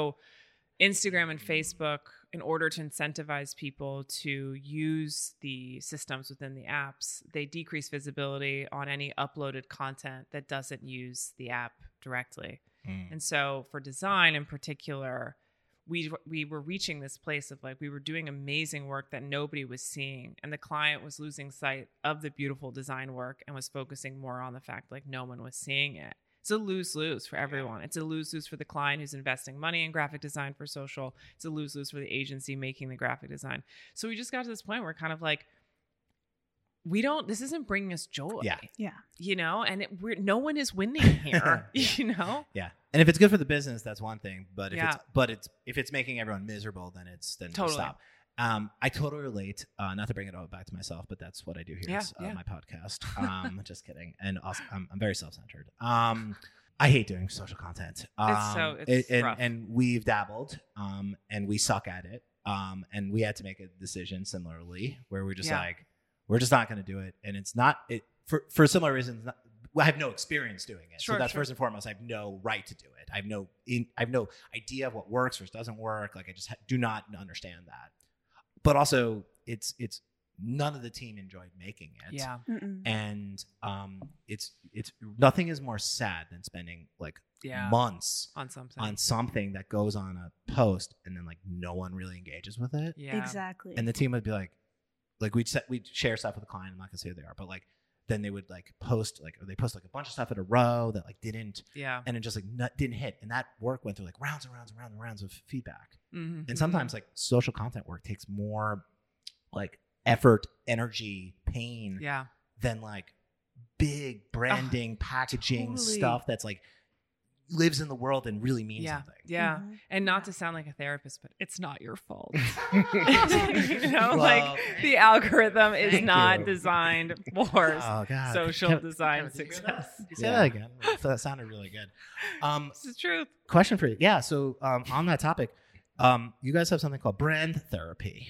[SPEAKER 1] Instagram and Facebook in order to incentivize people to use the systems within the apps, they decrease visibility on any uploaded content that doesn't use the app directly.
[SPEAKER 2] Mm.
[SPEAKER 1] And so for design in particular, we we were reaching this place of like we were doing amazing work that nobody was seeing and the client was losing sight of the beautiful design work and was focusing more on the fact like no one was seeing it. It's a lose-lose for everyone. It's a lose-lose for the client who's investing money in graphic design for social. It's a lose-lose for the agency making the graphic design. So we just got to this point where kind of like we don't this isn't bringing us joy.
[SPEAKER 2] Yeah.
[SPEAKER 4] Yeah.
[SPEAKER 1] You know, and it, we're no one is winning here,
[SPEAKER 2] Yeah.
[SPEAKER 1] you know?
[SPEAKER 2] Yeah, and if it's good for the business, that's one thing. But if
[SPEAKER 1] Yeah.
[SPEAKER 2] it's but it's if it's making everyone miserable, then it's then
[SPEAKER 1] Totally.
[SPEAKER 2] stop. Um, I totally relate. Uh, not to bring it all back to myself, but that's what I do here.
[SPEAKER 1] Yeah,
[SPEAKER 2] is, uh,
[SPEAKER 1] yeah.
[SPEAKER 2] my podcast. Um, just kidding. And also, I'm, I'm very self centered. Um, I hate doing social content. Um,
[SPEAKER 1] It's so-
[SPEAKER 2] it-
[SPEAKER 1] it's
[SPEAKER 2] and,
[SPEAKER 1] rough.
[SPEAKER 2] and we've dabbled. Um, and we suck at it. Um, and we had to make a decision similarly where we're just
[SPEAKER 1] Yeah.
[SPEAKER 2] like, we're just not going to do it. And it's not it for for similar reasons. Not, well, I have no experience doing it.
[SPEAKER 1] Sure,
[SPEAKER 2] so that's
[SPEAKER 1] sure.
[SPEAKER 2] first and foremost. I have no right to do it. I have no in, I have no idea of what works or doesn't work. Like I just ha- do not understand that. But also, it's it's none of the team enjoyed making it.
[SPEAKER 1] Yeah.
[SPEAKER 4] Mm-mm.
[SPEAKER 2] And um, it's it's nothing is more sad than spending like
[SPEAKER 1] Yeah.
[SPEAKER 2] months
[SPEAKER 1] on something.
[SPEAKER 2] on something that goes on a post and then like no one really engages with it.
[SPEAKER 1] yeah.
[SPEAKER 4] Exactly.
[SPEAKER 2] And the team would be like, like we'd set, we'd share stuff with the client. I'm not gonna say who they are, but like then they would like post like or they post like a bunch of stuff in a row that like didn't
[SPEAKER 1] Yeah.
[SPEAKER 2] and it just like nut, didn't hit. And that work went through like rounds and rounds and rounds and rounds of feedback.
[SPEAKER 1] Mhm.
[SPEAKER 2] And sometimes like social content work takes more like effort, energy, pain
[SPEAKER 1] Mm-hmm. Yeah.
[SPEAKER 2] than like big branding, packaging
[SPEAKER 1] totally.
[SPEAKER 2] stuff that's like lives in the world and really means
[SPEAKER 1] Yeah.
[SPEAKER 2] something.
[SPEAKER 1] Yeah.
[SPEAKER 4] Mhm.
[SPEAKER 1] And not to sound like a therapist, but it's not your fault. you
[SPEAKER 2] Yeah.
[SPEAKER 1] know,
[SPEAKER 2] Well,
[SPEAKER 1] like
[SPEAKER 2] thank
[SPEAKER 1] the
[SPEAKER 2] you.
[SPEAKER 1] algorithm is
[SPEAKER 2] Thank
[SPEAKER 1] not
[SPEAKER 2] you.
[SPEAKER 1] designed for s-
[SPEAKER 2] Oh god.
[SPEAKER 1] social
[SPEAKER 2] Kevin-
[SPEAKER 1] design
[SPEAKER 2] Kevin, did you hear
[SPEAKER 1] success.
[SPEAKER 2] that? Say that again. That sounded really good. Um,
[SPEAKER 1] This is truth.
[SPEAKER 2] question for you. Yeah. So um, on that topic, um, you guys have something called brand therapy.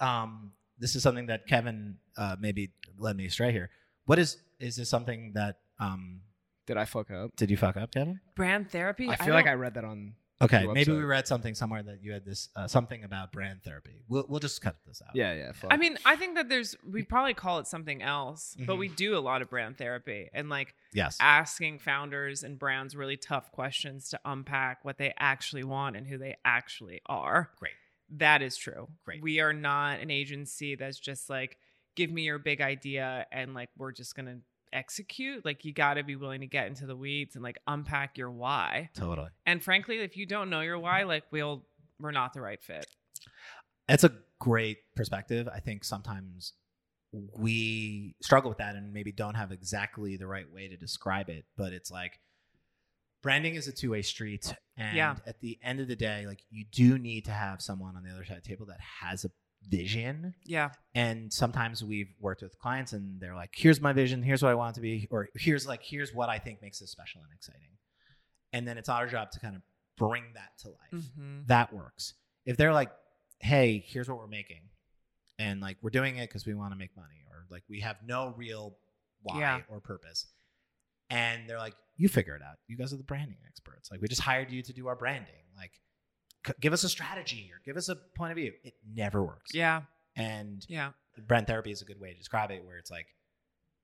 [SPEAKER 2] Um, this is something that Kevin uh, maybe led me astray here. What is is this something that um,
[SPEAKER 3] Did I fuck up?
[SPEAKER 2] did you fuck up, Kevin?
[SPEAKER 1] Brand therapy.
[SPEAKER 3] I feel like I
[SPEAKER 1] don't-
[SPEAKER 3] read that on.
[SPEAKER 2] Okay,
[SPEAKER 3] Your
[SPEAKER 2] maybe we
[SPEAKER 3] website.
[SPEAKER 2] read something somewhere that you had this uh, something about brand therapy. We'll we'll just cut this out.
[SPEAKER 3] Yeah, yeah. Fuck.
[SPEAKER 1] I mean, I think that there's, we probably call it something else, but
[SPEAKER 2] Mm-hmm.
[SPEAKER 1] we do a lot of brand therapy and like
[SPEAKER 2] Yes.
[SPEAKER 1] asking founders and brands really tough questions to unpack what they actually want and who they actually are.
[SPEAKER 2] Great.
[SPEAKER 1] That is true.
[SPEAKER 2] Great.
[SPEAKER 1] We are not an agency that's just like, give me your big idea and like, we're just going to execute. Like, you got to be willing to get into the weeds and like unpack your why.
[SPEAKER 2] Totally.
[SPEAKER 1] And frankly, if you don't know your why, like, we'll, we're not the right fit.
[SPEAKER 2] That's a great perspective. I think sometimes we struggle with that and maybe don't have exactly the right way to describe it, but it's like branding is a two-way street and
[SPEAKER 1] Yeah.
[SPEAKER 2] at the end of the day like you do need to have someone on the other side of the table that has a vision
[SPEAKER 1] Yeah.
[SPEAKER 2] and sometimes we've worked with clients and they're like here's my vision here's what i want it to be or here's like here's what i think makes this special and exciting and then it's our job to kind of bring that to life
[SPEAKER 1] hmm
[SPEAKER 2] that works. If they're like, hey, here's what we're making, and like we're doing it because we want to make money, or like we have no real why
[SPEAKER 1] Yeah.
[SPEAKER 2] or purpose, and they're like, you figure it out. You guys are the branding experts. Like we just hired you to do our branding. Like c- give us a strategy or give us a point of view. It never works.
[SPEAKER 1] Yeah.
[SPEAKER 2] And
[SPEAKER 1] Yeah.
[SPEAKER 2] brand therapy is a good way to describe it, where it's like,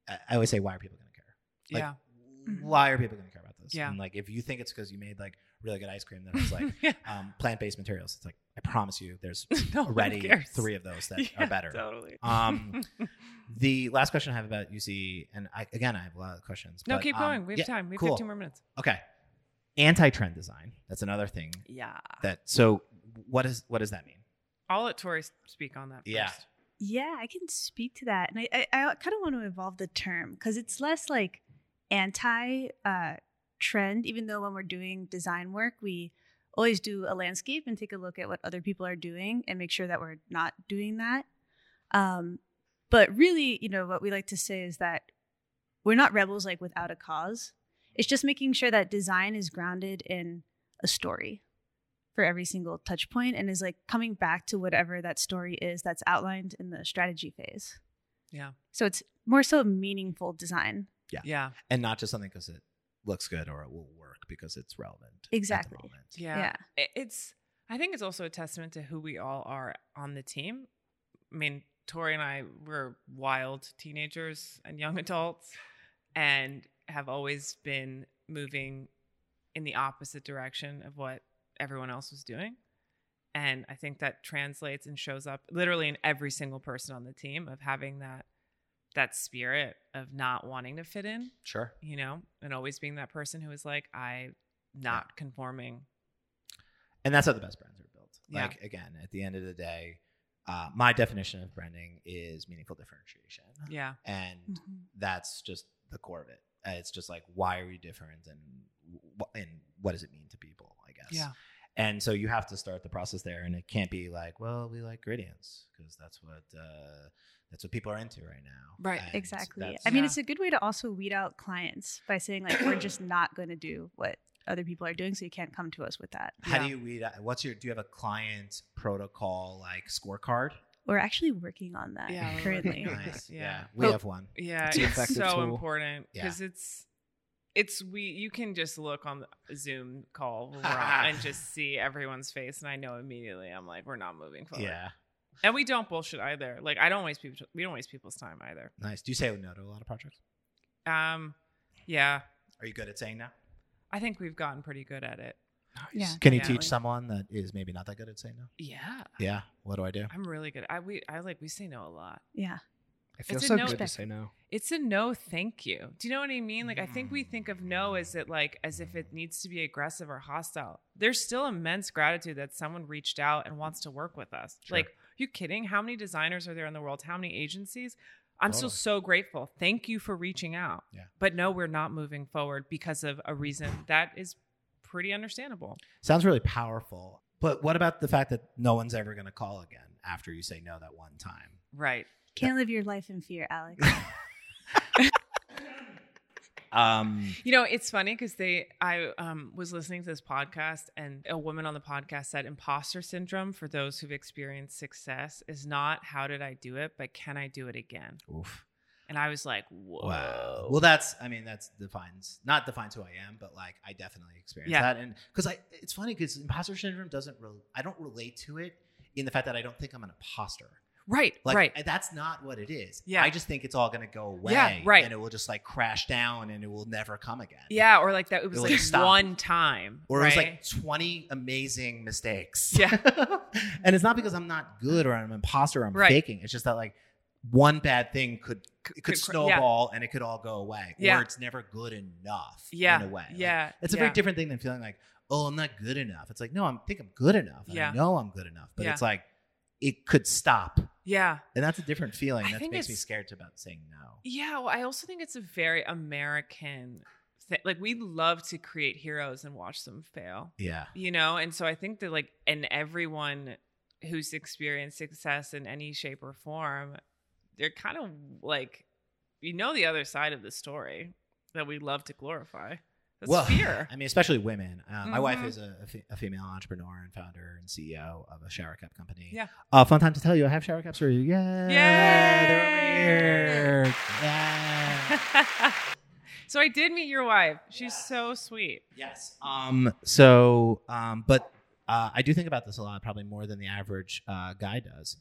[SPEAKER 2] I, I always say, why are people going to care? Like,
[SPEAKER 1] Yeah.
[SPEAKER 4] Mhm.
[SPEAKER 2] Why are people going to care about this?
[SPEAKER 1] Yeah.
[SPEAKER 2] And like, if you think it's because you made like really good ice cream, then it's like,
[SPEAKER 1] Yeah.
[SPEAKER 2] um, plant-based materials. It's like I promise you, there's
[SPEAKER 1] No one
[SPEAKER 2] already
[SPEAKER 1] cares.
[SPEAKER 2] three of those that
[SPEAKER 1] Yeah,
[SPEAKER 2] are better.
[SPEAKER 1] Totally.
[SPEAKER 2] Um, The last question I have about UC, and I, again, I have a lot of questions.
[SPEAKER 1] no,
[SPEAKER 2] but,
[SPEAKER 1] keep
[SPEAKER 2] um,
[SPEAKER 1] going. We have
[SPEAKER 2] yeah,
[SPEAKER 1] time. We have
[SPEAKER 2] cool.
[SPEAKER 1] 15 more minutes.
[SPEAKER 2] Okay, anti-trend design. That's another thing
[SPEAKER 1] Yeah.
[SPEAKER 2] that. So, what is what does that mean?
[SPEAKER 1] I'll let Tori speak on that.
[SPEAKER 2] Yeah.
[SPEAKER 1] first.
[SPEAKER 4] Yeah, I can speak to that. And I, I, I kind of want to evolve the term because it's less like anti uh, trend, even though when we're doing design work, we always do a landscape and take a look at what other people are doing and make sure that we're not doing that. Um, but really, you know, what we like to say is that we're not rebels like without a cause. it's just making sure that design is grounded in a story for every single touch point and is like coming back to whatever that story is that's outlined in the strategy phase.
[SPEAKER 1] Yeah.
[SPEAKER 4] So it's more so meaningful design.
[SPEAKER 1] Yeah. Yeah.
[SPEAKER 2] and not just something because it looks good or it will work because it's relevant. at the
[SPEAKER 4] Exactly.
[SPEAKER 2] moment.
[SPEAKER 4] Yeah.
[SPEAKER 1] I- It's, I think it's also a testament to who we all are on the team. I mean, Tori and I were wild teenagers and young adults and have always been moving in the opposite direction of what everyone else was doing. And I think that translates and shows up literally in every single person on the team of having that that spirit of not wanting to fit in
[SPEAKER 2] Sure.
[SPEAKER 1] you know, and always being that person who is like, I not conforming.
[SPEAKER 2] And that's how the best brands are built.
[SPEAKER 1] Yeah.
[SPEAKER 2] Like again, at the end of the day, uh, my definition of branding is meaningful differentiation,
[SPEAKER 1] Yeah.
[SPEAKER 2] and
[SPEAKER 4] Mm-hmm.
[SPEAKER 2] that's just the core of it. Uh, It's just like why are we different, and wh- and what does it mean to people? I guess.
[SPEAKER 1] Yeah.
[SPEAKER 2] And so you have to start the process there, and it can't be like, well, we like gradients because that's what uh, that's what people are into right now.
[SPEAKER 1] Right.
[SPEAKER 2] And
[SPEAKER 4] Exactly.
[SPEAKER 2] that's-
[SPEAKER 4] I mean,
[SPEAKER 1] Yeah.
[SPEAKER 4] it's a good way to also weed out clients by saying like we're just not going to do what other people are doing, so you can't come to us with that.
[SPEAKER 2] How
[SPEAKER 1] Yeah.
[SPEAKER 2] do you read? out- What's your? Do you have a client protocol like scorecard?
[SPEAKER 4] We're actually working on that
[SPEAKER 1] Yeah, we're
[SPEAKER 4] currently.
[SPEAKER 1] working on that.
[SPEAKER 2] Nice.
[SPEAKER 1] Yeah.
[SPEAKER 2] Yeah. We
[SPEAKER 4] Oh.
[SPEAKER 2] have one.
[SPEAKER 1] Yeah.
[SPEAKER 3] It's an
[SPEAKER 1] It's,
[SPEAKER 3] effective
[SPEAKER 1] so
[SPEAKER 3] tool.
[SPEAKER 1] important because it's, it's we you can just look on the Zoom call when we're on and just see everyone's face and I know immediately I'm like we're not moving forward.
[SPEAKER 2] Yeah.
[SPEAKER 1] And we don't bullshit either. Like I don't waste people we don't waste people's time either.
[SPEAKER 2] Nice. Do you say no to a lot of projects?
[SPEAKER 1] Um yeah.
[SPEAKER 2] Are you good at saying no?
[SPEAKER 1] I think we've gotten pretty good at it.
[SPEAKER 4] Yeah,
[SPEAKER 2] Can you
[SPEAKER 1] definitely.
[SPEAKER 2] teach someone that is maybe not that good at saying no?
[SPEAKER 1] Yeah.
[SPEAKER 2] Yeah. What do I do?
[SPEAKER 1] I'm really good. I we I like we say no a lot.
[SPEAKER 4] Yeah.
[SPEAKER 3] It feels
[SPEAKER 1] a
[SPEAKER 3] so
[SPEAKER 1] no-
[SPEAKER 3] good to say no.
[SPEAKER 1] it's a no thank you do you know what i mean like i think
[SPEAKER 2] Mm.
[SPEAKER 1] we think of no as it like as if it needs to be aggressive or hostile there's still immense gratitude that someone reached out and wants to work with us
[SPEAKER 2] Sure.
[SPEAKER 1] like you kidding how many designers are there in the world how many agencies i'm still
[SPEAKER 2] Totally.
[SPEAKER 1] so grateful thank you for reaching out
[SPEAKER 2] Yeah.
[SPEAKER 1] but no we're not moving forward because of a reason that is pretty understandable
[SPEAKER 2] Sounds really powerful. But what about the fact that no one's ever going to call again after you say no that one time?
[SPEAKER 1] right
[SPEAKER 4] Can't live your life in fear, Alex.
[SPEAKER 2] Um,
[SPEAKER 1] You know, it's funny because they, I um, was listening to this podcast, and a woman on the podcast said, "Imposter syndrome for those who've experienced success is not how did I do it, but can I do it again?"
[SPEAKER 2] oof.
[SPEAKER 1] And I was like, "Whoa!"
[SPEAKER 2] Wow. Well, that's, I mean, that's defines, not defines who I am, but like I definitely experience
[SPEAKER 1] Yeah.
[SPEAKER 2] that. And because I, it's funny because imposter syndrome doesn't, re- I don't relate to it in the fact that I don't think I'm an imposter.
[SPEAKER 1] right,
[SPEAKER 2] Like
[SPEAKER 1] right,
[SPEAKER 2] that's not what it is.
[SPEAKER 1] Yeah.
[SPEAKER 2] I just think it's all gonna go away.
[SPEAKER 1] Yeah, right.
[SPEAKER 2] And it will just like crash down and it will never come again.
[SPEAKER 1] yeah, or like that. It was
[SPEAKER 2] It
[SPEAKER 1] like
[SPEAKER 2] was stop.
[SPEAKER 1] one time,
[SPEAKER 2] Or
[SPEAKER 1] right?
[SPEAKER 2] it was like 20 amazing mistakes.
[SPEAKER 1] Yeah.
[SPEAKER 2] and it's not because I'm not good or I'm an imposter or I'm
[SPEAKER 1] Right.
[SPEAKER 2] faking. It's just that like one bad thing could it
[SPEAKER 1] could
[SPEAKER 2] could
[SPEAKER 1] cr- yeah.
[SPEAKER 2] snowball and it could all go away.
[SPEAKER 1] Yeah.
[SPEAKER 2] Or it's never good enough
[SPEAKER 1] yeah,
[SPEAKER 2] in a way. Like,
[SPEAKER 1] yeah,
[SPEAKER 2] it's a
[SPEAKER 1] yeah.
[SPEAKER 2] very different thing than feeling like, oh, I'm not good enough. It's like, no, I am think I'm good enough. And
[SPEAKER 1] Yeah.
[SPEAKER 2] I know I'm good enough. But
[SPEAKER 1] Yeah.
[SPEAKER 2] it's like it could stop.
[SPEAKER 1] yeah.
[SPEAKER 2] And that's a different feeling.
[SPEAKER 1] I
[SPEAKER 2] that
[SPEAKER 1] think
[SPEAKER 2] makes me
[SPEAKER 1] it's-
[SPEAKER 2] scared to about saying no.
[SPEAKER 1] Yeah, well, I also think it's a very American thing. Like we love to create heroes and watch them fail.
[SPEAKER 2] Yeah.
[SPEAKER 1] you know and so i think that like and everyone who's experienced success in any shape or form they're kind of like you know the other side of the story that we love to glorify that's fear
[SPEAKER 2] I mean, especially women. Uh, My wife
[SPEAKER 1] Mhm.
[SPEAKER 2] is a, a, fe- a female entrepreneur and founder and CEO of a shower cap company.
[SPEAKER 1] Yeah.
[SPEAKER 2] Uh, fun time to tell you, I have shower caps for you. Yeah. They're over here. Yeah.
[SPEAKER 1] so i did meet your wife she's so sweet
[SPEAKER 2] yes. Um. So, um, but uh, I do think about this a lot, probably more than the average uh, guy does.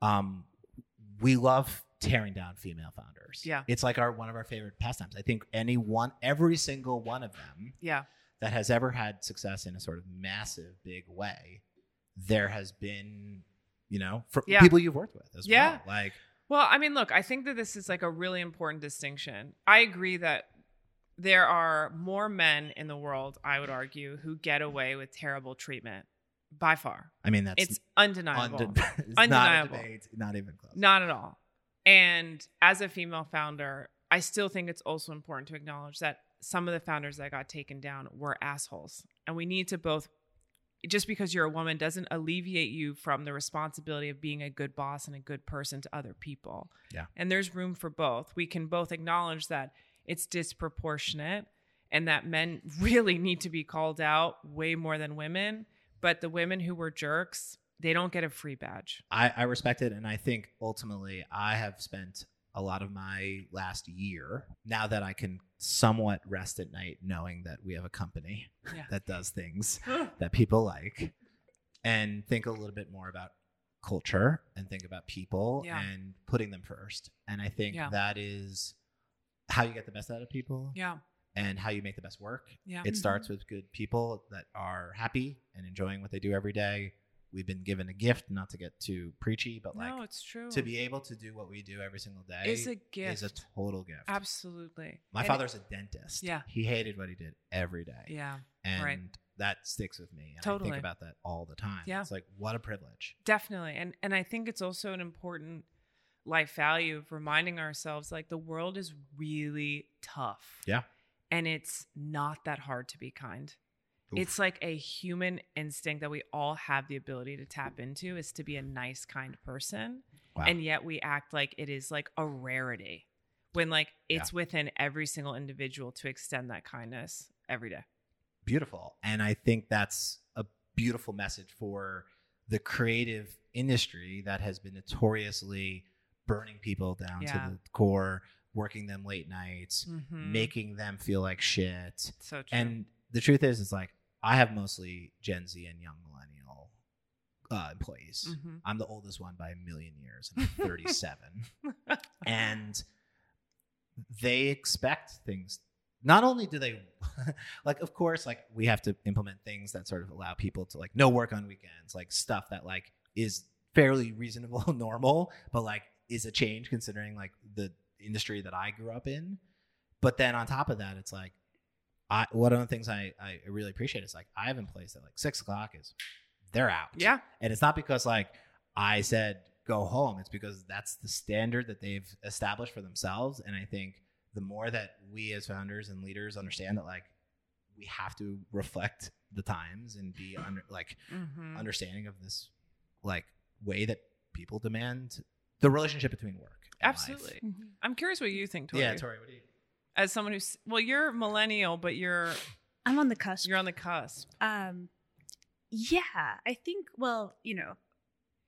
[SPEAKER 2] Um, we love tearing down female founders.
[SPEAKER 1] Yeah.
[SPEAKER 2] It's like our one of our favorite pastimes. I think any one, every single one of them
[SPEAKER 1] yeah
[SPEAKER 2] that has ever had success in a sort of massive, big way, there has been, you know, from
[SPEAKER 1] Yeah.
[SPEAKER 2] people you've worked with as
[SPEAKER 1] Yeah.
[SPEAKER 2] well. Like,
[SPEAKER 1] Well, I mean, look, I think that this is like a really important distinction. I agree that there are more men in the world, I would argue, who get away with terrible treatment by far.
[SPEAKER 2] I mean, that's
[SPEAKER 1] It's undeniable.
[SPEAKER 2] unden- it's
[SPEAKER 1] Undeniable.
[SPEAKER 2] Not, a debate, not even close.
[SPEAKER 1] Not at all. And as a female founder, I still think it's also important to acknowledge that some of the founders that got taken down were assholes. And we need to both, just because you're a woman doesn't alleviate you from the responsibility of being a good boss and a good person to other people.
[SPEAKER 2] Yeah.
[SPEAKER 1] And there's room for both. We can both acknowledge that it's disproportionate and that men really need to be called out way more than women. But the women who were jerks, they don't get a free badge.
[SPEAKER 2] I, I respect it. And I think ultimately I have spent a lot of my last year now that I can somewhat rest at night knowing that we have a company
[SPEAKER 1] Yeah.
[SPEAKER 2] that does things that people like and think a little bit more about culture and think about people
[SPEAKER 1] Yeah.
[SPEAKER 2] and putting them first. And I think
[SPEAKER 1] Yeah.
[SPEAKER 2] that is how you get the best out of people
[SPEAKER 1] yeah.
[SPEAKER 2] and how you make the best work.
[SPEAKER 1] Yeah. Mm-hmm.
[SPEAKER 2] It starts with good people that are happy and enjoying what they do every day. We've been given a gift, not to get too preachy, but
[SPEAKER 1] no,
[SPEAKER 2] like
[SPEAKER 1] it's true.
[SPEAKER 2] to be able to do what we do every single day
[SPEAKER 1] is a gift.
[SPEAKER 2] is a total gift.
[SPEAKER 1] Absolutely.
[SPEAKER 2] My
[SPEAKER 1] And-
[SPEAKER 2] father's a dentist.
[SPEAKER 1] Yeah.
[SPEAKER 2] He hated what he did every day.
[SPEAKER 1] Yeah.
[SPEAKER 2] And
[SPEAKER 1] right.
[SPEAKER 2] that sticks with me. And I
[SPEAKER 1] Totally.
[SPEAKER 2] think about that all the time.
[SPEAKER 1] Yeah.
[SPEAKER 2] It's like, what a privilege.
[SPEAKER 1] Definitely. And and I think it's also an important life value of reminding ourselves like the world is really tough.
[SPEAKER 2] Yeah.
[SPEAKER 1] And it's not that hard to be kind.
[SPEAKER 2] Oof.
[SPEAKER 1] It's like a human instinct that we all have the ability to tap into is to be a nice, kind person.
[SPEAKER 2] Wow.
[SPEAKER 1] And yet we act like it is like a rarity when like it's within every single individual to extend that kindness every day.
[SPEAKER 2] beautiful. And I think that's a beautiful message for the creative industry that has been notoriously burning people down
[SPEAKER 1] Yeah.
[SPEAKER 2] to the core, working them late nights,
[SPEAKER 4] Mm-hmm.
[SPEAKER 1] Mhm.
[SPEAKER 2] making them feel like shit.
[SPEAKER 1] so true.
[SPEAKER 2] And the truth is, it's like I have mostly Gen Z and young millennial uh, employees.
[SPEAKER 1] Mhm.
[SPEAKER 2] I'm the oldest one by a million years, and I'm 37. and they expect things. Not only do they, like, of course, like we have to implement things that sort of allow people to like no work on weekends, like stuff that like is fairly reasonable, normal, but like is a change considering like the industry that I grew up in. But then on top of that, it's like, I one of the things I I really appreciate is like I have employees that like six o'clock is they're out.
[SPEAKER 1] yeah.
[SPEAKER 2] And it's not because like I said go home. It's because that's the standard that they've established for themselves. And I think the more that we as founders and leaders understand that like we have to reflect the times and be under like Mm-hmm.
[SPEAKER 1] Mhm.
[SPEAKER 2] understanding of this like way that people demand the relationship between work. and life.
[SPEAKER 1] Absolutely. I'm curious what you think, Tori.
[SPEAKER 2] Yeah, Tori, what do you
[SPEAKER 1] As someone who's well, you're millennial, but you're
[SPEAKER 4] I'm on the cusp.
[SPEAKER 1] you're on the cusp.
[SPEAKER 4] Um, yeah, I think. Well, you know,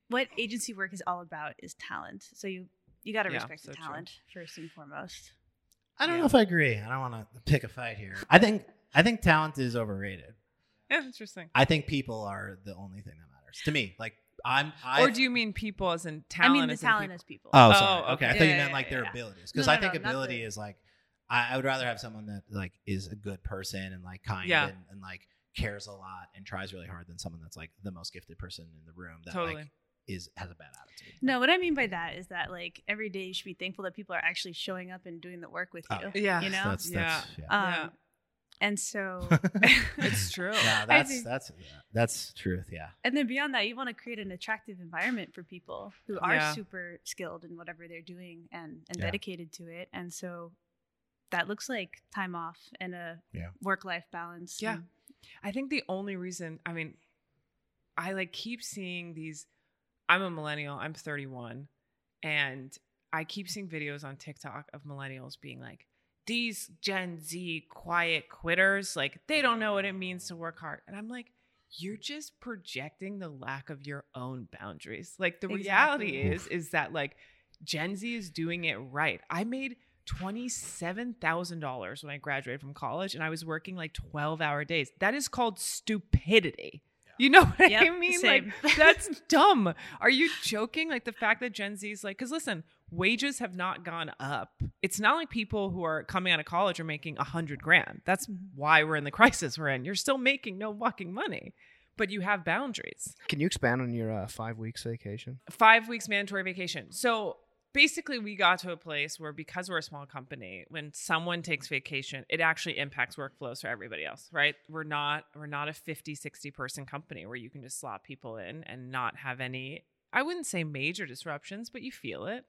[SPEAKER 4] what agency work is all about is talent. So you you got to
[SPEAKER 1] Yeah,
[SPEAKER 4] respect
[SPEAKER 1] so
[SPEAKER 4] the
[SPEAKER 1] true.
[SPEAKER 4] talent first and foremost.
[SPEAKER 2] I don't
[SPEAKER 1] Yeah.
[SPEAKER 2] know if I agree. I don't want to pick a fight here. I think I think talent is overrated.
[SPEAKER 1] Yeah, interesting.
[SPEAKER 2] I think people are the only thing that matters to me. Like I'm. I,
[SPEAKER 1] or do you mean people as in talent?
[SPEAKER 4] I mean, the
[SPEAKER 1] as in
[SPEAKER 4] talent
[SPEAKER 1] peop-
[SPEAKER 4] is people.
[SPEAKER 2] Oh, sorry.
[SPEAKER 1] Oh,
[SPEAKER 2] okay. I
[SPEAKER 1] okay.
[SPEAKER 2] thought
[SPEAKER 1] Yeah,
[SPEAKER 2] you meant
[SPEAKER 1] yeah,
[SPEAKER 2] like their
[SPEAKER 1] yeah.
[SPEAKER 2] abilities because
[SPEAKER 4] No,
[SPEAKER 2] I
[SPEAKER 4] no,
[SPEAKER 2] think
[SPEAKER 4] no, not
[SPEAKER 2] ability
[SPEAKER 4] the-
[SPEAKER 2] is like I, I would rather have someone that like is a good person and like kind
[SPEAKER 1] Yeah.
[SPEAKER 2] and, and like cares a lot and tries really hard than someone that's like the most gifted person in the room that
[SPEAKER 1] totally.
[SPEAKER 2] like is has a bad attitude.
[SPEAKER 4] No, what I mean by that is that like every day you should be thankful that people are actually showing up and doing the work with
[SPEAKER 2] Oh,
[SPEAKER 4] you.
[SPEAKER 1] yeah.
[SPEAKER 4] you know.
[SPEAKER 2] That's, that's, yeah.
[SPEAKER 4] um,
[SPEAKER 1] Yeah.
[SPEAKER 4] And so,
[SPEAKER 1] it's true.
[SPEAKER 2] Yeah, that's
[SPEAKER 4] think-
[SPEAKER 2] that's yeah, that's truth. Yeah.
[SPEAKER 4] and then beyond that, you want to create an attractive environment for people who are
[SPEAKER 1] Yeah.
[SPEAKER 4] super skilled in whatever they're doing and and
[SPEAKER 2] Yeah.
[SPEAKER 4] dedicated to it. And so, that looks like time off and a
[SPEAKER 2] Yeah.
[SPEAKER 4] work life balance.
[SPEAKER 1] Yeah.
[SPEAKER 4] and-
[SPEAKER 1] I think the only reason, I mean, I like keep seeing these. I'm a millennial, I'm 31, and I keep seeing videos on TikTok of millennials being like, these Gen Z quiet quitters, like, they don't know what it means to work hard. And I'm like, you're just projecting the lack of your own boundaries. Like, the reality
[SPEAKER 4] Exactly.
[SPEAKER 1] is, is that like Gen Z is doing it right. I made $27,000 when I graduated from college and I was working like 12 hour days. That is called stupidity. You know what I
[SPEAKER 4] Yep,
[SPEAKER 1] mean?
[SPEAKER 4] same.
[SPEAKER 1] Like, that's dumb. Are you joking? Like, the fact that Gen Z's like, because listen, wages have not gone up. It's not like people who are coming out of college are making a hundred grand. That's
[SPEAKER 4] Mhm.
[SPEAKER 1] why we're in the crisis we're in. You're still making no fucking money, but you have boundaries.
[SPEAKER 3] Can you expand on your uh, five weeks vacation?
[SPEAKER 1] Five weeks mandatory vacation. So basically, we got to a place where because we're a small company, when someone takes vacation, it actually impacts workflows for everybody else, right? We're not we're not a 50, 60 person company where you can just slot people in and not have any I wouldn't say major disruptions, but you feel it.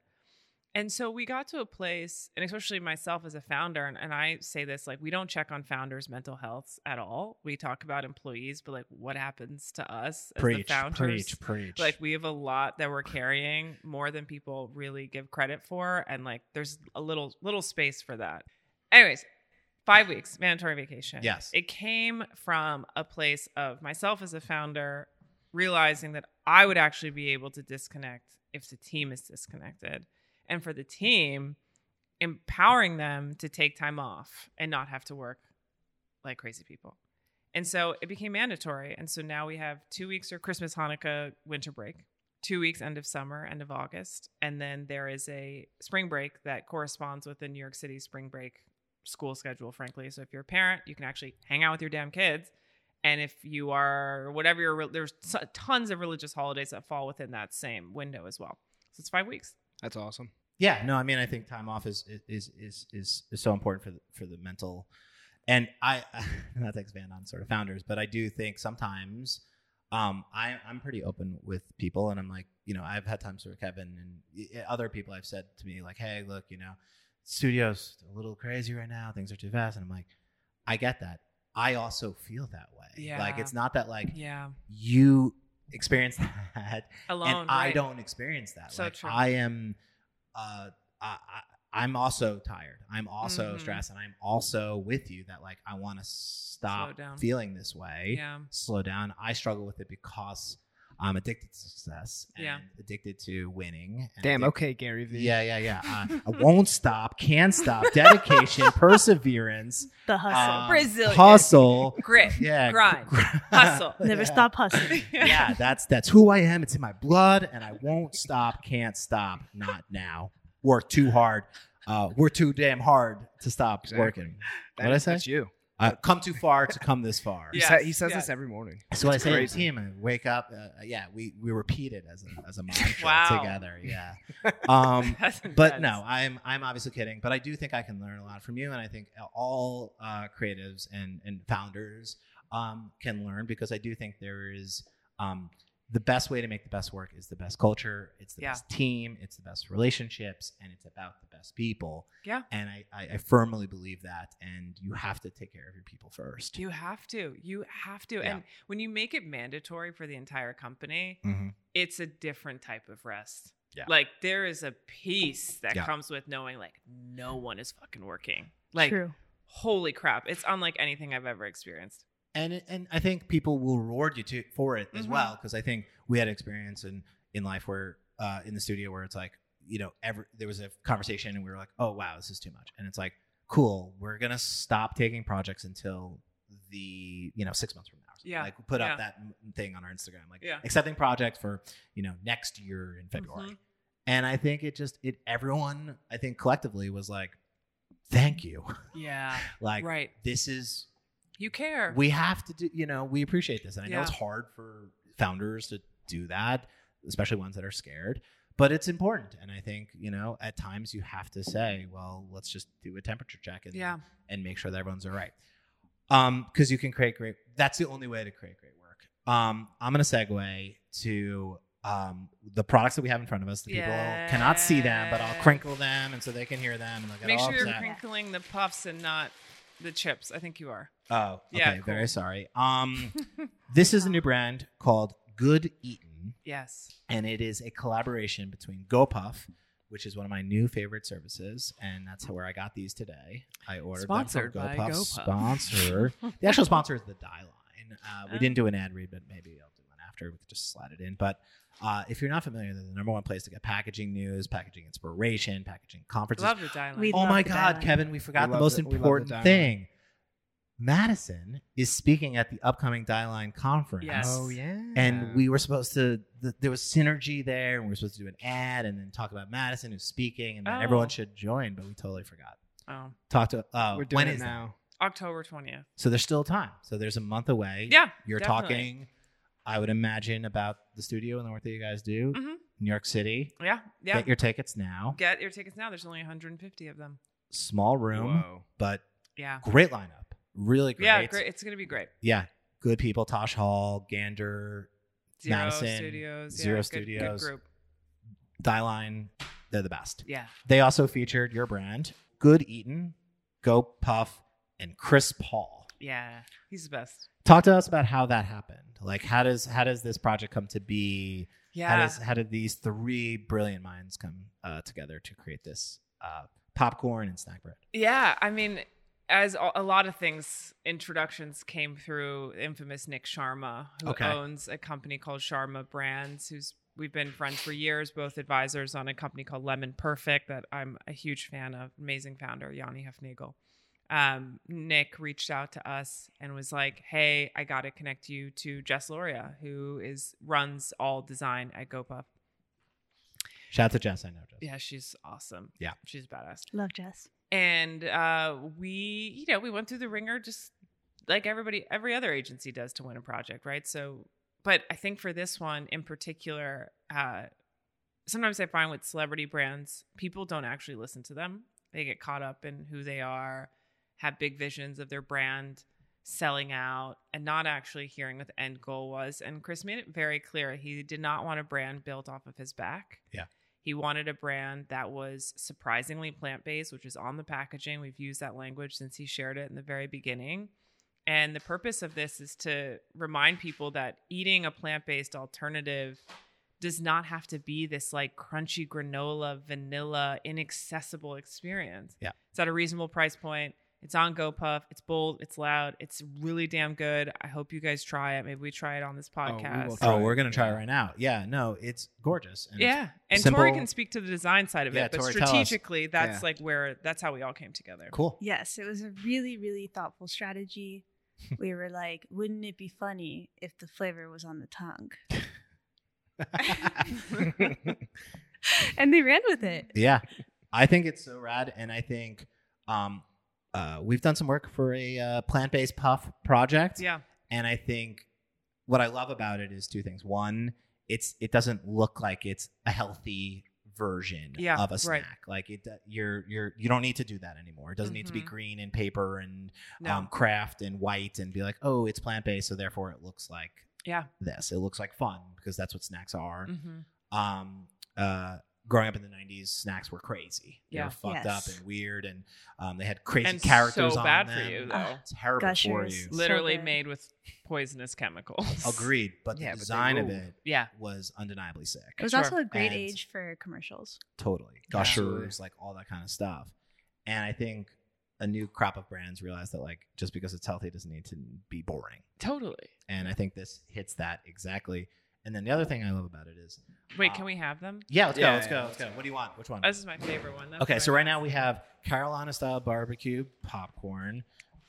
[SPEAKER 1] And so we got to a place, and especially myself as a founder, and, and I say this like, we don't check on founders' mental health at all. We talk about employees, but like, what happens to us as the
[SPEAKER 2] Preach,
[SPEAKER 1] founders?
[SPEAKER 2] preach, preach.
[SPEAKER 1] Like we have a lot that we're carrying more than people really give credit for, and like there's a little little space for that. Anyways, five weeks mandatory vacation.
[SPEAKER 2] Yes.
[SPEAKER 1] It came from a place of myself as a founder realizing that I would actually be able to disconnect if the team is disconnected. And for the team, empowering them to take time off and not have to work like crazy people. And so it became mandatory. And so now we have two weeks or Christmas, Hanukkah, winter break, two weeks end of summer, end of August. And then there is a spring break that corresponds with the New York City spring break school schedule, frankly. So if you're a parent, you can actually hang out with your damn kids. And if you are whatever your re- there's so- tons of religious holidays that fall within that same window as well. So it's five weeks.
[SPEAKER 3] That's awesome.
[SPEAKER 2] Yeah, no, I mean, I think time off is is is is, is so important for the, for the mental, and I not to expand on sort of founders, but I do think sometimes, um, I I'm pretty open with people, and I'm like, you know, I've had times where Kevin and y- other people I've said to me like, hey, look, you know, studio's a little crazy right now, things are too fast, and I'm like, I get that. I also feel that way.
[SPEAKER 1] Yeah.
[SPEAKER 2] Like it's not that like
[SPEAKER 1] Yeah.
[SPEAKER 2] you experience that
[SPEAKER 1] Alone.
[SPEAKER 2] and I
[SPEAKER 1] right?
[SPEAKER 2] don't experience that.
[SPEAKER 1] So
[SPEAKER 2] like,
[SPEAKER 1] true.
[SPEAKER 2] I am, uh, I, I, I'm also tired. I'm also
[SPEAKER 1] Mhm.
[SPEAKER 2] stressed, and I'm also with you that like I want to stop
[SPEAKER 1] down.
[SPEAKER 2] feeling this way.
[SPEAKER 1] Yeah.
[SPEAKER 2] Slow down. I struggle with it because I'm addicted to success. And
[SPEAKER 1] Yeah.
[SPEAKER 2] Addicted to winning. and
[SPEAKER 3] Damn.
[SPEAKER 2] addicted-
[SPEAKER 3] Okay, Gary Vee.
[SPEAKER 2] Yeah, yeah, yeah. Uh, I won't stop. Can't stop. Dedication, perseverance,
[SPEAKER 4] The hustle.
[SPEAKER 2] um,
[SPEAKER 1] Resilience.
[SPEAKER 2] hustle.
[SPEAKER 1] Grit.
[SPEAKER 2] Yeah,
[SPEAKER 1] Grind. Hustle.
[SPEAKER 4] Never
[SPEAKER 2] Yeah
[SPEAKER 4] stop hustling.
[SPEAKER 2] yeah, that's that's who I am. It's in my blood, and I won't stop. Can't stop. Not now. Work too hard. Uh, we're too damn hard to stop
[SPEAKER 3] Exactly.
[SPEAKER 2] working.
[SPEAKER 3] That-
[SPEAKER 2] What'd I say?
[SPEAKER 3] That's you.
[SPEAKER 2] Uh, come too far to come this far.
[SPEAKER 3] He
[SPEAKER 1] Yes,
[SPEAKER 3] sa- he says
[SPEAKER 1] yes.
[SPEAKER 3] this every morning.
[SPEAKER 2] That's what I say to the
[SPEAKER 3] crazy.
[SPEAKER 2] team. I wake up. Uh, yeah, we we repeat it as a as a mantra
[SPEAKER 1] Wow.
[SPEAKER 2] together. Yeah. Um,
[SPEAKER 1] That's
[SPEAKER 2] but
[SPEAKER 1] intense.
[SPEAKER 2] no, I'm I'm obviously kidding. But I do think I can learn a lot from you, and I think all uh, creatives and and founders um, can learn because I do think there is um, the best way to make the best work is the best culture, it's the
[SPEAKER 1] Yeah.
[SPEAKER 2] best team, it's the best relationships, and it's about the best people.
[SPEAKER 1] Yeah.
[SPEAKER 2] and I I, I firmly believe that, and you have to take care of your people first.
[SPEAKER 1] You have to. You have to.
[SPEAKER 2] Yeah.
[SPEAKER 1] And when you make it mandatory for the entire company,
[SPEAKER 2] Mhm.
[SPEAKER 1] it's a different type of rest.
[SPEAKER 2] Yeah.
[SPEAKER 1] Like there is a peace that
[SPEAKER 2] Yeah.
[SPEAKER 1] comes with knowing like no one is fucking working. Like
[SPEAKER 4] True.
[SPEAKER 1] holy crap, it's unlike anything I've ever experienced.
[SPEAKER 2] and it- and I think people will reward you to, for it as
[SPEAKER 1] Mhm.
[SPEAKER 2] well because I think we had experience in in life where uh, in the studio where it's like you know every there was a conversation and we were like oh wow this is too much and it's like cool we're gonna stop taking projects until the you know six months from now or something.
[SPEAKER 1] Yeah.
[SPEAKER 2] like we put
[SPEAKER 1] Yeah.
[SPEAKER 2] up that m- thing on our Instagram like
[SPEAKER 1] Yeah.
[SPEAKER 2] accepting projects for you know next year in February
[SPEAKER 1] Mhm.
[SPEAKER 2] and I think it just it everyone I think collectively was like thank you
[SPEAKER 1] Yeah.
[SPEAKER 2] like
[SPEAKER 1] right.
[SPEAKER 2] this is
[SPEAKER 1] You care.
[SPEAKER 2] we have to do you know we appreciate this and i know
[SPEAKER 1] Yeah.
[SPEAKER 2] it's hard for founders to do that especially ones that are scared but it's important and i think you know at times you have to say well let's just do a temperature check and
[SPEAKER 1] yeah.
[SPEAKER 2] and make sure that everyone's all right um because you can create great that's the only way to create great work um i'm going to segue to um the products that we have in front of us the people cannot see them but i'll
[SPEAKER 1] Yes.
[SPEAKER 2] crinkle them and so they can hear them and they'll get
[SPEAKER 1] Make
[SPEAKER 2] all
[SPEAKER 1] sure you're
[SPEAKER 2] upset.
[SPEAKER 1] crinkling the puffs and not the chips. I think you are.
[SPEAKER 2] Oh, okay.
[SPEAKER 1] Yeah, cool.
[SPEAKER 2] Very sorry. Um, this is a new brand called Good Eaten,
[SPEAKER 1] Yes.
[SPEAKER 2] and it is a collaboration between GoPuff, which is one of my new favorite services, and that's where I got these today. I ordered
[SPEAKER 1] Sponsored
[SPEAKER 2] them
[SPEAKER 1] by
[SPEAKER 2] from GoPuff.
[SPEAKER 1] GoPuff.
[SPEAKER 2] Sponsor. the actual sponsor is the Die Line. Uh, we
[SPEAKER 1] Oh.
[SPEAKER 2] didn't do an ad read, but maybe I'll do one after. We could just slide it in, but. Uh, if you're not familiar, they're the number one place to get packaging news, packaging inspiration, packaging conferences,
[SPEAKER 1] Love the dialogue.
[SPEAKER 4] We
[SPEAKER 2] oh my
[SPEAKER 4] love the
[SPEAKER 2] God,
[SPEAKER 4] dialogue.
[SPEAKER 2] Kevin, we forgot
[SPEAKER 3] We
[SPEAKER 2] the
[SPEAKER 3] love
[SPEAKER 2] most
[SPEAKER 3] the- we love the
[SPEAKER 2] important
[SPEAKER 3] dialogue.
[SPEAKER 2] thing. Madison is speaking at the upcoming Dieline conference.
[SPEAKER 1] Yes.
[SPEAKER 3] Oh yeah.
[SPEAKER 2] And we were supposed to, th- there was synergy there, and we were supposed to do an ad and then talk about Madison who's speaking, and then
[SPEAKER 1] Oh.
[SPEAKER 2] everyone should join, but we totally forgot.
[SPEAKER 1] oh.
[SPEAKER 2] Talk to, uh,
[SPEAKER 3] We're doing
[SPEAKER 2] when
[SPEAKER 3] it
[SPEAKER 2] is that?
[SPEAKER 3] now.
[SPEAKER 1] October 20th.
[SPEAKER 2] So there's still time. So there's a month away.
[SPEAKER 1] Yeah,
[SPEAKER 2] You're
[SPEAKER 1] definitely.
[SPEAKER 2] talking, I would imagine, about the studio and the work that you guys do.
[SPEAKER 1] Mhm.
[SPEAKER 2] New York City.
[SPEAKER 1] Yeah. Yeah.
[SPEAKER 2] Get your tickets now.
[SPEAKER 1] Get your tickets now. There's only 150 of them.
[SPEAKER 2] Small room,
[SPEAKER 3] Whoa.
[SPEAKER 2] but
[SPEAKER 1] Yeah.
[SPEAKER 2] great lineup. Really great.
[SPEAKER 1] Yeah, great. It's going to be great.
[SPEAKER 2] yeah, good people. Tosh Hall, Gander,
[SPEAKER 1] Zero
[SPEAKER 2] Madison,
[SPEAKER 1] Studios. Yeah,
[SPEAKER 2] Zero
[SPEAKER 1] good-
[SPEAKER 2] Studios.
[SPEAKER 1] Good group.
[SPEAKER 2] Dieline, they're the best.
[SPEAKER 1] Yeah.
[SPEAKER 2] They also featured your brand, Good Eaten, Go Puff, and Chris Paul.
[SPEAKER 1] Yeah. He's the best.
[SPEAKER 2] Talk to us about how that happened. Like, how does how does this project come to be? How
[SPEAKER 1] Yeah.
[SPEAKER 2] does how did these three brilliant minds come uh, together to create this uh, popcorn and snack bread?
[SPEAKER 1] Yeah, I mean, as a a lot of things, introductions came through infamous Nick Sharma, who
[SPEAKER 2] Okay.
[SPEAKER 1] owns a company called Sharma Brands, who's we've been friends for years, both advisors on a company called Lemon Perfect that I'm a huge fan of, amazing founder, Yanni Hefnagel. Um, Nick reached out to us and was like, Hey, I gotta connect you to Jess Loria, who is runs all design at GoPuff.
[SPEAKER 2] Shout out to Jess. I know Jess.
[SPEAKER 1] Yeah, she's awesome.
[SPEAKER 2] Yeah.
[SPEAKER 1] She's badass
[SPEAKER 4] Love Jess.
[SPEAKER 1] and uh, we you know we went through the ringer just like everybody every other agency does to win a project right so but i think for this one in particular uh, sometimes i find with celebrity brands people don't actually listen to them they get caught up in who they are have big visions of their brand selling out and not actually hearing what the end goal was and chris made it very clear he did not want a brand built off of his back he wanted a brand that was surprisingly plant based, which is on the packaging. We've used that language since he shared it in the very beginning. And the purpose of this is to remind people that eating a plant based alternative does not have to be this like crunchy granola, vanilla, inaccessible experience.
[SPEAKER 2] Yeah.
[SPEAKER 1] It's at a reasonable price point. It's on GoPuff. It's bold. It's loud. It's really damn good. I hope you guys try it. Maybe we try it on this
[SPEAKER 3] we will
[SPEAKER 1] podcast.
[SPEAKER 3] try
[SPEAKER 2] Oh,
[SPEAKER 3] it.
[SPEAKER 2] we're gonna try
[SPEAKER 3] Yeah.
[SPEAKER 2] it right now. Yeah, no, it's gorgeous. And it's-
[SPEAKER 1] yeah, and
[SPEAKER 2] simple-
[SPEAKER 1] Tori can speak to the design side of
[SPEAKER 2] Yeah,
[SPEAKER 1] it, but
[SPEAKER 2] Tori, tell us.
[SPEAKER 1] strategically, that's
[SPEAKER 3] Yeah.
[SPEAKER 1] like where that's how we all came together.
[SPEAKER 2] cool.
[SPEAKER 4] Yes, it was a really, really thoughtful strategy. we were like, wouldn't it be funny if the flavor was on the tongue? And they ran with
[SPEAKER 1] Mm-hmm.
[SPEAKER 4] it.
[SPEAKER 2] yeah, I think it's so rad, and I think um, uh, we've done some work for a uh, plant-based puff project,
[SPEAKER 1] Yeah,
[SPEAKER 2] and I think what I love about it is two things. One, it's it doesn't look like it's a healthy version
[SPEAKER 1] Yeah,
[SPEAKER 2] of a
[SPEAKER 1] right.
[SPEAKER 2] snack. Like it, uh, you're you're you don't need to do that anymore. It doesn't need to be
[SPEAKER 1] Mhm.
[SPEAKER 2] green and paper and
[SPEAKER 1] no,
[SPEAKER 2] um, craft and white and be like, oh, it's plant based, so therefore it looks like
[SPEAKER 1] Yeah.
[SPEAKER 2] this. It looks like fun because that's what snacks are.
[SPEAKER 1] Mhm.
[SPEAKER 2] Um, uh, growing up in the '90s, snacks were crazy. They
[SPEAKER 1] Yeah.
[SPEAKER 2] were fucked up
[SPEAKER 4] Yes.
[SPEAKER 2] and weird, and um, they had crazy
[SPEAKER 1] And
[SPEAKER 2] characters.
[SPEAKER 1] so
[SPEAKER 2] on
[SPEAKER 1] bad for
[SPEAKER 2] them.
[SPEAKER 1] you,
[SPEAKER 2] Ah,
[SPEAKER 1] though.
[SPEAKER 2] It's terrible for
[SPEAKER 4] Gushers.
[SPEAKER 2] you.
[SPEAKER 4] So
[SPEAKER 1] literally
[SPEAKER 4] good.
[SPEAKER 1] made with poisonous chemicals.
[SPEAKER 2] Agreed, but the
[SPEAKER 3] Yeah, but they
[SPEAKER 2] design of
[SPEAKER 3] ruled.
[SPEAKER 2] it
[SPEAKER 1] Yeah,
[SPEAKER 2] was undeniably sick.
[SPEAKER 4] It was
[SPEAKER 1] Sure.
[SPEAKER 4] also a great
[SPEAKER 2] And-
[SPEAKER 4] age for commercials.
[SPEAKER 2] totally
[SPEAKER 1] Yeah.
[SPEAKER 2] gushers like all that kind of stuff and i think a new crop of brands realize that like just because it's healthy doesn't need to be boring
[SPEAKER 1] totally.
[SPEAKER 2] and i think this hits that exactly and then the other thing i love about it is
[SPEAKER 1] Wait,
[SPEAKER 2] Uh,
[SPEAKER 1] can we have them?
[SPEAKER 2] yeah let's go
[SPEAKER 3] Yeah,
[SPEAKER 2] let's
[SPEAKER 3] yeah,
[SPEAKER 2] go
[SPEAKER 3] yeah.
[SPEAKER 2] let's go what do you want which one
[SPEAKER 1] This is my favorite one. That's
[SPEAKER 2] okay
[SPEAKER 1] what
[SPEAKER 2] so
[SPEAKER 1] I-
[SPEAKER 2] right now we have carolina style barbecue popcorn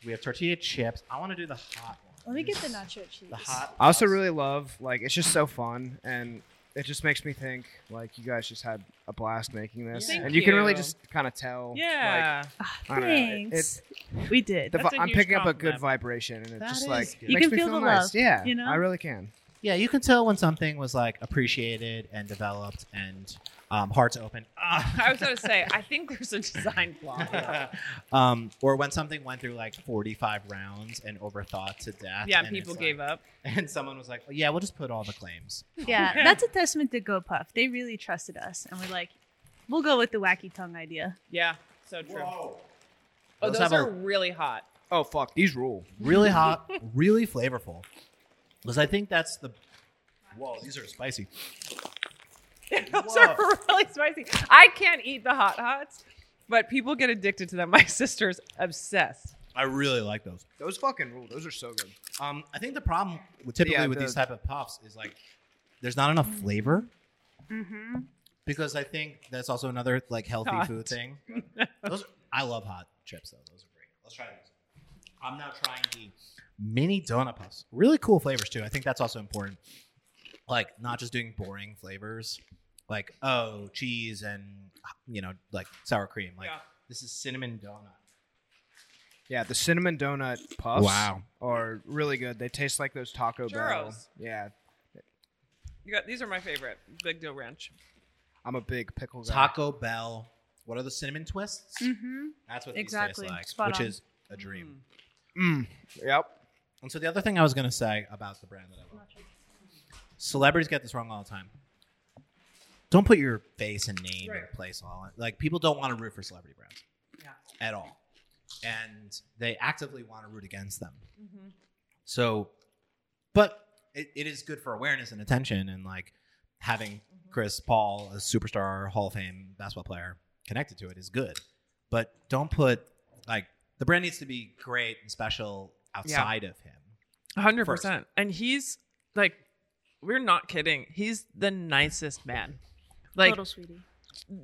[SPEAKER 2] we have tortilla chips i want to do the hot one
[SPEAKER 4] Let me get the nacho cheese.
[SPEAKER 2] the hot
[SPEAKER 3] I also
[SPEAKER 2] ones.
[SPEAKER 3] really love like it's just so fun and it just makes me think like you guys just had a blast making this
[SPEAKER 1] Thank
[SPEAKER 3] and you, can really
[SPEAKER 1] you.
[SPEAKER 3] just kind of tell like,
[SPEAKER 1] yeah,
[SPEAKER 4] Ah,
[SPEAKER 3] I don't know, it-
[SPEAKER 4] thanks. we did.
[SPEAKER 3] the
[SPEAKER 1] That's
[SPEAKER 3] vi-
[SPEAKER 1] a
[SPEAKER 3] I'm
[SPEAKER 1] huge
[SPEAKER 3] picking up a good
[SPEAKER 1] compliment.
[SPEAKER 3] vibration and it
[SPEAKER 2] That
[SPEAKER 3] just
[SPEAKER 2] is
[SPEAKER 3] like
[SPEAKER 2] good.
[SPEAKER 4] You
[SPEAKER 3] makes
[SPEAKER 4] can
[SPEAKER 3] me
[SPEAKER 4] feel
[SPEAKER 3] feel,
[SPEAKER 4] the
[SPEAKER 3] nice
[SPEAKER 4] love,
[SPEAKER 3] yeah
[SPEAKER 4] you know?
[SPEAKER 3] I really can
[SPEAKER 2] Yeah, you can tell when something was like appreciated and developed and um, hard to open.
[SPEAKER 1] I was gonna say I think there's a design flaw. here.
[SPEAKER 2] um, or when something went through like 45 rounds and overthought to death.
[SPEAKER 1] Yeah,
[SPEAKER 2] and
[SPEAKER 1] people
[SPEAKER 2] it's
[SPEAKER 1] gave
[SPEAKER 2] like-
[SPEAKER 1] up.
[SPEAKER 2] And someone was like, "Oh, yeah, we'll just put all the claims.
[SPEAKER 4] Yeah, that's a testament to GoPuff. They really trusted us, and we're like, we'll go with the wacky tongue idea.
[SPEAKER 1] Yeah, so true. Oh,
[SPEAKER 2] Let's
[SPEAKER 1] those
[SPEAKER 2] have a-
[SPEAKER 1] are really hot.
[SPEAKER 3] oh fuck these rule
[SPEAKER 2] Really hot, really flavorful. Because I think that's the. Whoa, these are spicy.
[SPEAKER 1] Those
[SPEAKER 2] Whoa.
[SPEAKER 1] are really spicy. I can't eat the hot hots, but people get addicted to them. My sister's obsessed.
[SPEAKER 2] I really like those.
[SPEAKER 3] those fucking rule those are so good
[SPEAKER 2] Um, I think the problem with typically
[SPEAKER 3] Yeah,
[SPEAKER 2] with
[SPEAKER 3] the-
[SPEAKER 2] these type of pops is like there's not enough flavor
[SPEAKER 4] Mm-hmm.
[SPEAKER 2] because I think that's also another like healthy
[SPEAKER 1] Hot.
[SPEAKER 2] food thing. Those are, I love hot chips though. Those are great. Let's try these. I'm now trying the mini donut puffs. Really cool flavors too. I think that's also important. Like not just doing boring flavors, like oh cheese and you know like sour cream. Like
[SPEAKER 1] Yeah.
[SPEAKER 2] this is cinnamon donut.
[SPEAKER 3] yeah the cinnamon donut puffs are really good they taste like those Taco Bell
[SPEAKER 1] Churros.
[SPEAKER 3] yeah
[SPEAKER 1] You got these are my favorite. Big Deal Ranch.
[SPEAKER 3] I'm a big pickle guy
[SPEAKER 2] Taco Bell. What are the cinnamon twists?
[SPEAKER 4] Mm-hmm.
[SPEAKER 2] That's what
[SPEAKER 4] Exactly.
[SPEAKER 2] these taste like,
[SPEAKER 4] Spot
[SPEAKER 2] which
[SPEAKER 4] on.
[SPEAKER 2] is a dream.
[SPEAKER 3] Mm. yep
[SPEAKER 2] And so the other thing I was gonna say about the brand that I love, celebrities get this wrong all the time. Don't put your face and name
[SPEAKER 1] Right.
[SPEAKER 2] and place all in. like people don't want to root for celebrity brands
[SPEAKER 1] Yeah.
[SPEAKER 2] at all, and they actively want to root against them.
[SPEAKER 1] Mm-hmm.
[SPEAKER 2] So, but it, it is good for awareness and attention, and like having
[SPEAKER 3] Mm-hmm.
[SPEAKER 2] Chris Paul, a superstar Hall of Fame basketball player, connected to it is good. But don't put like the brand needs to be great and special outside of him.
[SPEAKER 1] hundred percent. And he's like, we're not kidding. He's the nicest man. Like
[SPEAKER 4] Total sweetie.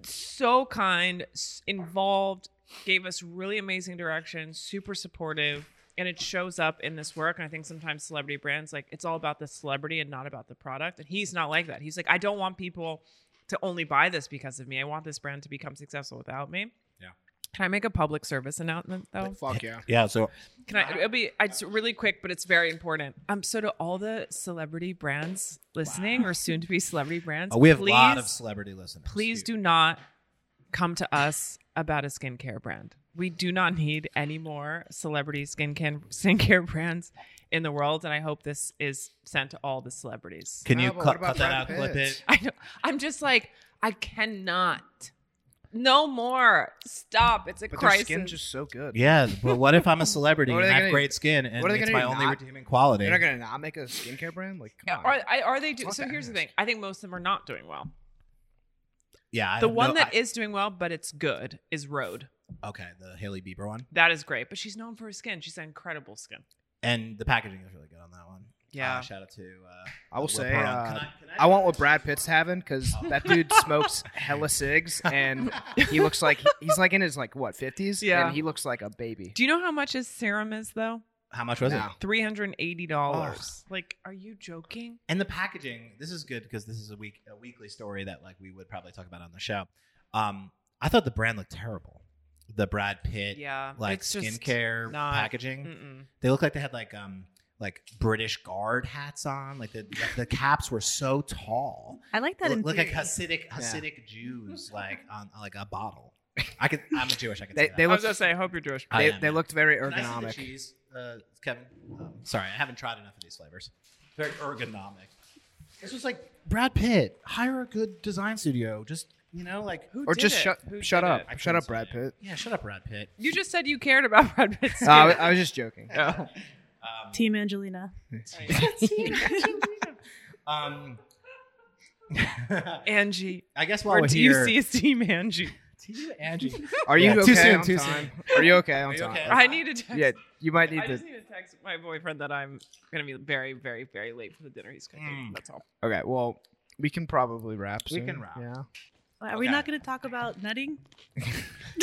[SPEAKER 1] so kind, s- involved, gave us really amazing direction, super supportive, and it shows up in this work. And I think sometimes celebrity brands like it's all about the celebrity and not about the product. And he's not like that. He's like, I don't want people to only buy this because of me. I want this brand to become successful without me.
[SPEAKER 2] Yeah.
[SPEAKER 1] Can I make a public service announcement though?
[SPEAKER 3] Fuck yeah.
[SPEAKER 2] Yeah. So
[SPEAKER 1] Can I? It'll be. It's really quick, but it's very important. Um. So to all the celebrity brands listening, or soon to be celebrity brands,
[SPEAKER 2] uh, we have a
[SPEAKER 1] please,
[SPEAKER 2] lot of celebrity listeners.
[SPEAKER 1] please do not come to us about a skincare brand. We do not need any more celebrity skincare skincare brands in the world, and I hope this is sent to all the celebrities.
[SPEAKER 2] Can
[SPEAKER 3] Oh,
[SPEAKER 2] you
[SPEAKER 3] but what
[SPEAKER 2] cut,
[SPEAKER 3] about
[SPEAKER 2] cut that out?
[SPEAKER 3] Brad
[SPEAKER 2] Clip
[SPEAKER 3] Pitt?
[SPEAKER 2] it.
[SPEAKER 1] I know. I'm just like I cannot. No more. Stop. It's a
[SPEAKER 3] But their
[SPEAKER 1] crisis.
[SPEAKER 3] skin's just so good.
[SPEAKER 2] Yeah, but what if I'm a celebrity
[SPEAKER 3] What are
[SPEAKER 2] and
[SPEAKER 3] they
[SPEAKER 2] have
[SPEAKER 3] gonna-
[SPEAKER 2] great skin and
[SPEAKER 3] what are they
[SPEAKER 2] it's
[SPEAKER 3] gonna
[SPEAKER 2] my
[SPEAKER 3] do,
[SPEAKER 2] only
[SPEAKER 3] not-
[SPEAKER 2] redeeming quality?
[SPEAKER 3] You're not gonna not make a skincare brand? Like, come
[SPEAKER 1] Yeah,
[SPEAKER 3] on.
[SPEAKER 1] are, I- are they do,
[SPEAKER 3] Fuck
[SPEAKER 1] so
[SPEAKER 3] that
[SPEAKER 1] here's the
[SPEAKER 3] ass.
[SPEAKER 1] thing. I think most of them are not doing well.
[SPEAKER 2] yeah, I
[SPEAKER 1] the
[SPEAKER 2] have
[SPEAKER 1] one
[SPEAKER 2] no-
[SPEAKER 1] that is
[SPEAKER 2] I-
[SPEAKER 1] doing well, but it's good, is Road.
[SPEAKER 2] okay, the Haley Bieber one,
[SPEAKER 1] That is great, but she's known for her skin. She's got incredible skin.
[SPEAKER 2] and the packaging is really good on that one.
[SPEAKER 1] Yeah.
[SPEAKER 2] Uh, shout out to. Uh,
[SPEAKER 3] I will
[SPEAKER 2] Will
[SPEAKER 3] say,
[SPEAKER 2] Ferrell.
[SPEAKER 3] uh,
[SPEAKER 2] Can I- can I- Oh.
[SPEAKER 3] I want what Brad Pitt's having because that dude smokes hella cigs and he looks like he's like in his like what fifties.
[SPEAKER 1] Yeah.
[SPEAKER 3] and he looks like a baby.
[SPEAKER 1] Do you know how much his serum is though?
[SPEAKER 2] How much was it?
[SPEAKER 3] No.
[SPEAKER 1] Three hundred and eighty dollars. Like, are you joking?
[SPEAKER 2] And the packaging. This is good because this is a week a weekly story that like we would probably talk about on the show. Um, I thought the brand looked terrible. The Brad Pitt
[SPEAKER 1] Yeah,
[SPEAKER 2] like
[SPEAKER 1] it's just
[SPEAKER 2] skincare
[SPEAKER 1] not- mm.
[SPEAKER 2] packaging.
[SPEAKER 1] Mm-mm.
[SPEAKER 2] They looked like they had like um like British guard hats on. Like the the caps were so tall.
[SPEAKER 4] I like that.
[SPEAKER 2] look,
[SPEAKER 4] in
[SPEAKER 2] look like
[SPEAKER 4] theory.
[SPEAKER 2] Hasidic Hasidic Jews like on like a bottle. I could. I'm a Jewish. I could.
[SPEAKER 3] They
[SPEAKER 2] say
[SPEAKER 3] they
[SPEAKER 1] I was
[SPEAKER 3] looked
[SPEAKER 1] gonna say, I hope you're Jewish.
[SPEAKER 2] I
[SPEAKER 3] they,
[SPEAKER 2] am.
[SPEAKER 3] they looked very
[SPEAKER 2] that. Can I see the
[SPEAKER 3] ergonomic.
[SPEAKER 2] cheese, uh, Kevin. Um, sorry, I haven't tried enough of these flavors. Very ergonomic. This was like Brad Pitt. Hire a good design studio. Just you know, like who?
[SPEAKER 3] Or
[SPEAKER 1] did
[SPEAKER 3] just
[SPEAKER 1] it?
[SPEAKER 3] shut
[SPEAKER 1] Who
[SPEAKER 3] shut
[SPEAKER 1] did
[SPEAKER 3] up
[SPEAKER 1] it?
[SPEAKER 2] I
[SPEAKER 3] shut up, Brad
[SPEAKER 2] couldn't say
[SPEAKER 3] Pitt.
[SPEAKER 2] Yeah, shut up, Brad Pitt.
[SPEAKER 1] You just said you cared about Brad Pitt's
[SPEAKER 3] No, Uh, I,
[SPEAKER 1] skin.
[SPEAKER 3] was- I was just joking.
[SPEAKER 1] Oh.
[SPEAKER 2] Um,
[SPEAKER 4] Team Angelina.
[SPEAKER 2] um,
[SPEAKER 1] Angie,
[SPEAKER 2] I guess while
[SPEAKER 1] or
[SPEAKER 2] we're
[SPEAKER 1] do
[SPEAKER 2] here,
[SPEAKER 1] you see his team, Angie?
[SPEAKER 2] TU Angie.
[SPEAKER 3] Are you
[SPEAKER 2] Yeah,
[SPEAKER 3] okay
[SPEAKER 2] too soon,
[SPEAKER 3] on
[SPEAKER 2] too
[SPEAKER 3] time? Are you okay on
[SPEAKER 2] you
[SPEAKER 3] time?
[SPEAKER 2] okay?
[SPEAKER 1] I need to text.
[SPEAKER 3] Yeah, you might need
[SPEAKER 1] I
[SPEAKER 3] to.
[SPEAKER 1] just need to text my boyfriend that I'm gonna be very, very, very late for the dinner he's cooking.
[SPEAKER 2] Mm.
[SPEAKER 1] That's all.
[SPEAKER 3] Okay, well, we can probably wrap.
[SPEAKER 2] We
[SPEAKER 3] soon.
[SPEAKER 2] can wrap.
[SPEAKER 3] Yeah.
[SPEAKER 4] Are we
[SPEAKER 2] Okay.
[SPEAKER 4] not going to talk about nutting?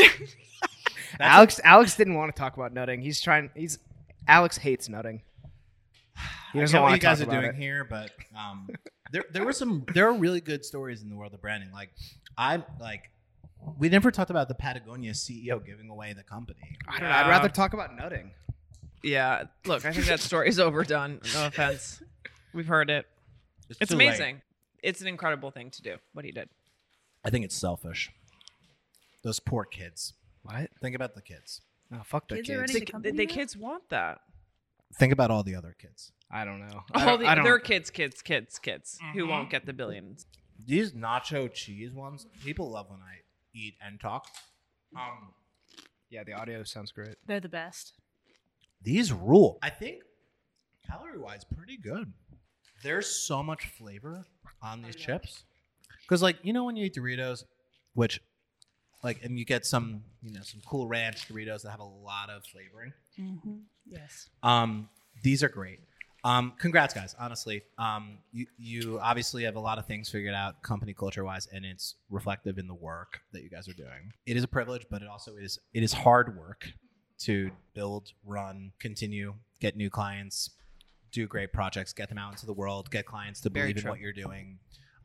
[SPEAKER 2] That's
[SPEAKER 3] Alex Alex didn't want to talk about nutting. He's trying. He's Alex hates nutting. He
[SPEAKER 2] I
[SPEAKER 3] doesn't
[SPEAKER 2] get what
[SPEAKER 3] want
[SPEAKER 2] you
[SPEAKER 3] to talk
[SPEAKER 2] guys are
[SPEAKER 3] about
[SPEAKER 2] doing
[SPEAKER 3] it.
[SPEAKER 2] here, but um, there there were some there are really good stories in the world of branding. Like I'm like we never talked about the Patagonia CEO giving away the company.
[SPEAKER 3] I don't know. I'd
[SPEAKER 1] Yeah.
[SPEAKER 3] rather talk about nutting.
[SPEAKER 1] Yeah. Look, I think that story's overdone. No offense. We've heard it. It's
[SPEAKER 2] too late.
[SPEAKER 1] amazing. It's an incredible thing to do, what he did.
[SPEAKER 2] I think it's selfish. Those poor kids.
[SPEAKER 3] What?
[SPEAKER 2] Think about the kids.
[SPEAKER 3] Oh, fuck the
[SPEAKER 4] Kids
[SPEAKER 3] kids.
[SPEAKER 4] are running-
[SPEAKER 1] The,
[SPEAKER 4] The
[SPEAKER 1] the,
[SPEAKER 4] company
[SPEAKER 1] the
[SPEAKER 4] now?
[SPEAKER 1] kids want that.
[SPEAKER 2] Think about all the other kids.
[SPEAKER 3] I don't know. I
[SPEAKER 1] All
[SPEAKER 3] don't,
[SPEAKER 1] the,
[SPEAKER 3] I don't-
[SPEAKER 1] their kids, kids, kids, kids who
[SPEAKER 4] Mm-hmm.
[SPEAKER 1] won't get the billions.
[SPEAKER 2] These nacho cheese ones, people love when I eat and talk. Um,
[SPEAKER 3] yeah, the audio sounds great.
[SPEAKER 4] They're the best.
[SPEAKER 2] these rule. I think calorie wise, pretty good. There's so much flavor on these chips. Because like you know when you eat Doritos, which like and you get some you know some cool ranch Doritos that have a lot of flavoring.
[SPEAKER 4] Mm-hmm. Yes.
[SPEAKER 2] Um, these are great. Um, congrats, guys. Honestly, um, you you obviously have a lot of things figured out company culture wise, and it's reflective in the work that you guys are doing. It is a privilege, but it also is it is hard work to build, run, continue, get new clients, do great projects, get them out into the world, get clients to
[SPEAKER 1] Very
[SPEAKER 2] believe in
[SPEAKER 1] true.
[SPEAKER 2] what you're doing.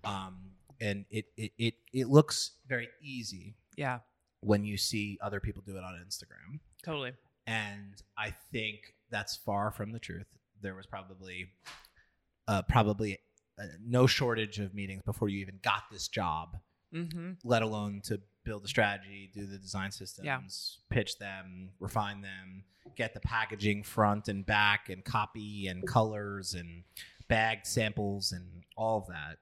[SPEAKER 2] Um, and it, it it it looks very easy
[SPEAKER 1] Yeah,
[SPEAKER 2] when you see other people do it on Instagram.
[SPEAKER 1] totally.
[SPEAKER 2] and I think that's far from the truth. There was probably, uh, probably uh, no shortage of meetings before you even got this job,
[SPEAKER 1] Mm-hmm.
[SPEAKER 2] let alone to build the strategy, do the design systems,
[SPEAKER 1] Yeah.
[SPEAKER 2] pitch them, refine them, get the packaging front and back, and copy and colors and bagged samples and all of that.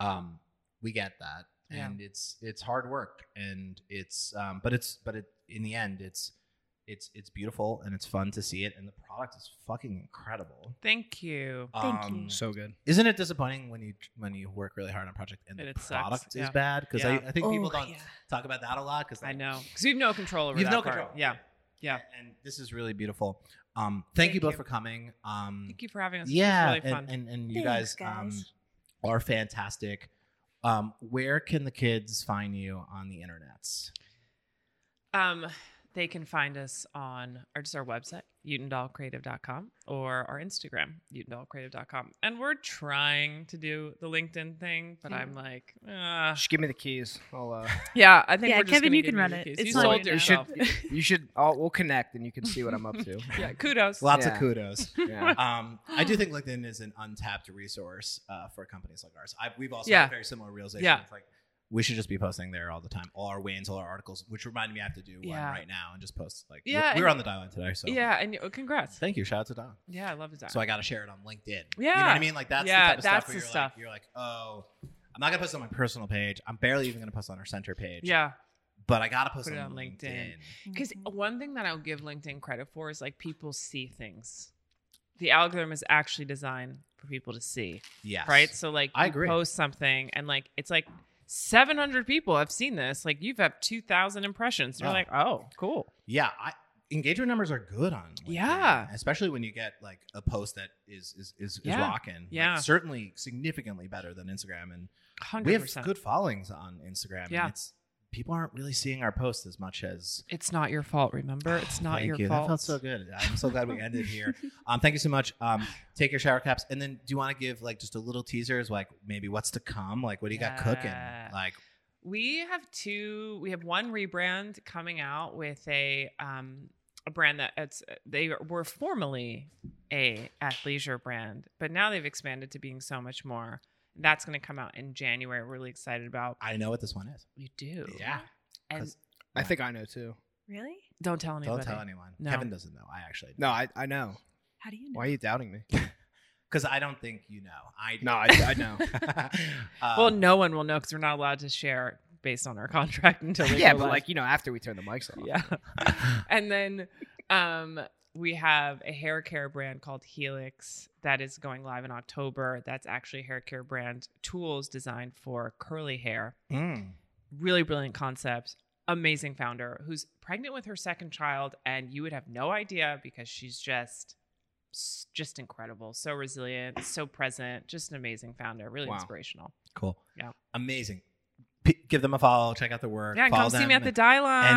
[SPEAKER 2] Um, we get that,
[SPEAKER 1] Yeah.
[SPEAKER 2] and it's it's hard work, and it's um, but it's but it in the end it's it's it's beautiful and it's fun to see it, and the product is fucking incredible.
[SPEAKER 1] Thank you.
[SPEAKER 4] Thank
[SPEAKER 2] um,
[SPEAKER 4] you.
[SPEAKER 3] So good.
[SPEAKER 2] Isn't it disappointing when you when you work really hard on a project and
[SPEAKER 1] And
[SPEAKER 2] the
[SPEAKER 1] it sucks,
[SPEAKER 2] product is
[SPEAKER 1] yeah.
[SPEAKER 2] bad? Because I,
[SPEAKER 1] Yeah.
[SPEAKER 2] I think people
[SPEAKER 4] Oh,
[SPEAKER 2] don't
[SPEAKER 4] yeah.
[SPEAKER 2] talk about that a lot. Because
[SPEAKER 1] I know because we have no control over
[SPEAKER 2] you have
[SPEAKER 1] that
[SPEAKER 2] no
[SPEAKER 1] part.
[SPEAKER 2] control.
[SPEAKER 1] Yeah, Yeah.
[SPEAKER 2] And this is really beautiful. Um, thank, you
[SPEAKER 1] Thank
[SPEAKER 2] both
[SPEAKER 1] you.
[SPEAKER 2] for coming. Um,
[SPEAKER 1] Thank you for having us.
[SPEAKER 2] yeah,
[SPEAKER 1] Yeah, really fun.
[SPEAKER 2] and, and and you
[SPEAKER 4] Thanks,
[SPEAKER 2] guys, um,
[SPEAKER 4] guys.
[SPEAKER 2] are fantastic. Um, where can the kids find you on the internets?
[SPEAKER 1] um, they can find us on our just our website, utendallcreative.com, or our Instagram, utendallcreative.com. And we're trying to do the LinkedIn thing, but I'm like, uh,
[SPEAKER 3] Just give me the keys. I'll. Uh,
[SPEAKER 1] yeah, I think
[SPEAKER 4] Yeah,
[SPEAKER 1] we're just
[SPEAKER 4] Kevin,
[SPEAKER 1] gonna
[SPEAKER 4] you
[SPEAKER 1] give
[SPEAKER 4] can run
[SPEAKER 1] the
[SPEAKER 4] it.
[SPEAKER 1] keys.
[SPEAKER 4] It's
[SPEAKER 1] You
[SPEAKER 3] not
[SPEAKER 1] sold
[SPEAKER 3] right now. You
[SPEAKER 1] yourself.
[SPEAKER 3] should- you should. I'll, we'll connect, and you can see what I'm up to.
[SPEAKER 1] yeah, kudos.
[SPEAKER 2] Lots of
[SPEAKER 3] Yeah.
[SPEAKER 2] kudos.
[SPEAKER 3] Yeah.
[SPEAKER 2] Um, I do think LinkedIn is an untapped resource uh, for companies like ours. I, we've also
[SPEAKER 1] Yeah.
[SPEAKER 2] had a very similar realization.
[SPEAKER 1] Yeah.
[SPEAKER 2] It's like we should just be posting there all the time, all our wins, all our articles. Which reminded me, I have to do one
[SPEAKER 1] Yeah.
[SPEAKER 2] right now and just post. Like,
[SPEAKER 1] Yeah,
[SPEAKER 2] we're,
[SPEAKER 1] and-
[SPEAKER 2] we're on the dial today, so
[SPEAKER 1] Yeah, and you- congrats.
[SPEAKER 2] Thank you. Shout out to Don.
[SPEAKER 1] Yeah, I love that.
[SPEAKER 2] So I got to share it on LinkedIn. you know what I
[SPEAKER 1] Yeah.
[SPEAKER 2] mean. Like that's
[SPEAKER 1] Yeah,
[SPEAKER 2] the type of
[SPEAKER 1] that's
[SPEAKER 2] stuff where
[SPEAKER 1] the
[SPEAKER 2] you're
[SPEAKER 1] stuff.
[SPEAKER 2] like, you're like, oh, I'm not gonna post it on my personal page. I'm barely even gonna post it on our center page.
[SPEAKER 1] yeah,
[SPEAKER 2] but I gotta post
[SPEAKER 1] Put
[SPEAKER 2] it
[SPEAKER 1] it
[SPEAKER 2] on
[SPEAKER 1] on
[SPEAKER 2] LinkedIn.
[SPEAKER 1] LinkedIn. Because
[SPEAKER 4] Mm-hmm.
[SPEAKER 2] Mm-hmm.
[SPEAKER 1] one thing that I'll give LinkedIn credit for is like people see things. The algorithm is actually designed for people to see,
[SPEAKER 2] Yes.
[SPEAKER 1] right? So like
[SPEAKER 2] I
[SPEAKER 1] you
[SPEAKER 2] agree.
[SPEAKER 1] post something and like it's like 700 people have seen this. Like you've had 2,000 impressions. You're
[SPEAKER 2] Oh.
[SPEAKER 1] like, oh, cool.
[SPEAKER 2] Yeah. I, engagement numbers are good on. LinkedIn,
[SPEAKER 1] Yeah.
[SPEAKER 2] Especially when you get like a post that is is is, is
[SPEAKER 1] Yeah.
[SPEAKER 2] rocking. Like,
[SPEAKER 1] Yeah.
[SPEAKER 2] certainly significantly better than Instagram, and
[SPEAKER 1] 100%.
[SPEAKER 2] we have good followings on Instagram. and
[SPEAKER 1] Yeah.
[SPEAKER 2] it's, people aren't really seeing our posts as much as.
[SPEAKER 1] it's not your fault, remember? It's not
[SPEAKER 2] Thank
[SPEAKER 1] your
[SPEAKER 2] you.
[SPEAKER 1] fault.
[SPEAKER 2] That felt so good. I'm so glad we ended here. Um, thank you so much. Um, take your shower caps, and then do you want to give like just a little teaser? Is like maybe what's to come? Like what do you got cooking?
[SPEAKER 1] Yeah.
[SPEAKER 2] Like
[SPEAKER 1] We have two. We have one rebrand coming out with a um a brand that it's they were formerly a athleisure brand, but now they've expanded to being so much more. That's going to come out in January. We're really excited about.
[SPEAKER 2] I know what this one is.
[SPEAKER 1] You do,
[SPEAKER 2] Yeah.
[SPEAKER 1] And
[SPEAKER 2] 'Cause-
[SPEAKER 3] I think I know too.
[SPEAKER 4] Really?
[SPEAKER 1] don't tell anybody.
[SPEAKER 2] Don't tell anyone.
[SPEAKER 1] No.
[SPEAKER 2] Kevin doesn't know. I actually
[SPEAKER 3] No, I, I know.
[SPEAKER 4] How do you know?
[SPEAKER 3] Why are you doubting me?
[SPEAKER 2] because I don't think you know. I do.
[SPEAKER 3] No, I, I know.
[SPEAKER 2] Uh,
[SPEAKER 1] well, no one will know because we're not allowed to share based on our contract until they
[SPEAKER 3] yeah,
[SPEAKER 1] go
[SPEAKER 3] but
[SPEAKER 1] live.
[SPEAKER 3] like you know, after we turn the mics off.
[SPEAKER 1] yeah. and then um, we have a hair care brand called Helix that is going live in October. That's actually a hair care brand tools designed for curly hair.
[SPEAKER 2] Mm.
[SPEAKER 1] Really brilliant concept. Amazing founder who's pregnant with her second child, and you would have no idea because she's just s- just incredible, so resilient, so present, just an amazing founder, really
[SPEAKER 3] Wow.
[SPEAKER 1] inspirational.
[SPEAKER 2] Cool.
[SPEAKER 1] Yeah.
[SPEAKER 2] Amazing. P- give them a follow. Check out their work.
[SPEAKER 1] Yeah, and
[SPEAKER 2] follow
[SPEAKER 1] come see me at
[SPEAKER 2] them.
[SPEAKER 1] the die line.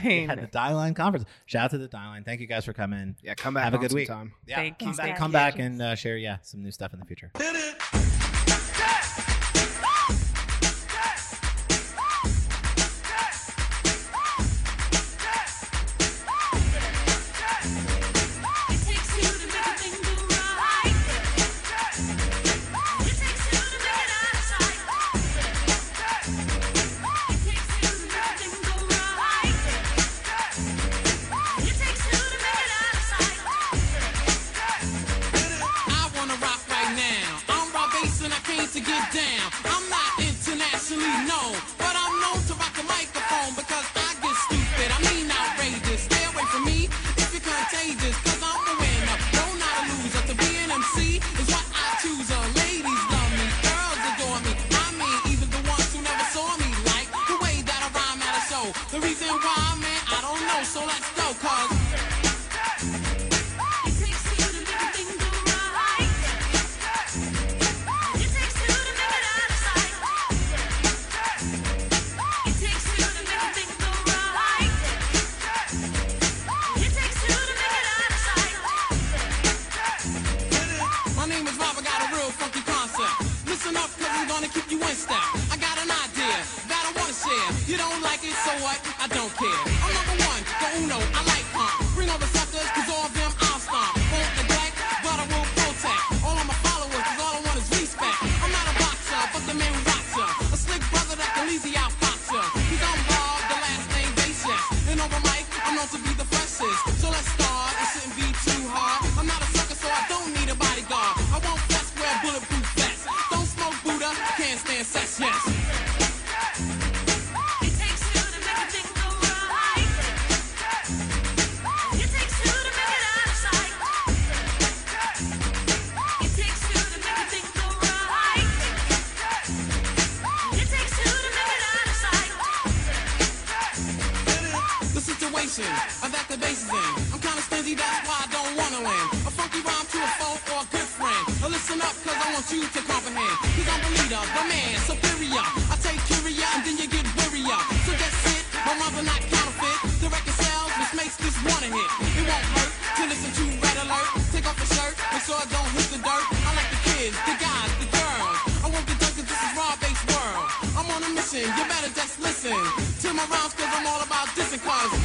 [SPEAKER 2] and Yeah, the Die Line conference. Shout out to the Die Line. Thank you guys for coming.
[SPEAKER 3] Yeah, come back.
[SPEAKER 2] Have a
[SPEAKER 3] on
[SPEAKER 2] good week.
[SPEAKER 3] sometime.
[SPEAKER 2] Yeah,
[SPEAKER 1] Thank
[SPEAKER 2] come
[SPEAKER 1] you,
[SPEAKER 2] Back,
[SPEAKER 4] Steph.
[SPEAKER 2] come back and uh, share yeah some new stuff in the future.
[SPEAKER 5] It takes two to make a thing go right. It takes two to make it out of sight. It takes two to make a thing go right. It takes two to make it out of sight.
[SPEAKER 6] I wanna rock right now. I'm raw bass and I came to get down. I'm not internationally known, but I'm known to rock a microphone because I get stupid. I mean outrageous. Stay away from me if you're contagious, cause I'm a winner. No, not a loser. To be an MC is what I choose. Uh, ladies love me, girls adore me. I mean, even the ones who never saw me like the way that I rhyme at a show. The reason why, man, I don't know. So let's go, cause.
[SPEAKER 5] It takes two to make a thing go right. It takes two to make it out of sight. It takes two to make a thing go right. It takes two to make it out of sight.
[SPEAKER 6] My name is Rob, I got a real funky concept. Listen up, cause I'm gonna keep you in step. I got an idea that I wanna share. You don't like it, so what? I don't care. I'm number one, the uno, I like punk. Bring over suckers, cause all of them I'll stomp. Won't neglect, but I will protect. All of my followers, cause all I want is respect. I'm not a boxer, but the man rocks ya. A slick brother that can easy out box ya. He's on Bob, the last name Dacius. And over mic, I'm known to be the freshest. So let's start, it shouldn't be too hard. I'm not a sucker, so I don't need a bodyguard. I won't flex, wear bulletproof vests. Don't smoke Buddha, can't stand sex, yes.
[SPEAKER 5] It takes two to make a thing go right. It takes two to make it out of sight. It takes two to make a thing go right. It takes two to make it out of sight.
[SPEAKER 6] The situation of that the dirt. I like the kids, the guys, the girls. I want the Dunkin', this is raw based world. I'm on a mission, you better just listen to my rhymes, cause I'm all about dissing cause Oh,